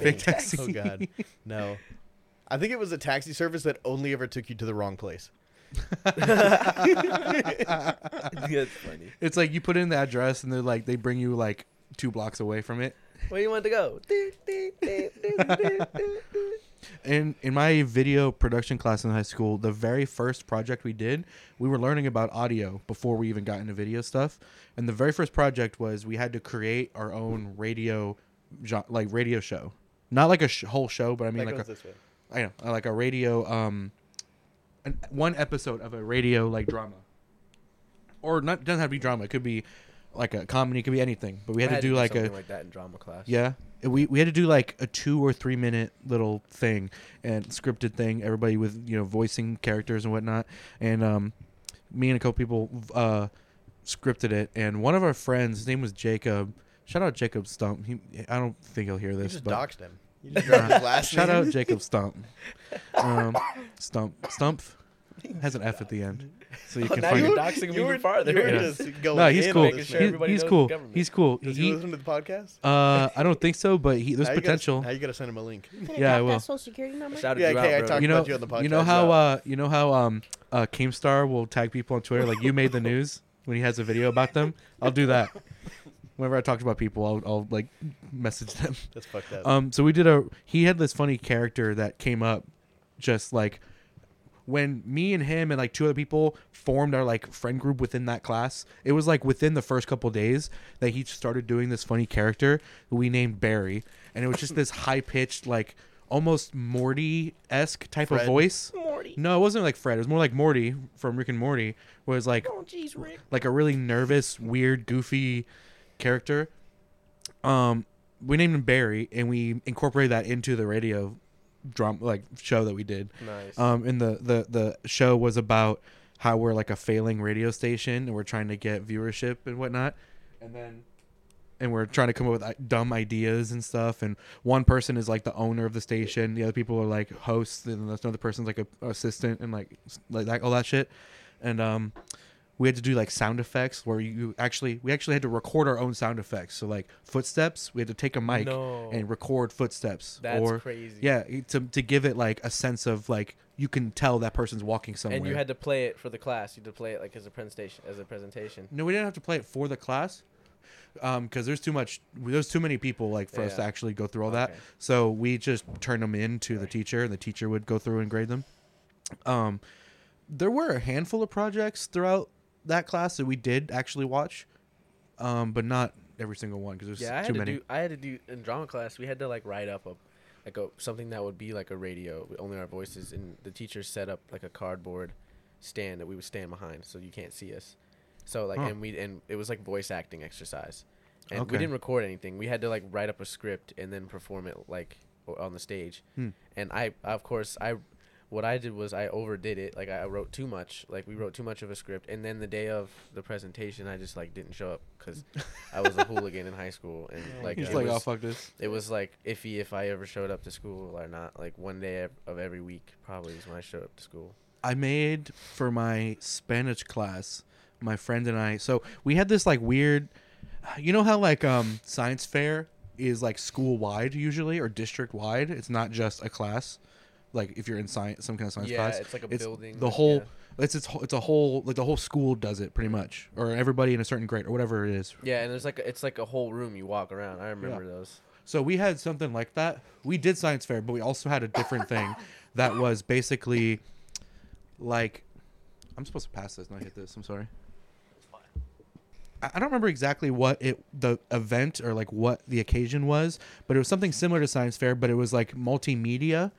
Speaker 3: Fake
Speaker 2: oh,
Speaker 3: taxi.
Speaker 2: Oh god, no. I think it was a taxi service that only ever took you to the wrong place.
Speaker 4: That's funny.
Speaker 3: It's like you put in the address and they're like they bring you like two blocks away from it.
Speaker 4: Where do you want to go?
Speaker 3: In in my video production class in high school, the very first project we did, we were learning about audio before we even got into video stuff. And the very first project was we had to create our own radio, gen- like radio show, not like a sh- whole show, but I mean
Speaker 2: that
Speaker 3: like
Speaker 2: goes
Speaker 3: a,
Speaker 2: this way.
Speaker 3: I know uh, like a radio um, an, one episode of a radio like drama, or not doesn't have to be drama. It could be like a comedy, it could be anything. But we had, to do like a
Speaker 4: something like that in drama class.
Speaker 3: yeah. And We, we had to do like a two or three minute little thing and scripted thing, everybody with, you know, voicing characters and whatnot. And um, me and a couple people uh, scripted it. And one of our friends, his name was Jacob. Shout out Jacob Stump. He, I don't think he'll hear
Speaker 2: You
Speaker 3: this.
Speaker 2: just
Speaker 3: but
Speaker 2: doxed him. You just dropped his
Speaker 3: Nah.
Speaker 2: last
Speaker 3: Shout
Speaker 2: name.
Speaker 3: out Jacob Stump. Um, Stump. Stump has an F at the end. So you
Speaker 4: Oh,
Speaker 3: can
Speaker 4: now
Speaker 3: find
Speaker 4: you're
Speaker 3: it.
Speaker 2: were-
Speaker 4: doxing him
Speaker 2: you
Speaker 4: even
Speaker 2: were-
Speaker 4: farther.
Speaker 2: You were
Speaker 3: Yeah.
Speaker 2: just going
Speaker 3: No, he's
Speaker 2: in
Speaker 3: cool.
Speaker 2: on
Speaker 4: making
Speaker 2: this
Speaker 4: sure
Speaker 3: He's-
Speaker 2: man.
Speaker 4: everybody
Speaker 3: he's,
Speaker 4: knows the
Speaker 3: cool.
Speaker 4: government.
Speaker 3: he's cool.
Speaker 2: Does
Speaker 3: He-
Speaker 2: he listen to the podcast?
Speaker 3: uh, I don't think so, but he, there's
Speaker 2: Now you gotta-
Speaker 3: potential.
Speaker 2: now you gotta send him a link.
Speaker 5: Can I
Speaker 3: Yeah, I
Speaker 5: drop
Speaker 3: will.
Speaker 5: that social security number?
Speaker 4: Shouted
Speaker 2: Yeah,
Speaker 4: you
Speaker 2: okay, I
Speaker 4: out, bro.
Speaker 2: talked-
Speaker 3: you know,
Speaker 2: about you on the
Speaker 3: you know
Speaker 2: podcast,
Speaker 3: how
Speaker 2: yeah.
Speaker 3: uh, you know how um, uh, Keemstar will tag people on Twitter like you made the news when he has a video about them. I'll do that. Whenever I talk about people, I'll, I'll like message them.
Speaker 2: That's fucked up.
Speaker 3: Um, so we did a. He had this funny character that came up, just like when me and him and like two other people formed our like friend group within that class. It was like within the first couple days that he started doing this funny character who we named Barry, and it was just this high pitched like almost Morty esque type of
Speaker 2: Fred.
Speaker 3: voice.
Speaker 5: Morty.
Speaker 3: No, it wasn't like Fred. It was more like Morty from Rick and Morty, where it's like
Speaker 5: Oh, jeez, Rick.
Speaker 3: like a really nervous, weird, goofy character. Um, we named him Barry, and we incorporated that into the radio drama like show that we did.
Speaker 4: Nice.
Speaker 3: Um, and the the the show was about how we're like a failing radio station, and we're trying to get viewership and whatnot. And then and we're trying to come up with uh, dumb ideas and stuff. And one person is like the owner of the station, the other people are like hosts, and then another person's like a assistant and like s- like that all that shit. And um, we had to do like sound effects where you actually we actually had to record our own sound effects. So like footsteps, we had to take a mic
Speaker 4: No.
Speaker 3: and record footsteps.
Speaker 4: That's
Speaker 3: or,
Speaker 4: crazy.
Speaker 3: Yeah, it- to to give it like a sense of like you can tell that person's walking somewhere.
Speaker 4: and you had to play it for the class. You had to play it like as a presentation. As a presentation.
Speaker 3: No, we didn't have to play it for the class, um, because there's too much, there's too many people like for us to
Speaker 4: Yeah.
Speaker 3: actually go through all that.
Speaker 4: Okay.
Speaker 3: So we just turned them in to the teacher, and the teacher would go through and grade them. Um, there were a handful of projects throughout that class that we did actually watch, um, but not every single one because there's
Speaker 4: Yeah, I
Speaker 3: too
Speaker 4: had to
Speaker 3: many.
Speaker 4: do. I had to do in drama class. We had to like write up a, like a something that would be like a radio, with only our voices, and the teacher set up like a cardboard stand that we would stand behind, so you can't see us. So like,
Speaker 3: Huh.
Speaker 4: and we and it was like voice acting exercise, and
Speaker 3: Okay.
Speaker 4: we didn't record anything. We had to like write
Speaker 3: Hmm.
Speaker 4: up a script and then perform it like o- on the stage. And I, of course, I what I did was I overdid it. Like I wrote too much. Like we wrote too much of a script, and then the day of the presentation, I just like didn't show up because I was a hooligan in high school, and like
Speaker 3: He's
Speaker 4: it
Speaker 3: like,
Speaker 4: was,
Speaker 3: oh fuck this.
Speaker 4: it was like iffy if I ever showed up to school or not. Like one day ev- of every week probably is when I showed up to school.
Speaker 3: I made for my Spanish class, my friend and I. So we had this like weird, you know how like um science fair is like school wide usually or district wide. It's not just a class. Like if you're in science, some kind of science
Speaker 4: Yeah,
Speaker 3: class.
Speaker 4: it's like a building,
Speaker 3: The
Speaker 4: like,
Speaker 3: whole
Speaker 4: yeah.
Speaker 3: it's it's whole- it's a whole like the whole school does it pretty much, or everybody in a certain grade or whatever it is.
Speaker 4: Yeah, and there's like a, it's like a whole room you walk around. I remember those.
Speaker 3: So we had something like that. We did science fair, but we also had a different thing that was basically like I'm supposed to pass this, not hit this. I'm sorry. I I don't remember exactly what it the event or like what the occasion was, but it was something similar to science fair, but it was like multimedia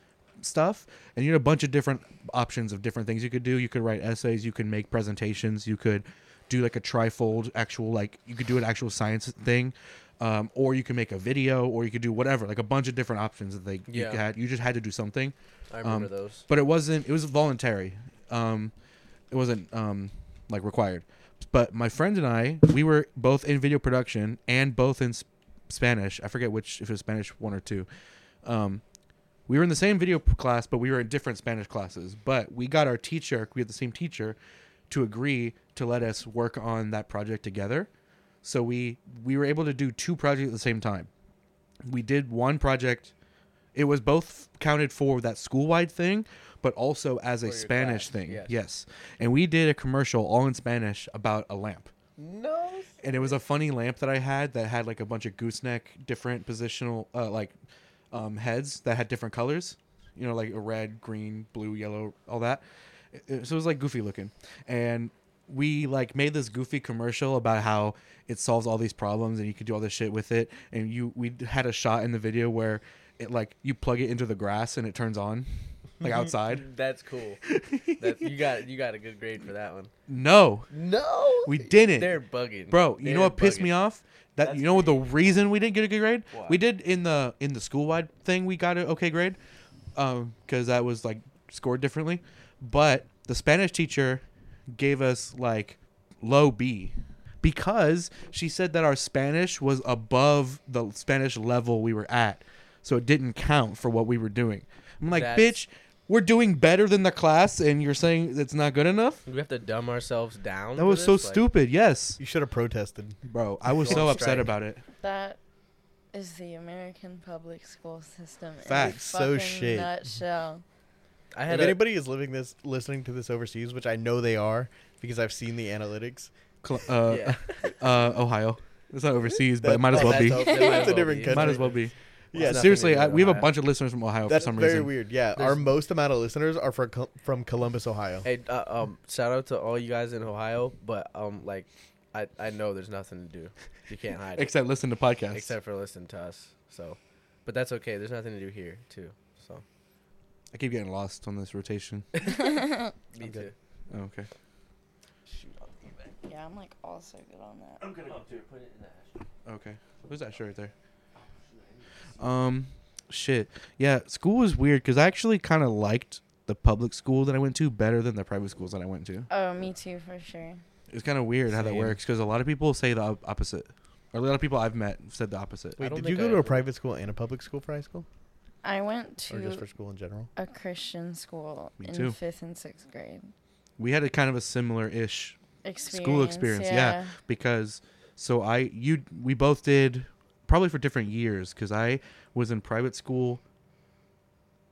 Speaker 3: stuff and you had a bunch of different options of different things you could do. You could write essays, you could make presentations, you could do like a trifold actual like you could do an actual science thing. Um, or you could make a video, or you could do whatever, like a bunch of different options that they
Speaker 4: Yeah.
Speaker 3: you had. You just had to do something
Speaker 4: I remember
Speaker 3: Um,
Speaker 4: those.
Speaker 3: but it wasn't it was voluntary um it wasn't um like required but my friend and i we were both in video production and both in sp- spanish i forget which if it was spanish one or two um we were in the same video p- class but we were in different spanish classes but we got our teacher we had the same teacher to agree to let us work on that project together so we we were able to do two projects at the same time we did one project it was both counted for that school-wide thing but also as a
Speaker 4: your
Speaker 3: spanish
Speaker 4: class,
Speaker 3: thing
Speaker 4: yes.
Speaker 3: yes and we did a commercial all in spanish about a lamp
Speaker 4: No.
Speaker 3: and it was a funny lamp that I had that had like a bunch of gooseneck different positional uh, like um, heads that had different colors. You know, like a red, green, blue, yellow, all that. It- it- so it was like goofy looking, and we like made this goofy commercial about how it solves all these problems and you could do all this shit with it. And you we had a shot in the video where it like you plug it into the grass and it turns on, like outside.
Speaker 4: That's cool. That, you got you got a good grade for that one.
Speaker 3: No,
Speaker 4: No.
Speaker 3: we didn't.
Speaker 4: They're bugging,
Speaker 3: Bro, you
Speaker 4: They're
Speaker 3: know what pissed me
Speaker 4: bugging.
Speaker 3: off? That
Speaker 4: That's
Speaker 3: you know what the reason we didn't get a good grade?
Speaker 4: Why?
Speaker 3: We did in the in the school wide thing we got an okay grade, um, because that was like scored differently. But the Spanish teacher gave us like low B because she said that our Spanish was above the Spanish level we were at, so it didn't count for what we were doing. I'm like,
Speaker 4: That's-
Speaker 3: bitch, we're doing better than the class, and you're saying it's not good enough.
Speaker 4: We have to dumb ourselves down.
Speaker 3: That
Speaker 4: for
Speaker 3: was so
Speaker 4: this? Like,
Speaker 3: stupid. Yes,
Speaker 2: You should have protested.
Speaker 3: bro, I was
Speaker 4: Go
Speaker 3: so
Speaker 4: on
Speaker 3: upset
Speaker 4: strike.
Speaker 3: about it.
Speaker 6: That is the American public school system. in a
Speaker 2: Facts. So
Speaker 6: fucking
Speaker 2: shit.
Speaker 6: Nutshell.
Speaker 4: I
Speaker 2: If
Speaker 4: had a,
Speaker 2: anybody is living this, listening to this overseas, which I know they are because I've seen the analytics.
Speaker 3: Cl- uh,
Speaker 4: yeah.
Speaker 3: uh, Ohio. It's not overseas, but it
Speaker 2: That-
Speaker 3: might as
Speaker 2: oh,
Speaker 3: well be.
Speaker 2: that's
Speaker 4: That might as
Speaker 2: It's a
Speaker 4: well
Speaker 2: different
Speaker 4: be.
Speaker 2: country.
Speaker 3: Might as well be.
Speaker 2: Yeah,
Speaker 4: nothing
Speaker 3: Seriously,
Speaker 4: to do
Speaker 3: I,
Speaker 4: with
Speaker 3: we have a
Speaker 4: Ohio.
Speaker 3: bunch of listeners from Ohio
Speaker 2: That's
Speaker 3: for some
Speaker 2: very
Speaker 3: reason.
Speaker 2: weird. Yeah, our
Speaker 4: There's-
Speaker 2: most amount of listeners are from Col- from Columbus, Ohio.
Speaker 4: Hey, uh, um, shout out to all you guys in Ohio, but um, like, I I know there's nothing to do. You can't hide it,
Speaker 3: Except listen to podcasts.
Speaker 4: except for listen to us. So, but that's okay. There's nothing to do here too. So,
Speaker 3: I keep getting lost on this rotation.
Speaker 4: me too.
Speaker 3: Oh, okay.
Speaker 6: Yeah, I'm like also good on that.
Speaker 3: Okay. Who's that shirt right there? Um, shit. Yeah, school was weird because I actually kind of liked the public school that I went to better than the private schools that I went to.
Speaker 6: Oh, me too for sure.
Speaker 3: It's kind of weird how that
Speaker 4: Same.
Speaker 3: works because a lot of people say the op- opposite. Or a lot of people I've met said the opposite.
Speaker 4: I
Speaker 2: Wait,
Speaker 4: don't
Speaker 2: did you
Speaker 4: think
Speaker 2: go
Speaker 4: I
Speaker 2: to a
Speaker 4: ever-
Speaker 2: private school and a public school for high school,
Speaker 6: I went
Speaker 2: or just for
Speaker 6: to
Speaker 2: school in general?
Speaker 6: a Christian school
Speaker 3: Me
Speaker 6: in
Speaker 3: too.
Speaker 6: fifth and sixth grade.
Speaker 3: We had a kind of a similar ish
Speaker 6: Experience,
Speaker 3: school experience yeah. because so i you we both did probably for different years because i was in private school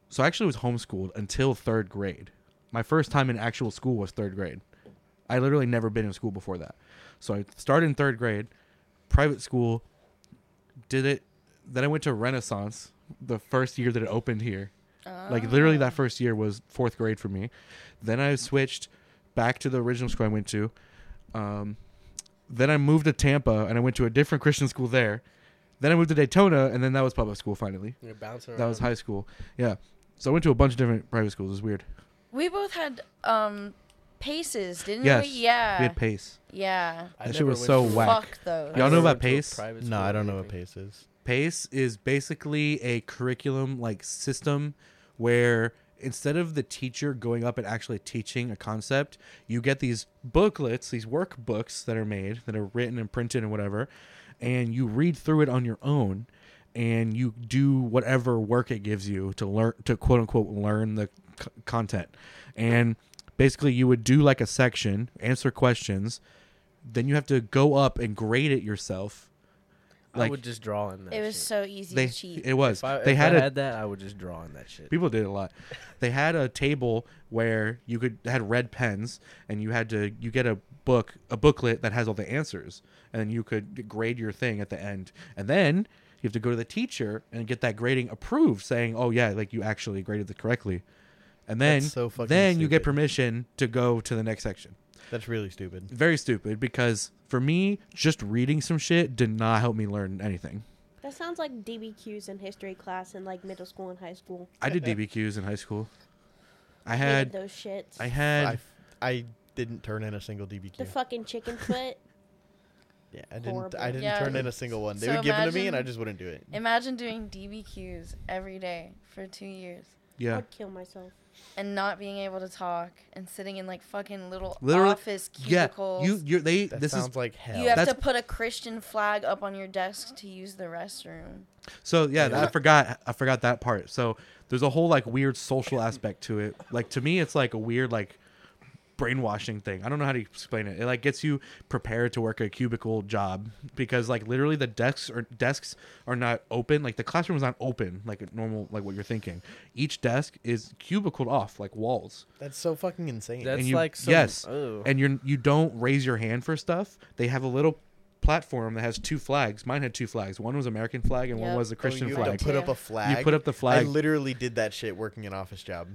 Speaker 3: so i actually was homeschooled until third grade my first time in actual school was third grade i literally never been in school before that so i started in third grade private school did it then i went to renaissance the first year that it opened here like literally that first year was fourth grade for me. Then I switched back to the original school I went to. Um, then I moved to Tampa and I went to a different Christian school there. Then I moved to Daytona and then that was public school finally.
Speaker 4: You're bouncing.
Speaker 3: That was
Speaker 4: around.
Speaker 3: high school. Yeah. So I went to a bunch of different private schools. It was weird.
Speaker 6: We both had um paces, didn't
Speaker 3: Yes.
Speaker 6: we? Yeah.
Speaker 3: We had Pace.
Speaker 6: Yeah.
Speaker 4: I
Speaker 3: That shit
Speaker 4: never
Speaker 3: was
Speaker 4: went
Speaker 3: so
Speaker 4: to-
Speaker 3: whack.
Speaker 6: Fuck those.
Speaker 4: I
Speaker 3: Y'all know
Speaker 4: never
Speaker 3: about
Speaker 4: went to a
Speaker 3: Pace?
Speaker 4: private
Speaker 2: No,
Speaker 4: school
Speaker 2: I
Speaker 4: or
Speaker 2: don't know what
Speaker 4: anything.
Speaker 2: pace is.
Speaker 3: Pace is basically a curriculum like system where instead of the teacher going up and actually teaching a concept, you get these booklets, these workbooks that are made, that are written and printed and whatever, and you read through it on your own and you do whatever work it gives you to learn to quote unquote learn the c- content. And basically you would do like a section, answer questions, then you have to go up and grade it yourself.
Speaker 4: I
Speaker 3: Like-
Speaker 4: would just draw in that.
Speaker 6: It was
Speaker 4: shit.
Speaker 6: so easy
Speaker 3: They
Speaker 6: to cheat.
Speaker 3: it was
Speaker 4: If I,
Speaker 3: they
Speaker 4: if
Speaker 3: had
Speaker 4: I
Speaker 3: a
Speaker 4: had that. I would just draw in that shit.
Speaker 3: people did it a lot they had a table where you could had red pens and you had to you get a book a booklet that has all the answers and you could grade your thing at the end and then you have to go to the teacher and get that grading approved saying oh yeah like you actually graded it correctly and then
Speaker 2: That's so fucking
Speaker 3: then you get
Speaker 2: stupid.
Speaker 3: permission to go to the next section
Speaker 2: That's really stupid.
Speaker 3: very stupid because for me just reading some shit did not help me learn anything
Speaker 5: That sounds like DBQs in history class in like middle school and high school.
Speaker 3: i did dbqs in high school i
Speaker 5: Hated
Speaker 3: had
Speaker 5: those shits.
Speaker 3: i had
Speaker 2: I, I didn't turn in a single DBQ.
Speaker 5: the fucking chicken foot.
Speaker 2: yeah, I didn't.
Speaker 5: horrible.
Speaker 2: I didn't
Speaker 6: Yeah.
Speaker 2: turn in a single one. They
Speaker 6: So
Speaker 2: would give it to me, and I
Speaker 6: imagine-
Speaker 2: just wouldn't do it.
Speaker 6: Imagine doing DBQs every day for two years
Speaker 5: I
Speaker 3: yeah
Speaker 5: would kill myself.
Speaker 6: and not being able to talk and sitting in like fucking little
Speaker 3: Literally-
Speaker 6: office
Speaker 3: Yeah,
Speaker 6: cubicles.
Speaker 3: you you they
Speaker 2: That
Speaker 3: this
Speaker 2: sounds
Speaker 3: is
Speaker 2: like hell.
Speaker 6: You have
Speaker 3: That's-
Speaker 6: to put a Christian flag up on your desk to use the restroom.
Speaker 3: so yeah, I forgot I forgot that part. So there's a whole like weird social aspect to it. Like to me it's like a weird like brainwashing thing. I don't know how to explain it. It like gets you prepared to work a cubicle job because like literally the desks or desks are not open. Like the classroom is not open like a normal like what you're thinking. Each desk is cubicled off like walls.
Speaker 2: That's so fucking insane.
Speaker 4: That's
Speaker 3: and you
Speaker 4: like some,
Speaker 3: yes,
Speaker 4: oh.
Speaker 3: and you you don't raise your hand for stuff. They have a little platform that has two flags. Mine had two flags. One was American flag and one
Speaker 6: Yep.
Speaker 3: was the
Speaker 2: Oh,
Speaker 3: Christian
Speaker 2: you
Speaker 3: flag.
Speaker 2: have to put up a flag.
Speaker 3: You put up the flag.
Speaker 2: I literally did that shit working an office job.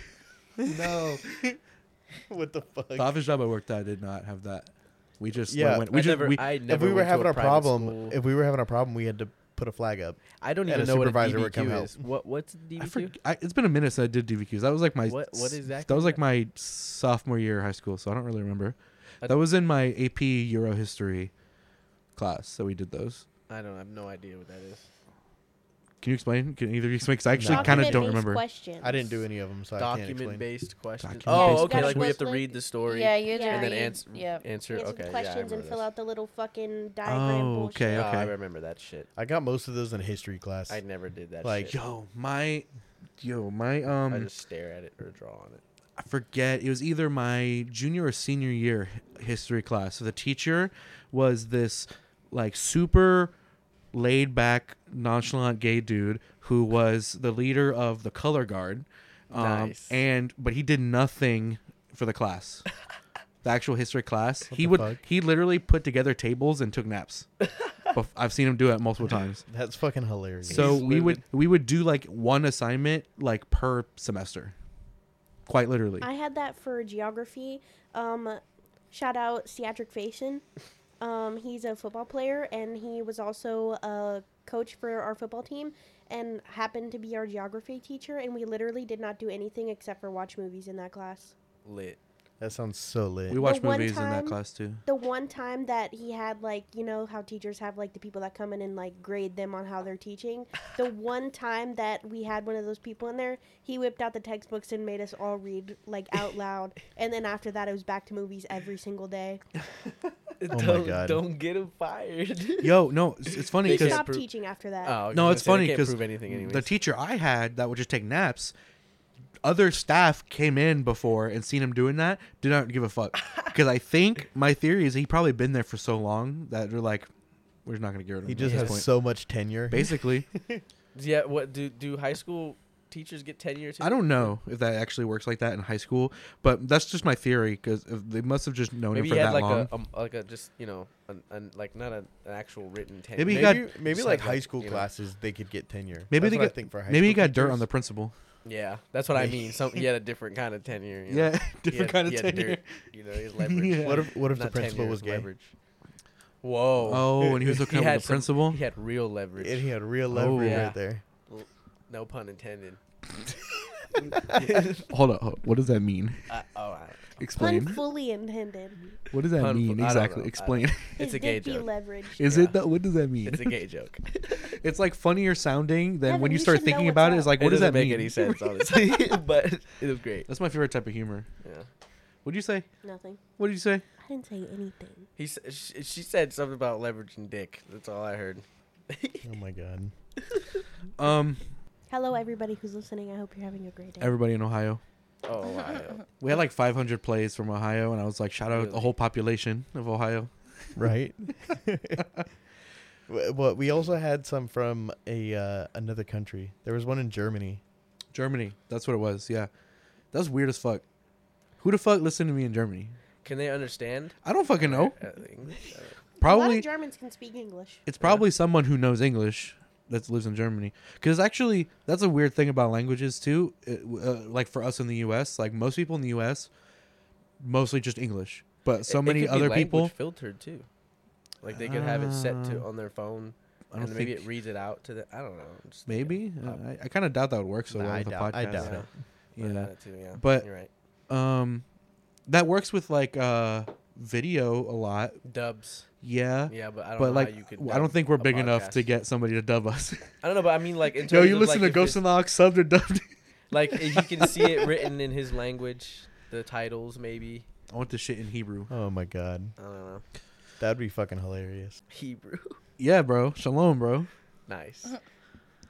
Speaker 2: no. what the fuck?
Speaker 3: the office job I worked at did not have that. We just like,
Speaker 2: Yeah,
Speaker 3: went. We
Speaker 4: I
Speaker 3: just
Speaker 4: never,
Speaker 3: we,
Speaker 4: I
Speaker 2: if
Speaker 4: never
Speaker 2: we were
Speaker 4: went to
Speaker 2: having a,
Speaker 4: private
Speaker 2: problem,
Speaker 4: school.
Speaker 2: if we were having a problem, we had to put a flag up.
Speaker 4: I don't
Speaker 2: and
Speaker 4: even
Speaker 2: a
Speaker 4: know what a
Speaker 2: supervisor would come
Speaker 4: DBQ
Speaker 2: help.
Speaker 4: is. What what's a
Speaker 3: I
Speaker 4: DBQ?
Speaker 3: forg- I, it's been a minute since I did DVQs. That was like my
Speaker 4: What- what
Speaker 3: s-
Speaker 4: exactly
Speaker 3: That was
Speaker 4: is
Speaker 3: like
Speaker 4: that?
Speaker 3: my sophomore year of high school, so I don't really remember.
Speaker 4: I-
Speaker 3: that was in my AP Euro History class, so we did those.
Speaker 4: I don't I have no idea what that is.
Speaker 3: Can you explain? Can either of you explain? Because I actually
Speaker 2: No.
Speaker 3: kind of don't
Speaker 5: Document-based
Speaker 3: remember.
Speaker 5: Questions.
Speaker 2: I didn't do any of them, so I can't
Speaker 4: Document
Speaker 2: explain.
Speaker 4: based questions.
Speaker 3: Document-based
Speaker 4: Oh, okay. Like we have to
Speaker 5: questions.
Speaker 4: read the story.
Speaker 6: Yeah, you had
Speaker 5: Yeah.
Speaker 6: to
Speaker 4: and then
Speaker 6: read.
Speaker 4: answer.
Speaker 6: yep.
Speaker 4: Answer.
Speaker 5: Answer
Speaker 4: Okay.
Speaker 5: the
Speaker 4: yeah, I
Speaker 5: questions and
Speaker 4: remember
Speaker 5: fill
Speaker 4: this.
Speaker 5: out the little fucking diagram
Speaker 3: Oh,
Speaker 5: bullshit.
Speaker 3: okay.
Speaker 4: Oh, I remember that shit.
Speaker 2: I got most of those in history class.
Speaker 4: I never did that.
Speaker 2: Like,
Speaker 4: shit.
Speaker 3: Yo, my, yo, my um.
Speaker 4: I just stare at it or draw on it.
Speaker 3: I forget. It was either my junior or senior year h- history class. So the teacher was this like super laid back, nonchalant gay dude who was the leader of the color guard. Um,
Speaker 4: Nice.
Speaker 3: And but he did nothing for the class, the actual history class. he
Speaker 2: the
Speaker 3: would
Speaker 2: fuck?
Speaker 3: he literally put together tables and took naps. Bef- I've seen him do it multiple times.
Speaker 2: That's fucking hilarious.
Speaker 3: So
Speaker 4: He's
Speaker 3: we would we would do like one assignment like per semester, quite literally.
Speaker 5: I had that for geography. Um, shout out Seatric Faison. Um, he's a football player and he was also a coach for our football team and happened to be our geography teacher. And we literally did not do anything except for watch movies in that class.
Speaker 4: Lit.
Speaker 2: that sounds so lit.
Speaker 3: We watched
Speaker 5: one
Speaker 3: movies in that
Speaker 5: time-
Speaker 3: class too.
Speaker 5: The one time that he had, like, you know, how teachers have, like, the people that come in and, like, grade them on how they're teaching. The one time that we had one of those people in there, he whipped out the textbooks and made us all read, like, out loud. And then after that, it was back to movies every single day.
Speaker 2: my
Speaker 4: don't,
Speaker 2: God.
Speaker 4: Don't get him fired.
Speaker 3: Oh Yo, no, it's, it's funny
Speaker 4: They
Speaker 5: He
Speaker 4: can't
Speaker 3: because
Speaker 5: stopped
Speaker 4: prove-
Speaker 5: teaching after that.
Speaker 4: oh,
Speaker 3: no, it's funny because
Speaker 4: because prove anything anyways.
Speaker 3: the teacher I had that would just take naps. Other staff came in before and seen him doing that. Did not give a fuck because I think my theory is he probably been there for so long that they're like, we're not gonna get rid of him.
Speaker 2: He
Speaker 3: at
Speaker 2: just
Speaker 3: this
Speaker 2: has
Speaker 3: point.
Speaker 2: so much tenure.
Speaker 3: basically.
Speaker 4: yeah. What do do high school teachers get tenure? Too?
Speaker 3: I don't know if that actually works like that in high school, but that's just my theory because they must have just known
Speaker 4: Maybe
Speaker 3: him
Speaker 4: he
Speaker 3: for that
Speaker 4: had like
Speaker 3: long.
Speaker 4: a, um, like a just you know an, an, like not a, an actual written tenure.
Speaker 3: Maybe he
Speaker 2: Maybe,
Speaker 3: got-
Speaker 2: maybe
Speaker 4: Just
Speaker 2: like
Speaker 4: have that,
Speaker 2: high school
Speaker 4: you know.
Speaker 2: classes, they could get tenure.
Speaker 3: maybe
Speaker 2: That's
Speaker 3: they
Speaker 2: what I
Speaker 3: got
Speaker 2: think for high
Speaker 3: maybe he
Speaker 2: school
Speaker 3: got dirt
Speaker 2: teachers.
Speaker 3: on the principal.
Speaker 4: Yeah, that's what I mean. Some he had a different kind of tenure. You know?
Speaker 3: Yeah,
Speaker 4: He
Speaker 3: different
Speaker 4: had-
Speaker 3: kind of
Speaker 4: he had
Speaker 3: tenure.
Speaker 4: dirt, you know, he was leverage.
Speaker 3: Yeah.
Speaker 2: What if what if the
Speaker 4: Not
Speaker 2: principal
Speaker 4: tenure,
Speaker 2: was gay?
Speaker 4: Leverage. Whoa.
Speaker 3: Oh, and he was
Speaker 4: He
Speaker 3: looking up
Speaker 4: had
Speaker 3: at the
Speaker 4: some-
Speaker 3: principal.
Speaker 4: He had real leverage.
Speaker 2: And he had real
Speaker 3: Oh.
Speaker 2: leverage
Speaker 4: Yeah.
Speaker 2: right there.
Speaker 4: no pun intended.
Speaker 3: hold up, hold up. What does that mean?
Speaker 4: Uh, all right.
Speaker 3: Explain.
Speaker 5: Pun fully intended.
Speaker 3: what does that
Speaker 4: Pun- I
Speaker 3: mean
Speaker 4: don't
Speaker 3: exactly?
Speaker 4: know. I-
Speaker 3: Explain.
Speaker 4: It's a
Speaker 5: It
Speaker 4: gay
Speaker 5: did be
Speaker 4: joke.
Speaker 5: leveraged.
Speaker 3: Is
Speaker 4: yeah.
Speaker 3: it that? What does that mean?
Speaker 4: It's a gay joke.
Speaker 3: It's like funnier sounding than
Speaker 5: Evan,
Speaker 3: when you
Speaker 5: you
Speaker 3: start
Speaker 5: should know
Speaker 3: thinking
Speaker 5: what's
Speaker 3: about it.
Speaker 5: up.
Speaker 3: It's like,
Speaker 4: It
Speaker 3: what does that
Speaker 4: doesn't
Speaker 3: mean?
Speaker 4: make any sense, honestly, but it was great.
Speaker 3: That's my favorite type of humor.
Speaker 4: Yeah.
Speaker 3: What'd you say?
Speaker 5: Nothing.
Speaker 3: What did you say?
Speaker 5: I didn't say anything.
Speaker 4: He s- she, she said something about leveraging dick. That's all I heard.
Speaker 2: Oh my god.
Speaker 3: Um,
Speaker 5: Hello, everybody who's listening. I hope you're having a great day.
Speaker 3: everybody in Ohio.
Speaker 4: Oh, wow.
Speaker 3: We had like 500 plays from Ohio, and I was like, shout out the
Speaker 4: Really?
Speaker 3: whole population of Ohio.
Speaker 2: right? W- well, we also had some from a uh, another country. There was one in Germany.
Speaker 3: Germany. That's what it was. Yeah, that was weird as fuck. Who the fuck listened to me in Germany?
Speaker 4: Can they understand?
Speaker 3: I don't fucking know.
Speaker 4: Uh, English? I don't-
Speaker 5: A lot
Speaker 3: Probably
Speaker 5: of Germans can speak English.
Speaker 3: It's probably someone who knows English that lives in Germany. Because actually, that's a weird thing about languages too. It, uh, like for us in the U.S., like most people in the U.S. mostly just English, but so
Speaker 4: It- it
Speaker 3: many
Speaker 4: could be
Speaker 3: other
Speaker 4: language
Speaker 3: people. Ah.
Speaker 4: filtered too. Like they could have it set to on their phone,
Speaker 3: I
Speaker 4: and
Speaker 3: don't
Speaker 4: maybe
Speaker 3: think
Speaker 4: it reads it out to the. I don't know. I'm just thinking.
Speaker 3: maybe Uh, I, I kind of doubt that would work so
Speaker 2: Nah,
Speaker 3: well
Speaker 2: I
Speaker 3: with a podcast.
Speaker 2: doubt- I doubt
Speaker 4: Yeah. I
Speaker 3: Yeah,
Speaker 4: doubt it too, yeah.
Speaker 3: But-
Speaker 4: you're right.
Speaker 3: um, that works with like uh video a lot.
Speaker 4: Dubs.
Speaker 3: Yeah.
Speaker 4: Yeah, but I don't.
Speaker 3: But
Speaker 4: know
Speaker 3: like,
Speaker 4: how you could
Speaker 3: w- I don't
Speaker 4: dub
Speaker 3: think we're
Speaker 4: a
Speaker 3: big enough to
Speaker 4: podcast.
Speaker 3: get somebody to dub us.
Speaker 4: I don't know, but I mean, like in terms
Speaker 3: Yo, you
Speaker 4: of,
Speaker 3: listen
Speaker 4: like,
Speaker 3: to Ghost
Speaker 4: and
Speaker 3: in the Ox, subbed or dubbed?
Speaker 4: like if you can see it written in his language, the titles maybe.
Speaker 3: I want this shit in Hebrew.
Speaker 2: Oh my god,
Speaker 4: I don't know.
Speaker 2: that'd be fucking hilarious.
Speaker 4: Hebrew.
Speaker 3: Yeah, bro. Shalom, bro.
Speaker 4: Nice.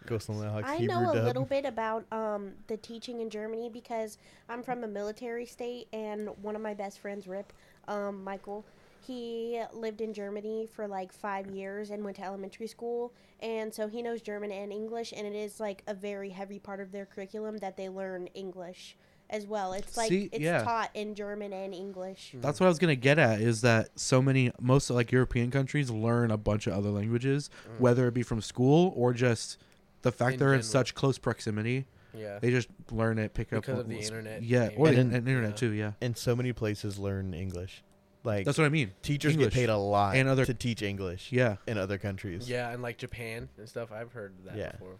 Speaker 2: Ghost on the Hawk
Speaker 5: I
Speaker 2: Hebrew
Speaker 5: know a
Speaker 2: dub.
Speaker 5: little bit about um, the teaching in Germany because I'm from a military state, and one of my best friends, Rip, um, Michael, he lived in Germany for like five years and went to elementary school, and so he knows German and English, and it is like a very heavy part of their curriculum that they learn English as well. It's like
Speaker 3: See,
Speaker 5: it's
Speaker 3: yeah.
Speaker 5: taught in German and English.
Speaker 4: Mm-hmm.
Speaker 3: That's what I was gonna get at is that so many most like European countries learn a bunch of other languages, whether it be from school or just the fact
Speaker 4: Mm. In
Speaker 3: they're in
Speaker 4: general.
Speaker 3: such close proximity.
Speaker 4: Yeah.
Speaker 3: They just learn it, pick
Speaker 4: Because
Speaker 3: up
Speaker 4: of the
Speaker 3: s-
Speaker 4: internet,
Speaker 3: Yeah,
Speaker 4: maybe.
Speaker 3: or the
Speaker 2: And-
Speaker 3: in- and internet
Speaker 4: yeah.
Speaker 3: too. Yeah,
Speaker 2: And so many places learn English. Like
Speaker 3: that's what I mean.
Speaker 2: teachers
Speaker 3: English.
Speaker 2: get paid a lot
Speaker 3: And other-
Speaker 2: to teach English.
Speaker 3: Yeah,
Speaker 2: in other countries.
Speaker 4: Yeah, and like Japan and stuff. I've heard that
Speaker 2: Yeah.
Speaker 4: before.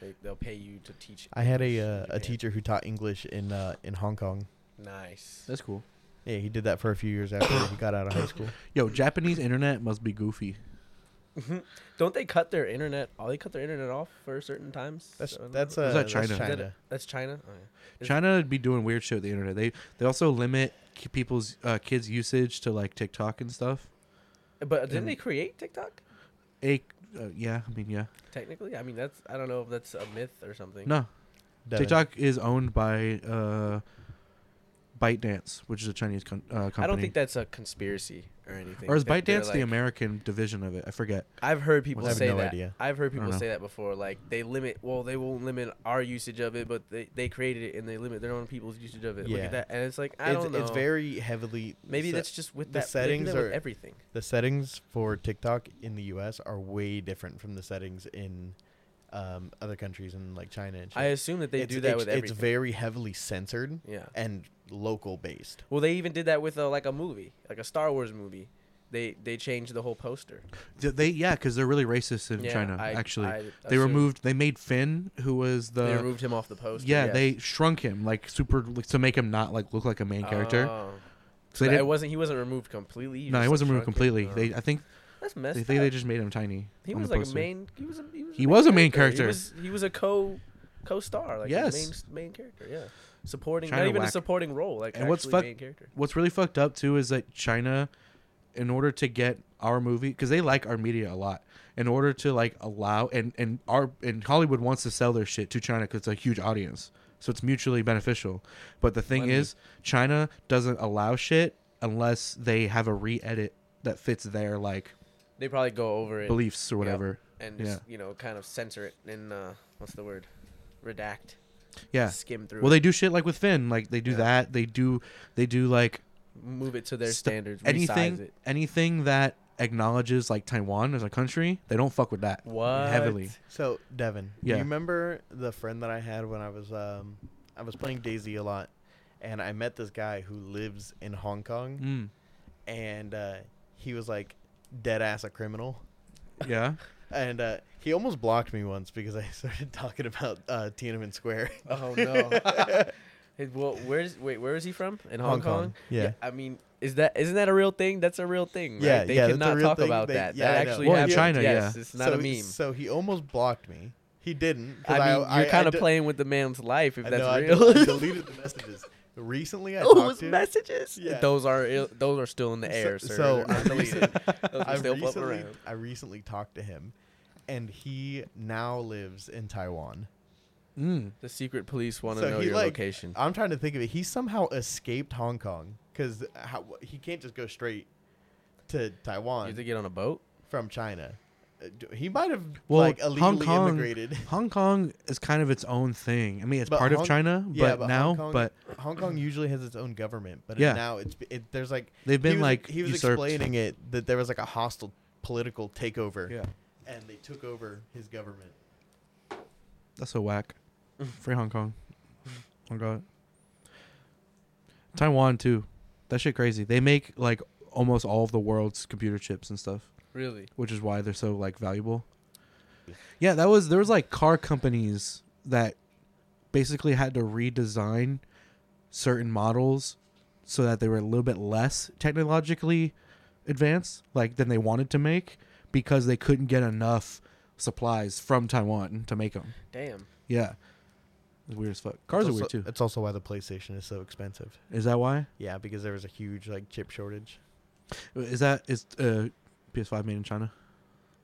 Speaker 4: They, they'll pay you to teach.
Speaker 2: I had a
Speaker 4: English in
Speaker 2: uh, a
Speaker 4: Japan.
Speaker 2: teacher who taught English in uh, in Hong Kong.
Speaker 4: Nice.
Speaker 3: that's cool.
Speaker 2: Yeah, he did that for a few years after he got out of high school.
Speaker 3: Yo, Japanese internet must be goofy.
Speaker 4: Don't they cut their internet? Oh, they cut their internet off for certain times.
Speaker 2: That's
Speaker 4: So I don't
Speaker 2: that's
Speaker 4: know.
Speaker 2: uh,
Speaker 3: Was that
Speaker 2: that's
Speaker 3: China?
Speaker 2: China.
Speaker 3: Is that
Speaker 4: Is that- that's China. Oh, yeah. Is-
Speaker 3: China would be doing weird shit with the internet. They they also limit ki- people's uh, kids' usage to like TikTok and stuff.
Speaker 4: But didn't they create TikTok?
Speaker 3: A, uh, yeah, I mean yeah.
Speaker 4: Technically, I mean that's I don't know if that's a myth or something.
Speaker 3: No,
Speaker 2: Devin.
Speaker 3: TikTok is owned by uh, ByteDance, which is a Chinese con- uh, company.
Speaker 4: I don't think that's a conspiracy or anything.
Speaker 3: Or is
Speaker 4: That they're,
Speaker 3: ByteDance the
Speaker 4: like-
Speaker 3: American division of it? I forget.
Speaker 4: I've heard people
Speaker 2: I have
Speaker 4: say
Speaker 2: no
Speaker 4: that.
Speaker 2: idea.
Speaker 4: I've heard
Speaker 3: I don't
Speaker 4: people
Speaker 3: know.
Speaker 4: say that before. Like they limit. Well, they won't limit our usage of it, but they, they created it and they limit their own people's usage of it. Look
Speaker 2: Yeah.
Speaker 4: at that, and it's like I
Speaker 2: It's,
Speaker 4: don't know.
Speaker 2: it's very heavily.
Speaker 4: Maybe
Speaker 2: se-
Speaker 4: that's just with
Speaker 2: the
Speaker 4: that, they do
Speaker 2: settings
Speaker 4: that with
Speaker 2: are-
Speaker 4: everything.
Speaker 2: the settings for TikTok in the U.S. are way different from the settings in um, other countries in like China and shit.
Speaker 4: I assume that they
Speaker 2: it's,
Speaker 4: do that
Speaker 2: it's,
Speaker 4: with
Speaker 2: it's
Speaker 4: everything.
Speaker 2: very heavily censored
Speaker 4: yeah.
Speaker 2: and local based.
Speaker 4: Well, they even did that with uh like a movie, like a Star Wars movie. They they changed the whole poster.
Speaker 3: Th- They yeah, because they're really racist in
Speaker 4: Yeah,
Speaker 3: China.
Speaker 4: I-
Speaker 3: actually,
Speaker 4: I
Speaker 3: they
Speaker 4: assume.
Speaker 3: removed. They made Finn, who was
Speaker 4: they
Speaker 3: the
Speaker 4: removed him off the poster.
Speaker 3: yeah.
Speaker 4: yes.
Speaker 3: They shrunk him like super like, to make him not like look like a main character.
Speaker 4: Oh.
Speaker 3: So
Speaker 4: So
Speaker 3: they
Speaker 4: that- it
Speaker 3: didn't-
Speaker 4: wasn't. He wasn't removed completely.
Speaker 3: no, he
Speaker 4: just,
Speaker 3: wasn't
Speaker 4: like,
Speaker 3: removed completely.
Speaker 4: shrunk
Speaker 3: They
Speaker 4: him.
Speaker 3: I think
Speaker 4: Oh. that's messed
Speaker 3: they think
Speaker 4: up.
Speaker 3: they just made him tiny.
Speaker 4: He
Speaker 3: on
Speaker 4: was
Speaker 3: the
Speaker 4: like a
Speaker 3: poster.
Speaker 4: main. He was a. He was,
Speaker 3: He was a main character.
Speaker 4: He was. He was a co co-star. Like
Speaker 3: Yes.
Speaker 4: yes. Main, s- main character. Yeah. Supporting.
Speaker 3: China
Speaker 4: not even
Speaker 3: whack.
Speaker 4: a supporting role. Like
Speaker 3: And what's
Speaker 4: actually
Speaker 3: fuck-
Speaker 4: main character.
Speaker 3: What's really fucked up too is that China, in order to get our movie, because they like our media a lot, in order to like allow and and our and Hollywood wants to sell their shit to China because it's a huge audience, so it's mutually beneficial. But the thing
Speaker 4: Money.
Speaker 3: is, China doesn't allow shit unless they have a re-edit that fits their like
Speaker 4: They probably go over it
Speaker 3: beliefs or
Speaker 4: Yep.
Speaker 3: whatever.
Speaker 4: and
Speaker 3: yeah.
Speaker 4: just, you know kind of censor it and uh, what's the word? Redact.
Speaker 3: Yeah.
Speaker 4: Skim through.
Speaker 3: Well,
Speaker 4: it,
Speaker 3: they do shit like with Finn, like they do
Speaker 4: Yeah.
Speaker 3: that. They do they do like
Speaker 4: move it to their
Speaker 3: st-
Speaker 4: standards.
Speaker 3: anything
Speaker 4: Resize it.
Speaker 3: anything that acknowledges like Taiwan as a country, they don't fuck with that
Speaker 4: What?
Speaker 3: heavily.
Speaker 2: So Devin,
Speaker 3: Yeah.
Speaker 2: do you remember the friend that I had when I was um, I was playing Daisy a lot, and I met this guy who lives in Hong Kong,
Speaker 4: Hmm.
Speaker 3: Mm.
Speaker 2: and uh, he was like dead ass a criminal.
Speaker 3: Yeah.
Speaker 2: and uh, he almost blocked me once because I started talking about uh, Tiananmen Square.
Speaker 4: Oh no. Hey, well, where's wait? Where is he from? In Hong,
Speaker 2: Hong Kong, yeah.
Speaker 4: I mean, is that isn't that a real thing? That's a real thing. Right?
Speaker 2: Yeah,
Speaker 4: They
Speaker 2: yeah, that's a
Speaker 4: cannot
Speaker 2: real
Speaker 4: talk
Speaker 2: thing.
Speaker 4: about
Speaker 2: They-
Speaker 4: that.
Speaker 2: yeah, I
Speaker 4: that
Speaker 2: know.
Speaker 4: actually
Speaker 3: Well, in
Speaker 4: happened.
Speaker 3: China,
Speaker 4: yes,
Speaker 3: yeah.
Speaker 4: It's not
Speaker 2: so,
Speaker 4: a meme.
Speaker 2: So he almost blocked me. He didn't. 'cause
Speaker 4: I mean, you're kind of
Speaker 2: d-
Speaker 4: playing with the man's life if
Speaker 2: I
Speaker 4: that's
Speaker 2: know, I
Speaker 4: real.
Speaker 2: del- I deleted the messages. Recently, I
Speaker 4: Oh,
Speaker 2: talked
Speaker 4: his
Speaker 2: to.
Speaker 4: messages.
Speaker 2: Yeah.
Speaker 4: Those are ill, those are still in the
Speaker 2: So-
Speaker 4: air, sir.
Speaker 2: so
Speaker 4: They're not
Speaker 2: I
Speaker 4: deleted. Those
Speaker 2: I
Speaker 4: are still floating
Speaker 2: recently,
Speaker 4: around.
Speaker 2: I recently talked to him, and he now lives in Taiwan.
Speaker 3: Mm.
Speaker 4: The secret police want to
Speaker 2: So
Speaker 4: know
Speaker 2: he,
Speaker 4: your
Speaker 2: like-
Speaker 4: location.
Speaker 2: I'm trying to think of it. He somehow escaped Hong Kong because he can't just go straight to
Speaker 4: You
Speaker 2: Taiwan
Speaker 4: have to get on a boat.
Speaker 2: from China. Uh, d- He might have
Speaker 3: Well,
Speaker 2: like illegally
Speaker 3: Hong Kong,
Speaker 2: immigrated.
Speaker 3: Hong Kong is kind of its own thing. I mean, it's
Speaker 2: But
Speaker 3: part
Speaker 2: Hong-
Speaker 3: of China, but,
Speaker 2: yeah, but
Speaker 3: now,
Speaker 2: Hong Kong,
Speaker 3: but
Speaker 2: Hong Kong usually has its own government, but
Speaker 3: Yeah.
Speaker 2: now it's it, there's like
Speaker 3: They've
Speaker 2: he
Speaker 3: been,
Speaker 2: was-
Speaker 3: like,
Speaker 2: he was
Speaker 3: usurped.
Speaker 2: explaining it that there was like a hostile political takeover,
Speaker 3: yeah,
Speaker 2: and they took over his government.
Speaker 3: that's a whack. Free Hong Kong. Oh god. Taiwan too. That shit crazy. They make like almost all of the world's computer chips and stuff.
Speaker 4: Really?
Speaker 3: which is why they're so like valuable. Yeah, that was there was like car companies that basically had to redesign certain models so that they were a little bit less technologically advanced like than they wanted to make because they couldn't get enough supplies from Taiwan to make them.
Speaker 4: Damn.
Speaker 3: Yeah. It's weird as fuck. Cars
Speaker 2: It's
Speaker 3: are weird
Speaker 2: also-
Speaker 3: too.
Speaker 2: It's also why the PlayStation is so expensive.
Speaker 3: Is that why?
Speaker 2: Yeah, because there was a huge like chip shortage.
Speaker 3: Is that is uh PS5 made in China?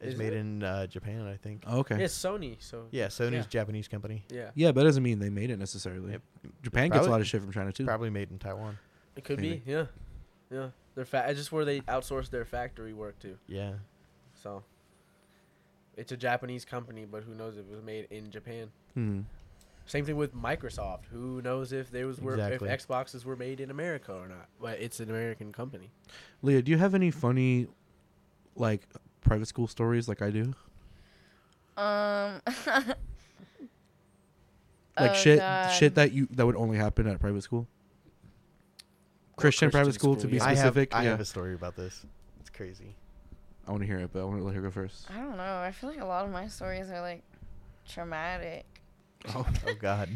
Speaker 2: It's
Speaker 4: Is
Speaker 2: made
Speaker 4: it?
Speaker 2: in uh, Japan, I think.
Speaker 3: Oh, okay.
Speaker 4: Yeah, Sony. So
Speaker 2: Yeah, Sony's
Speaker 4: Yeah.
Speaker 2: Japanese company.
Speaker 4: yeah,
Speaker 3: Yeah, but that doesn't mean they made it necessarily.
Speaker 2: Yep.
Speaker 3: Japan gets
Speaker 2: Probably-
Speaker 3: a lot of shit from China too.
Speaker 2: Probably made in Taiwan.
Speaker 4: it could
Speaker 3: Maybe.
Speaker 4: be. Yeah, yeah. They're fa- just where they outsource their factory work to.
Speaker 2: Yeah.
Speaker 4: So it's a Japanese company, but who knows if it was made in Japan?
Speaker 3: Hmm.
Speaker 4: Same thing with Microsoft. Who knows if they was were
Speaker 2: Exactly.
Speaker 4: if Xboxes were made in America or not? But it's an American company.
Speaker 3: Leah, do you have any funny, like, private school stories like I do?
Speaker 6: Um.
Speaker 3: Like
Speaker 6: Oh,
Speaker 3: shit,
Speaker 6: God.
Speaker 3: shit that you that would only happen at a private school. Christian, private
Speaker 4: Christian
Speaker 3: school, to
Speaker 4: school,
Speaker 3: be
Speaker 4: yeah.
Speaker 2: I have,
Speaker 3: specific.
Speaker 2: I
Speaker 3: yeah,
Speaker 2: have a story about this. It's crazy.
Speaker 3: I want to hear it, but I want to let her go first.
Speaker 6: I don't know. I feel like a lot of my stories are like traumatic.
Speaker 2: Oh, God.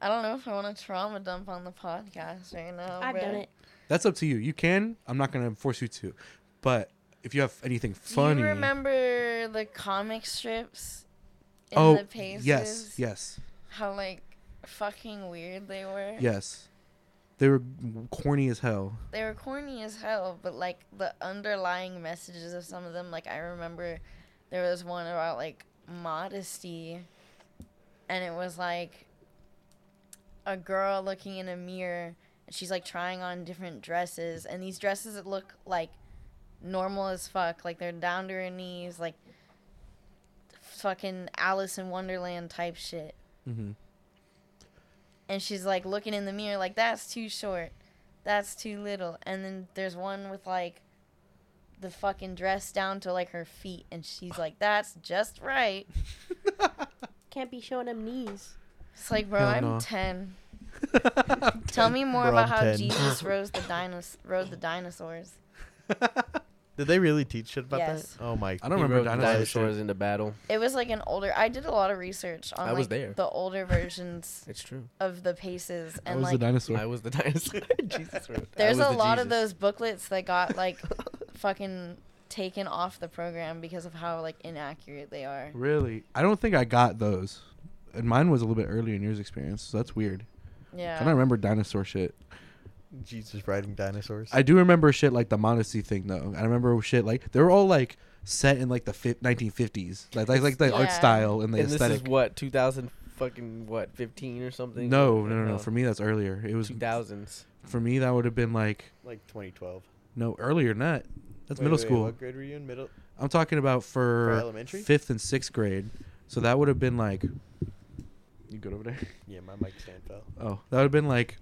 Speaker 6: I don't know if I want to trauma dump on the podcast right now.
Speaker 5: I've
Speaker 6: but
Speaker 5: done it.
Speaker 3: That's up to you. You can. I'm not gonna force you to, but if you have anything
Speaker 6: Do
Speaker 3: funny,
Speaker 6: you remember the comic strips? In
Speaker 3: oh
Speaker 6: the paces?
Speaker 3: yes, yes,
Speaker 6: How like fucking weird they were.
Speaker 3: yes, they were corny as hell.
Speaker 6: they were corny as hell, but like the underlying messages of some of them, like I remember there was one about like modesty, and it was like a girl looking in a mirror and she's like trying on different dresses, and these dresses that look like normal as fuck, like they're down to her knees, like fucking Alice in Wonderland type shit
Speaker 3: Mm-hmm.
Speaker 6: and she's like looking in the mirror like that's too short that's too little and then there's one with like the fucking dress down to like her feet and she's like that's just right
Speaker 5: Can't be showing them knees.
Speaker 6: it's like bro
Speaker 3: Hell
Speaker 6: i'm
Speaker 3: no.
Speaker 6: 10 tell me more
Speaker 2: Bro, I'm
Speaker 6: about how
Speaker 2: 10.
Speaker 6: jesus rose the dinos- rode the dinosaurs
Speaker 2: Did they really teach shit about
Speaker 6: Yes.
Speaker 2: that? Oh, my.
Speaker 3: I don't remember dinosaur shit.
Speaker 4: into battle.
Speaker 6: it was like an older i did a lot of research on
Speaker 4: I was
Speaker 6: like
Speaker 4: there.
Speaker 6: the older versions
Speaker 4: It's true.
Speaker 6: of the paces
Speaker 3: I
Speaker 6: and
Speaker 3: was
Speaker 6: like
Speaker 3: the dinosaur.
Speaker 4: I was the dinosaur. Jesus. Christ. I
Speaker 6: There's
Speaker 4: was
Speaker 6: a
Speaker 4: the
Speaker 6: lot of
Speaker 4: Jesus.
Speaker 6: those booklets that got like fucking taken off the program because of how like inaccurate they are.
Speaker 3: Really? I don't think I got those. And mine was a little bit earlier in yours experience, so that's weird. I don't
Speaker 6: Yeah.
Speaker 3: remember dinosaur shit.
Speaker 2: Jesus riding dinosaurs.
Speaker 3: I do remember shit like the modesty thing though. I remember shit like they were all like set in like the fi- 1950s, like like, like the art
Speaker 6: Yeah.
Speaker 3: style and the
Speaker 4: And
Speaker 3: aesthetic.
Speaker 4: this is what 2000 fucking what 15 or something. uh,
Speaker 3: no, no, no, no. For me, that's earlier. It was
Speaker 4: 2000s.
Speaker 3: for me that would have been like
Speaker 2: like 2012.
Speaker 3: no earlier than that. That's
Speaker 2: Wait,
Speaker 3: middle
Speaker 2: wait, wait,
Speaker 3: school.
Speaker 2: What grade were you in? Middle.
Speaker 3: I'm talking about for,
Speaker 2: For elementary?
Speaker 3: fifth and sixth grade. So that would have been like you good over there.
Speaker 2: Yeah, my mic stand fell.
Speaker 3: Oh, that would have been like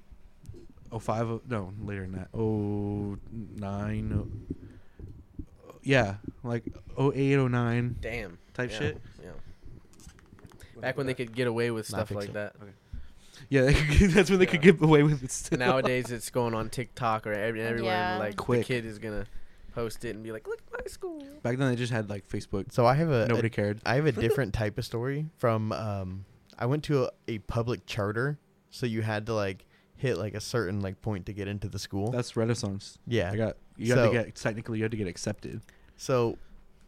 Speaker 3: oh five oh no, later than that. Oh nine oh, yeah, like oh eight, oh nine
Speaker 4: Damn.
Speaker 3: type
Speaker 4: yeah,
Speaker 3: shit.
Speaker 4: Yeah. Back when they could get away with
Speaker 2: Not
Speaker 4: stuff like
Speaker 2: fixing.
Speaker 4: that.
Speaker 3: Yeah, they could get- that's when they could
Speaker 4: Yeah.
Speaker 3: get away with it still.
Speaker 4: Nowadays it's going on TikTok or every, everywhere. and,
Speaker 6: Yeah.
Speaker 4: Like
Speaker 3: Quick.
Speaker 4: the kid is gonna post it and be like, "Look, at my
Speaker 5: school.
Speaker 3: Back then, they just had like Facebook.
Speaker 2: So I have a
Speaker 3: Nobody
Speaker 2: a-
Speaker 3: cared.
Speaker 2: I have a different type of story from. Um, I went to a, a public charter, so you had to like hit like a certain like point to get into the school.
Speaker 3: That's Renaissance.
Speaker 2: yeah.
Speaker 3: I got you had
Speaker 2: So-
Speaker 3: to get technically you had to get accepted.
Speaker 2: so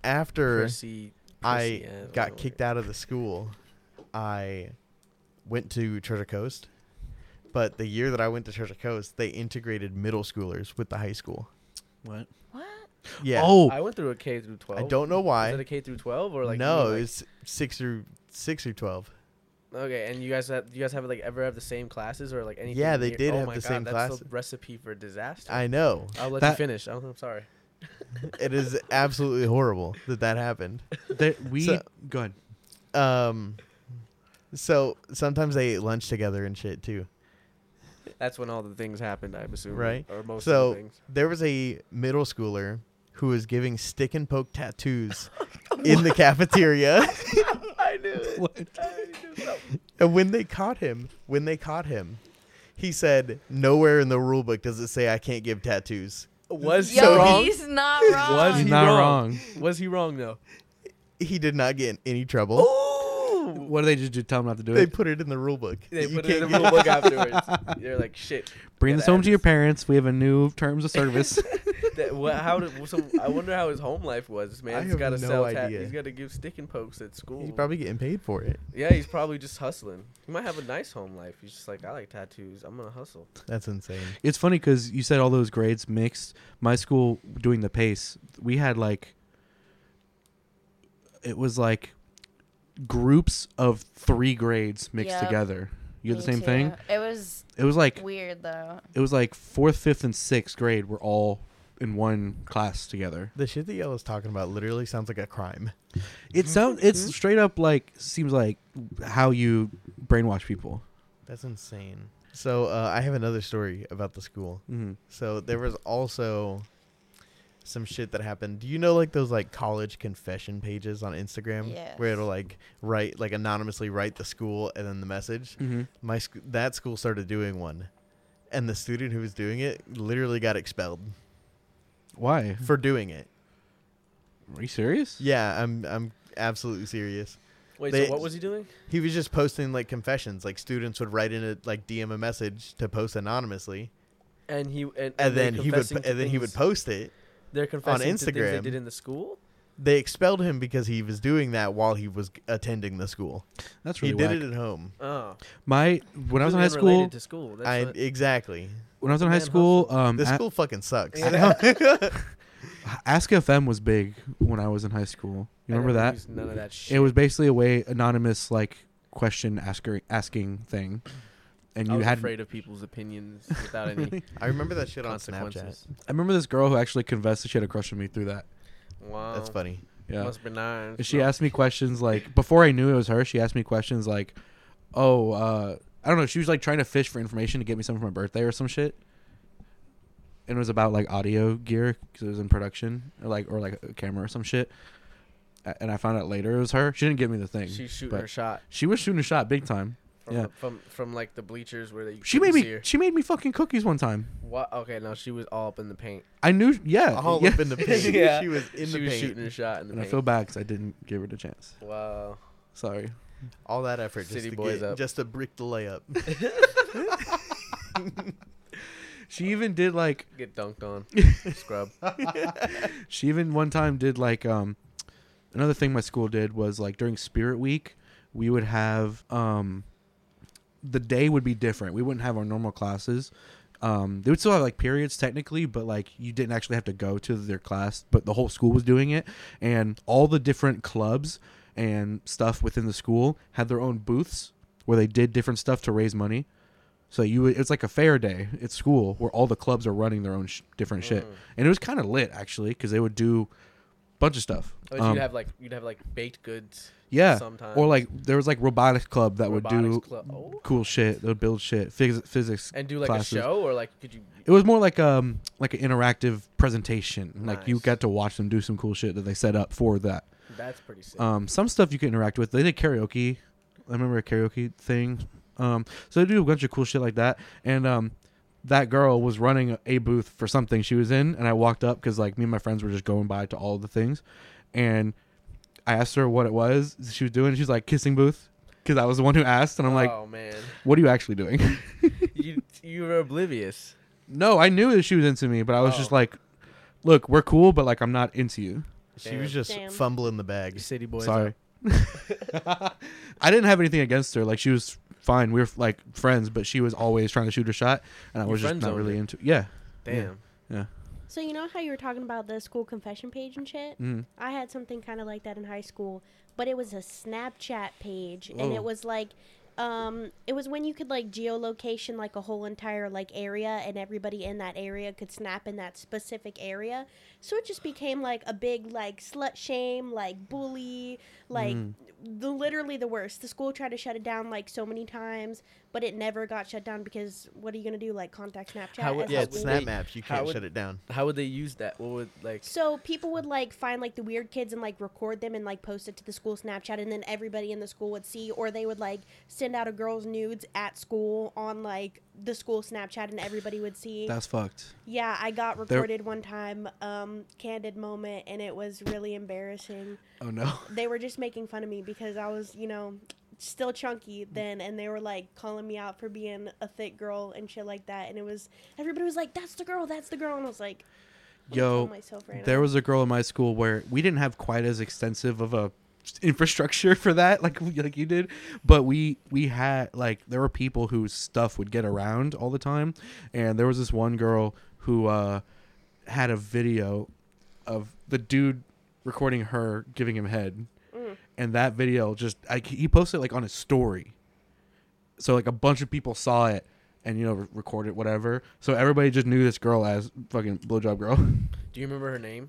Speaker 2: after
Speaker 4: Percy-
Speaker 2: I
Speaker 4: Percy, uh,
Speaker 2: got
Speaker 4: whatever.
Speaker 2: kicked out of the school, I went to Treasure Coast. But the year that I went to Treasure Coast, they integrated middle schoolers with the high school.
Speaker 3: What?
Speaker 6: What?
Speaker 2: Yeah.
Speaker 3: Oh,
Speaker 4: I went through a K through twelve.
Speaker 2: I don't know
Speaker 4: Is it
Speaker 2: why.
Speaker 4: a K through twelve or like you
Speaker 2: no,
Speaker 4: mean, like-
Speaker 2: it's six through six through twelve.
Speaker 4: okay. And you guys have you guys have like ever have the same classes or like anything?
Speaker 2: Yeah, they
Speaker 4: near-
Speaker 2: did
Speaker 4: oh
Speaker 2: have
Speaker 4: my
Speaker 2: the
Speaker 4: God,
Speaker 2: same
Speaker 4: that's
Speaker 2: classes.
Speaker 4: The recipe for disaster.
Speaker 2: I know.
Speaker 4: I'll let you
Speaker 3: That-
Speaker 4: finish. Oh, I'm, I'm sorry.
Speaker 2: it is absolutely horrible that that happened.
Speaker 3: they- we
Speaker 2: So-
Speaker 3: go ahead.
Speaker 2: Um, so sometimes they ate lunch together and shit too,
Speaker 4: That's when all the things happened. I'm assuming.
Speaker 2: right?
Speaker 4: Or most
Speaker 2: so
Speaker 4: of the things.
Speaker 2: there was a middle schooler who was giving stick and poke tattoos in the cafeteria.
Speaker 4: Oh, I knew it.
Speaker 3: What?
Speaker 2: And when they caught him, when they caught him, he said, "Nowhere in the rule book does it say I can't give tattoos."
Speaker 4: Was
Speaker 6: Yo,
Speaker 4: he wrong?
Speaker 6: he's not wrong.
Speaker 4: Was
Speaker 3: He's
Speaker 4: he
Speaker 3: not
Speaker 4: wrong?
Speaker 3: wrong.
Speaker 4: Was he wrong though?
Speaker 2: He did not get in any trouble.
Speaker 4: Oh, Ooh.
Speaker 3: What do they just do? Tell them not to do
Speaker 2: They
Speaker 3: it.
Speaker 2: put it in the rule book.
Speaker 4: They
Speaker 2: You
Speaker 4: put it in
Speaker 2: can't
Speaker 4: the
Speaker 2: get-
Speaker 4: rule book afterwards. They're like, shit.
Speaker 3: Bring
Speaker 4: Yeah,
Speaker 3: this home
Speaker 4: that
Speaker 3: to your
Speaker 4: is-
Speaker 3: parents. We have a new terms of service.
Speaker 4: That, what, how did, so I wonder how his home life was. This
Speaker 2: I
Speaker 4: man's
Speaker 2: have
Speaker 4: got to
Speaker 2: no
Speaker 4: sell tat.
Speaker 2: idea.
Speaker 4: He's got to give stick and pokes at school.
Speaker 2: He's probably getting paid for it.
Speaker 4: yeah, he's probably just hustling. He might have a nice home life. He's just like, I like tattoos. I'm gonna hustle.
Speaker 2: That's insane.
Speaker 3: It's funny because you said all those grades mixed. My school doing the pace, we had like, it was like groups of three grades mixed
Speaker 6: Yep.
Speaker 3: together. You had the
Speaker 6: Me
Speaker 3: same
Speaker 6: too.
Speaker 3: thing.
Speaker 6: It was
Speaker 3: It was like
Speaker 6: weird though.
Speaker 3: it was like fourth, fifth, and sixth grade were all in one class together.
Speaker 2: The shit that y'all was talking about literally sounds like a crime.
Speaker 3: It sounds it's straight up like seems like how you brainwash people.
Speaker 2: That's insane. So uh, I have another story about the school.
Speaker 3: Mm-hmm.
Speaker 2: So there was also some shit that happened. Do you know like those like college confession pages on Instagram where
Speaker 6: Yes.
Speaker 2: it'll like write like anonymously write the school and then the message?
Speaker 4: Hmm. Mm-hmm.
Speaker 2: My sc- that school started doing one, and the student who was doing it literally got expelled
Speaker 3: Why?
Speaker 4: Hmm.
Speaker 2: for doing it.
Speaker 3: Are you serious?
Speaker 2: Yeah, I'm I'm absolutely serious.
Speaker 4: Wait,
Speaker 2: They-
Speaker 4: so what was he doing?
Speaker 2: He was just posting like confessions. Like students would write in a like DM a message to post anonymously,
Speaker 4: And he and, and,
Speaker 2: and
Speaker 4: they're
Speaker 2: then he would
Speaker 4: confessing
Speaker 2: and
Speaker 4: to
Speaker 2: then he would
Speaker 4: things-
Speaker 2: post it.
Speaker 4: They're confessing to things they
Speaker 2: Instagram.
Speaker 4: did in the school.
Speaker 2: They expelled him because he was doing that while he was attending the school.
Speaker 3: That's really
Speaker 2: he did
Speaker 3: whack.
Speaker 2: it at home.
Speaker 4: Oh,
Speaker 3: My when I was in high
Speaker 4: Completely unrelated
Speaker 3: school,
Speaker 4: To school. That's
Speaker 2: I
Speaker 4: what-
Speaker 2: exactly.
Speaker 3: when I was in high
Speaker 4: Man
Speaker 3: school,
Speaker 4: hustle.
Speaker 3: um,
Speaker 2: The
Speaker 3: at-
Speaker 2: school fucking sucks.
Speaker 4: Yeah.
Speaker 3: Ask FM was big when I was in high school. You
Speaker 4: I
Speaker 3: remember
Speaker 4: never
Speaker 3: that?
Speaker 4: used None of that shit.
Speaker 3: It was basically a way anonymous like question asker asking thing, and
Speaker 4: I
Speaker 3: you
Speaker 4: was
Speaker 3: had.
Speaker 4: afraid of people's opinions without any
Speaker 2: I remember that shit on Snapchat.
Speaker 4: consequences.
Speaker 3: I remember this girl who actually confessed that she had a crush on me through that.
Speaker 4: Wow,
Speaker 2: That's funny.
Speaker 3: Yeah,
Speaker 4: Must be nice.
Speaker 3: And she
Speaker 4: No.
Speaker 3: asked me questions like before I knew it was her. She asked me questions like, "Oh, uh, I don't know." She was like trying to fish for information to get me something for my birthday or some shit. And it was about like audio gear because it was in production or like or like a camera or some shit. A- And I found out later it was her. She didn't give me the thing.
Speaker 4: She's shooting
Speaker 3: but
Speaker 4: her shot
Speaker 3: She was shooting a shot big time.
Speaker 4: from,
Speaker 3: Yeah.
Speaker 4: from from like the bleachers where they.
Speaker 3: She made me. She made me fucking cookies one time.
Speaker 4: What? Okay, no, she was all up in the paint.
Speaker 3: I knew. Yeah.
Speaker 2: All
Speaker 3: Uh, yeah.
Speaker 2: up in the paint.
Speaker 4: Yeah.
Speaker 2: She was in
Speaker 4: she
Speaker 2: the
Speaker 4: was
Speaker 2: paint.
Speaker 4: shooting her shot in the
Speaker 3: And I
Speaker 4: paint.
Speaker 3: feel bad because I didn't give her the chance.
Speaker 4: wow.
Speaker 3: Sorry.
Speaker 2: All that effort just
Speaker 4: City
Speaker 2: to
Speaker 4: boys
Speaker 2: get
Speaker 4: up.
Speaker 2: just to brick the layup.
Speaker 3: She even did like
Speaker 4: Get dunked on. Scrub. Oh,
Speaker 3: She even one time did like um another thing my school did was like during spirit week, we would have um the day would be different. We wouldn't have our normal classes. Um they would still have like periods technically, but like you didn't actually have to go to their class, but the whole school was doing it and all the different clubs and stuff within the school had their own booths where they did different stuff to raise money. So you would- it's like a fair day at school where all the clubs are running their own sh- different shit,
Speaker 4: Mm.
Speaker 3: and it was kind of lit actually because they would do a bunch of stuff.
Speaker 4: But
Speaker 3: Um,
Speaker 4: Oh, you'd have like you'd have like baked goods.
Speaker 3: yeah,
Speaker 4: Sometimes.
Speaker 3: or like there was like robotics club that would
Speaker 4: Robotics
Speaker 3: do
Speaker 4: club. Oh.
Speaker 3: cool shit. They would build shit, phys- physics,
Speaker 4: and do like
Speaker 3: classes.
Speaker 4: a show or like could you?
Speaker 3: It was more like um like an interactive presentation. Like you
Speaker 4: Nice.
Speaker 3: got to watch them do some cool shit that they set up for that.
Speaker 4: That's pretty sick.
Speaker 3: Um, some stuff you can interact with. They did karaoke. I remember a karaoke thing. Um, so they do a bunch of cool shit like that. And um, that girl was running a booth for something she was in, and I walked up because like me and my friends were just going by to all the things, and I asked her what it was she was doing. She's like kissing booth because I was the one who asked, and I'm like,
Speaker 4: oh man,
Speaker 3: what are you actually doing?
Speaker 4: you you were oblivious.
Speaker 3: no, I knew that she was into me, but I was
Speaker 4: Oh.
Speaker 3: just like, look, we're cool, but like I'm not into you.
Speaker 2: She was
Speaker 4: Damn.
Speaker 2: just
Speaker 5: Damn.
Speaker 2: fumbling the bag.
Speaker 4: City boys.
Speaker 3: Sorry. I didn't have anything against her. Like she was fine. We were like friends, but she was always trying to shoot her shot, and I
Speaker 4: Your
Speaker 3: was just
Speaker 4: friend
Speaker 3: not
Speaker 4: zoned
Speaker 3: really
Speaker 4: it.
Speaker 3: into. Yeah.
Speaker 4: Damn.
Speaker 5: So you know how you were talking about the school confession page and shit?
Speaker 3: Mm.
Speaker 5: I had something kind of like that in high school, but it was a Snapchat page and
Speaker 3: Oh.
Speaker 5: it was like um it was when you could like geolocation like a whole entire like area and everybody in that area could snap in that specific area. So it just became like a big like slut shame, like bully, like the literally the worst. The school tried to shut it down like so many times, but it never got shut down because what are you going to do like contact Snapchat?
Speaker 4: How would-
Speaker 5: as a
Speaker 2: Yeah, it's
Speaker 5: school?
Speaker 2: snap maps. You
Speaker 4: How
Speaker 2: can't
Speaker 4: would-
Speaker 2: shut it down.
Speaker 4: How would they use that? What would like?
Speaker 5: So people would like find like the weird kids and like record them and like post it to the school Snapchat, and then everybody in the school would see, or they would like send out a girl's nudes at school on like the school Snapchat, and everybody would see.
Speaker 3: That's fucked.
Speaker 5: yeah, I got
Speaker 3: There-
Speaker 5: recorded one time, um, candid moment, and it was really embarrassing.
Speaker 3: Oh no.
Speaker 5: They were just making fun of me because I was, you know, still chunky then, and they were like calling me out for being a thick girl and shit like that. And it was everybody was like, "That's the girl, that's the girl," and I was like, I'm gonna
Speaker 3: Yo,
Speaker 5: kill myself right
Speaker 3: there
Speaker 5: now.
Speaker 3: was a girl in my school where we didn't have quite as extensive of a infrastructure for that like like you did but we we had like there were people whose stuff would get around all the time and there was this one girl who uh had a video of the dude recording her giving him head
Speaker 5: Mm.
Speaker 3: and that video just like he posted it, like on his story so like a bunch of people saw it and you know re- recorded whatever so everybody just knew this girl as fucking blowjob girl
Speaker 4: Do you remember her name?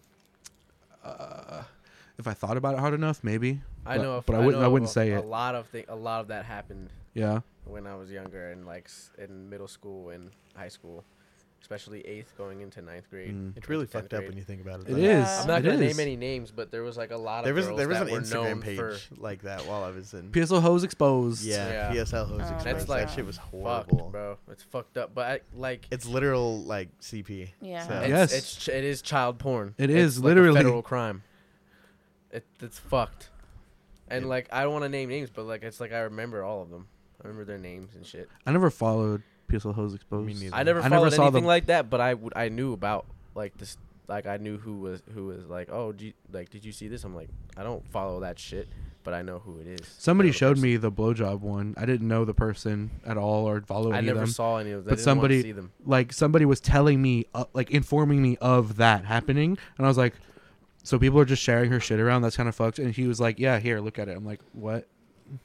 Speaker 3: If I thought about it hard enough, maybe.
Speaker 4: I
Speaker 3: But-
Speaker 4: know, of-
Speaker 3: but I wouldn't.
Speaker 4: know
Speaker 3: I
Speaker 4: of
Speaker 3: wouldn't
Speaker 4: a,
Speaker 3: say
Speaker 4: a
Speaker 3: it.
Speaker 4: lot of thing, a lot of that happened
Speaker 3: Yeah.
Speaker 4: when I was younger and like s- in middle school and high school, especially eighth going into ninth grade.
Speaker 3: Mm.
Speaker 2: It's really
Speaker 4: into 10th
Speaker 2: fucked up
Speaker 4: grade.
Speaker 2: when you think about it.
Speaker 3: It
Speaker 2: though.
Speaker 3: is.
Speaker 4: I'm not
Speaker 3: It
Speaker 4: gonna
Speaker 3: is.
Speaker 4: name any names, but there was like a lot of
Speaker 2: There was
Speaker 4: girls
Speaker 2: there was
Speaker 4: that
Speaker 2: an
Speaker 4: were known
Speaker 2: Instagram page
Speaker 4: for
Speaker 2: like that while I was in.
Speaker 3: PSL hose exposed.
Speaker 2: Yeah,
Speaker 4: Yeah.
Speaker 2: PSL hose
Speaker 6: Oh,
Speaker 2: exposed.
Speaker 4: that's like
Speaker 2: that shit was
Speaker 4: fucked,
Speaker 2: horrible.
Speaker 4: bro. It's fucked up, but I, like
Speaker 2: It's literal like CP.
Speaker 6: Yeah.
Speaker 2: So.
Speaker 4: it's,
Speaker 3: Yeah. Yes.
Speaker 4: it's ch- it is child porn.
Speaker 3: It
Speaker 4: It's
Speaker 3: is,
Speaker 4: like a
Speaker 3: literally.
Speaker 4: federal crime. It it's fucked, and
Speaker 2: Yeah.
Speaker 4: like I don't want to name names, but like it's like I remember all of them. I remember their names and shit.
Speaker 3: I never followed PSL hose exposed.
Speaker 2: Me neither.
Speaker 4: I never
Speaker 3: I
Speaker 4: followed
Speaker 3: never saw
Speaker 4: anything
Speaker 3: them.
Speaker 4: like that, but I would I knew about like this like I knew who was who was like oh do you- like did you see this? I'm like I don't follow that shit, but I know who it is.
Speaker 3: Somebody
Speaker 4: They're the
Speaker 3: showed
Speaker 4: person.
Speaker 3: me the blowjob one. I didn't know the person at all or follow
Speaker 4: I
Speaker 3: any of
Speaker 4: never
Speaker 3: them.
Speaker 4: saw any of them.
Speaker 3: but somebody-
Speaker 4: see them.
Speaker 3: like somebody was telling me, uh, like informing me of that happening, and I was like, "So people are just sharing her shit around? That's kind of fucked." And he was like, "Yeah, here, look at it." I'm like, "What?"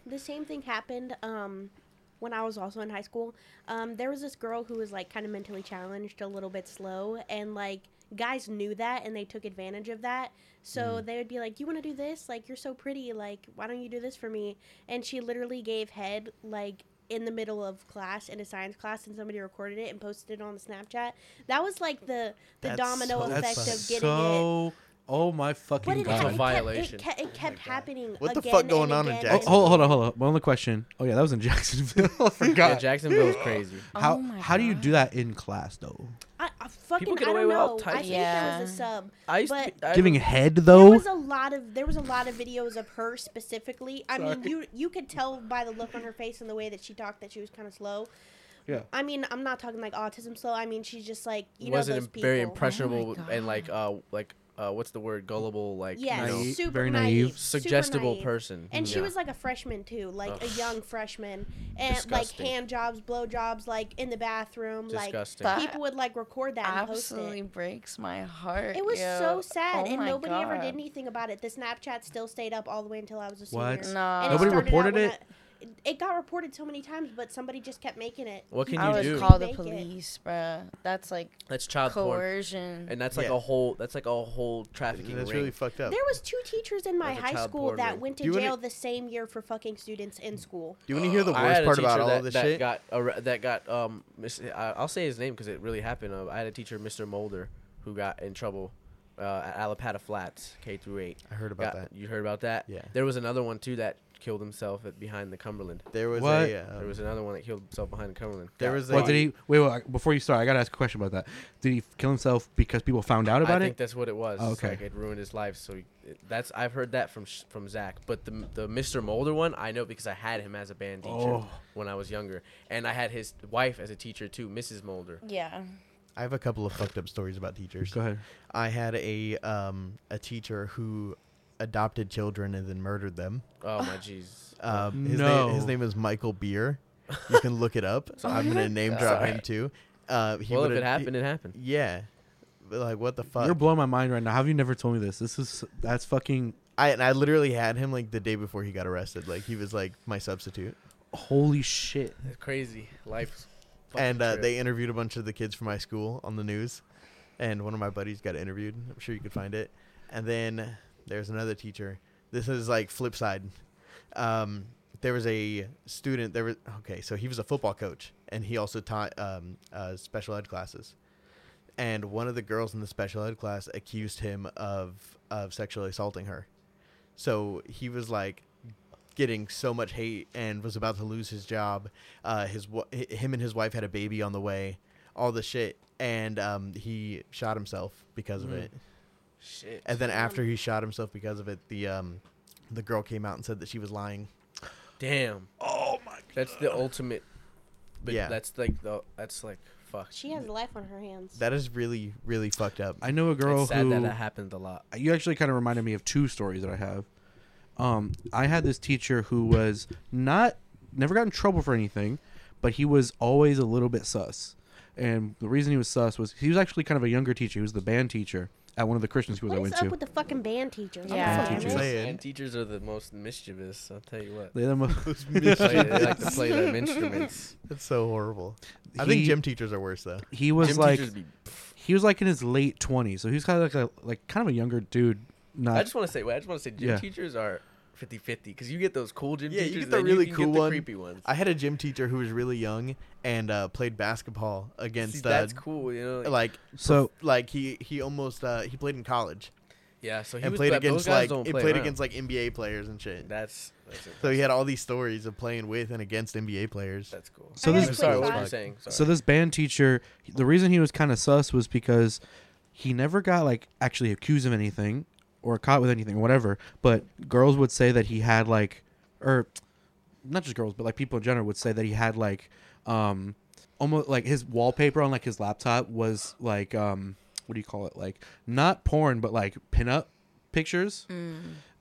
Speaker 5: the same thing happened um when I was also in high school. Um there was this girl who was like kind of mentally challenged, a little bit slow and like guys knew that and they took advantage of that. So
Speaker 2: Mm.
Speaker 5: they would be like, "You want to do this? Like you're so pretty. Like why don't you do this for me?" And she literally gave head like in the middle of class in a science class and somebody recorded it and posted it on the Snapchat. That was like the the
Speaker 2: That's
Speaker 5: domino
Speaker 2: so
Speaker 5: effect
Speaker 2: fucked.
Speaker 5: of getting it.
Speaker 3: so. Oh my
Speaker 5: But
Speaker 3: fucking
Speaker 5: it, ha- it
Speaker 3: god!
Speaker 5: kept,
Speaker 4: violation.
Speaker 5: It kept, it kept happening.
Speaker 2: Oh What the
Speaker 5: again
Speaker 2: fuck going
Speaker 5: and
Speaker 2: on in
Speaker 5: again
Speaker 3: Oh,
Speaker 5: and
Speaker 2: Jackson?
Speaker 3: hold on, hold on, hold on. One other question. Oh yeah, that was in Jacksonville. I forgot.
Speaker 4: Yeah, Jacksonville was crazy.
Speaker 3: How
Speaker 6: Oh my
Speaker 3: how do you
Speaker 6: God.
Speaker 3: do that in class though?
Speaker 5: I, I fucking
Speaker 4: get
Speaker 5: I
Speaker 4: away
Speaker 5: don't
Speaker 4: with all
Speaker 5: know. I
Speaker 4: types
Speaker 5: think
Speaker 6: of
Speaker 5: there
Speaker 6: Yeah.
Speaker 5: was a sub.
Speaker 4: I used
Speaker 5: but
Speaker 4: to be, I
Speaker 3: Giving
Speaker 4: would-
Speaker 3: head
Speaker 5: there
Speaker 3: though.
Speaker 5: was a lot of there was a lot of videos of her specifically. I mean, you you could tell by the look on her face and the way that she talked that she was kind of slow.
Speaker 3: Yeah.
Speaker 5: I mean, I'm not talking like autism slow. I mean, she's just like you know
Speaker 4: wasn't
Speaker 5: those
Speaker 4: im-
Speaker 5: people.
Speaker 4: very impressionable
Speaker 6: God.
Speaker 4: and like uh like uh what's the word gullible like you
Speaker 5: Yeah,
Speaker 4: know,
Speaker 3: Naive-
Speaker 5: super
Speaker 3: very
Speaker 5: naive,
Speaker 3: naive.
Speaker 5: super
Speaker 4: suggestible
Speaker 5: naive.
Speaker 4: person.
Speaker 5: And she
Speaker 4: Yeah.
Speaker 5: was like a freshman too, like a
Speaker 4: Ugh.
Speaker 5: young freshman, and
Speaker 4: Disgusting.
Speaker 5: like hand jobs, blow jobs, like in the bathroom,
Speaker 4: disgusting.
Speaker 5: like
Speaker 6: But-
Speaker 5: people would like record that and post it.
Speaker 6: Absolutely breaks my heart.
Speaker 5: It was
Speaker 6: yo.
Speaker 5: so sad,
Speaker 6: Oh
Speaker 5: and
Speaker 6: my
Speaker 5: nobody ever
Speaker 6: God.
Speaker 5: did anything about it. The Snapchat still stayed up all the way until I was a senior.
Speaker 3: What?
Speaker 6: No.
Speaker 5: And
Speaker 3: Nobody
Speaker 5: started out
Speaker 3: reported
Speaker 5: when
Speaker 3: it?
Speaker 5: I- it got reported so many times, but somebody just kept making it.
Speaker 4: what can
Speaker 6: I
Speaker 4: you
Speaker 6: would
Speaker 4: do?
Speaker 6: call the
Speaker 5: Make it.
Speaker 6: police, bruh. That's like
Speaker 4: that's child porn,
Speaker 6: coercion.
Speaker 4: and that's like
Speaker 2: Yeah.
Speaker 4: a whole that's like a whole trafficking
Speaker 2: That's
Speaker 4: ring.
Speaker 2: really fucked up.
Speaker 5: There was two teachers in my
Speaker 4: As a
Speaker 5: high
Speaker 4: child
Speaker 5: school
Speaker 4: porn
Speaker 5: that
Speaker 4: ring.
Speaker 5: went to
Speaker 2: Do you wanna-
Speaker 5: jail the same year for fucking students in school.
Speaker 2: you want to hear the
Speaker 4: I
Speaker 2: worst
Speaker 4: had a
Speaker 2: part about
Speaker 4: teacher
Speaker 2: all
Speaker 4: that,
Speaker 2: this
Speaker 4: that
Speaker 2: shit?
Speaker 4: Got arre- that got um, mis- I- I'll say his name because it really happened. Uh, I had a teacher, Mr. Mulder, who got in trouble uh, at Alapata Flats, K through eight.
Speaker 2: I heard about
Speaker 4: Got-
Speaker 2: that.
Speaker 4: You heard about that?
Speaker 2: Yeah.
Speaker 4: There was another one too that killed himself at behind the Cumberland.
Speaker 2: There was
Speaker 3: What?
Speaker 2: a uh,
Speaker 4: There was another one that killed himself behind the Cumberland.
Speaker 2: There
Speaker 4: Got
Speaker 2: was a-
Speaker 3: What
Speaker 4: robbed.
Speaker 3: did he? Wait, wait, before you start, I gotta ask a question about that. Did he kill himself because people found out about
Speaker 4: I
Speaker 3: it?
Speaker 4: think that's what it was.
Speaker 3: Oh,
Speaker 4: It's
Speaker 3: okay.
Speaker 4: Like it ruined his life. So he, it- that's I've heard that from Sh- from Zach. But the the Mr. Molder one, I know because I had him as a band teacher
Speaker 3: Oh.
Speaker 4: when I was younger, and I had his wife as a teacher too, Mrs. Molder.
Speaker 6: Yeah.
Speaker 2: I have a couple of fucked up stories about teachers.
Speaker 3: Go ahead.
Speaker 2: I had a um a teacher who adopted children and then murdered them.
Speaker 4: Oh my jeez.
Speaker 2: Um, his,
Speaker 3: No.
Speaker 2: name, his name is Michael Beer. You can look it up. I'm gonna name drop him too. Uh, he
Speaker 4: well, if
Speaker 2: would've-
Speaker 4: it happened,
Speaker 2: he-
Speaker 4: it happened.
Speaker 2: yeah. But, Like what the fuck?
Speaker 3: You're blowing my mind right now. How have you never told me this? This is that's fucking
Speaker 2: I and I literally had him like the day before he got arrested. Like he was like my substitute,
Speaker 3: holy shit.
Speaker 4: It's crazy. Life's. fucking
Speaker 2: and uh,
Speaker 4: trip.
Speaker 2: they interviewed a bunch of the kids from my school on the news, and one of my buddies got interviewed. I'm sure you could find it. And then there's another teacher. This is like flip side. Um, there was a student. There was okay, so he was a football coach, and he also taught um, uh, special ed classes. And one of the girls in the special ed class accused him of of sexually assaulting her. So he was like getting so much hate and was about to lose his job. Uh, his wa- hi- him and his wife had a baby on the way, all the shit, and um, he shot himself because of it.
Speaker 4: Shit.
Speaker 2: And then after he shot himself because of it, the um, the girl came out and said that she was lying.
Speaker 4: Damn. Oh my. That's the ultimate. But
Speaker 2: Yeah.
Speaker 4: yeah. That's like the. That's like fuck.
Speaker 5: She has life on her hands.
Speaker 2: That is really really fucked up.
Speaker 3: I know a girl
Speaker 4: It's sad
Speaker 3: who
Speaker 4: that that happened a lot.
Speaker 3: you actually kind of reminded me of two stories that I have. Um, I had this teacher who was not never got in trouble for anything, but he was always a little bit sus. And the reason he was sus was he was actually kind of a younger teacher. He was the band teacher at one of the Christian schools
Speaker 5: what
Speaker 3: I
Speaker 5: is
Speaker 3: went
Speaker 5: up
Speaker 3: to.
Speaker 5: with the fucking band teachers? I'm
Speaker 6: Yeah.
Speaker 5: sorry,
Speaker 2: Teachers.
Speaker 5: man.
Speaker 2: Saying.
Speaker 4: And teachers are the most mischievous. I'll tell you what.
Speaker 3: They're the mo-
Speaker 4: They play- they like to play them instruments.
Speaker 2: That's so horrible. I think
Speaker 3: He-
Speaker 2: gym teachers are worse though.
Speaker 3: he was
Speaker 4: Gym
Speaker 3: like
Speaker 4: teachers be-
Speaker 3: he was like in his late twenties, so he was kind of like a like kind of a younger dude. Not
Speaker 4: I just want to say, wait, I just want to say, gym
Speaker 3: Yeah.
Speaker 4: teachers are 50 50 because you get those cool gym
Speaker 2: Yeah,
Speaker 4: teachers,
Speaker 2: you get
Speaker 4: and
Speaker 2: the
Speaker 4: then
Speaker 2: really
Speaker 4: can
Speaker 2: cool
Speaker 4: get the
Speaker 2: one.
Speaker 4: creepy ones.
Speaker 2: I had a gym teacher who was really young and uh, played basketball
Speaker 4: See,
Speaker 2: against uh,
Speaker 4: that's cool, you know. Like,
Speaker 2: like
Speaker 3: so
Speaker 2: like he he almost uh, he played in college.
Speaker 4: yeah, so he
Speaker 2: and
Speaker 4: was
Speaker 2: played
Speaker 4: but those
Speaker 2: against
Speaker 4: guys
Speaker 2: like
Speaker 4: don't
Speaker 2: it
Speaker 4: play
Speaker 2: played
Speaker 4: around.
Speaker 2: against like NBA players and shit.
Speaker 4: That's that's,
Speaker 2: So he had all these stories of playing with and against NBA players.
Speaker 4: that's cool.
Speaker 3: So
Speaker 5: I
Speaker 3: this-
Speaker 5: got a quick
Speaker 4: sorry, what
Speaker 5: thought.
Speaker 4: were you saying? Sorry.
Speaker 3: So this band teacher, the reason he was kind of sus was because he never got like actually accused of anything or caught with anything or whatever. But girls would say that he had like, or not just girls, but like people in general would say that he had like, um, almost like his wallpaper on like his laptop was like, um, what do you call it? Like not porn, but like pinup pictures.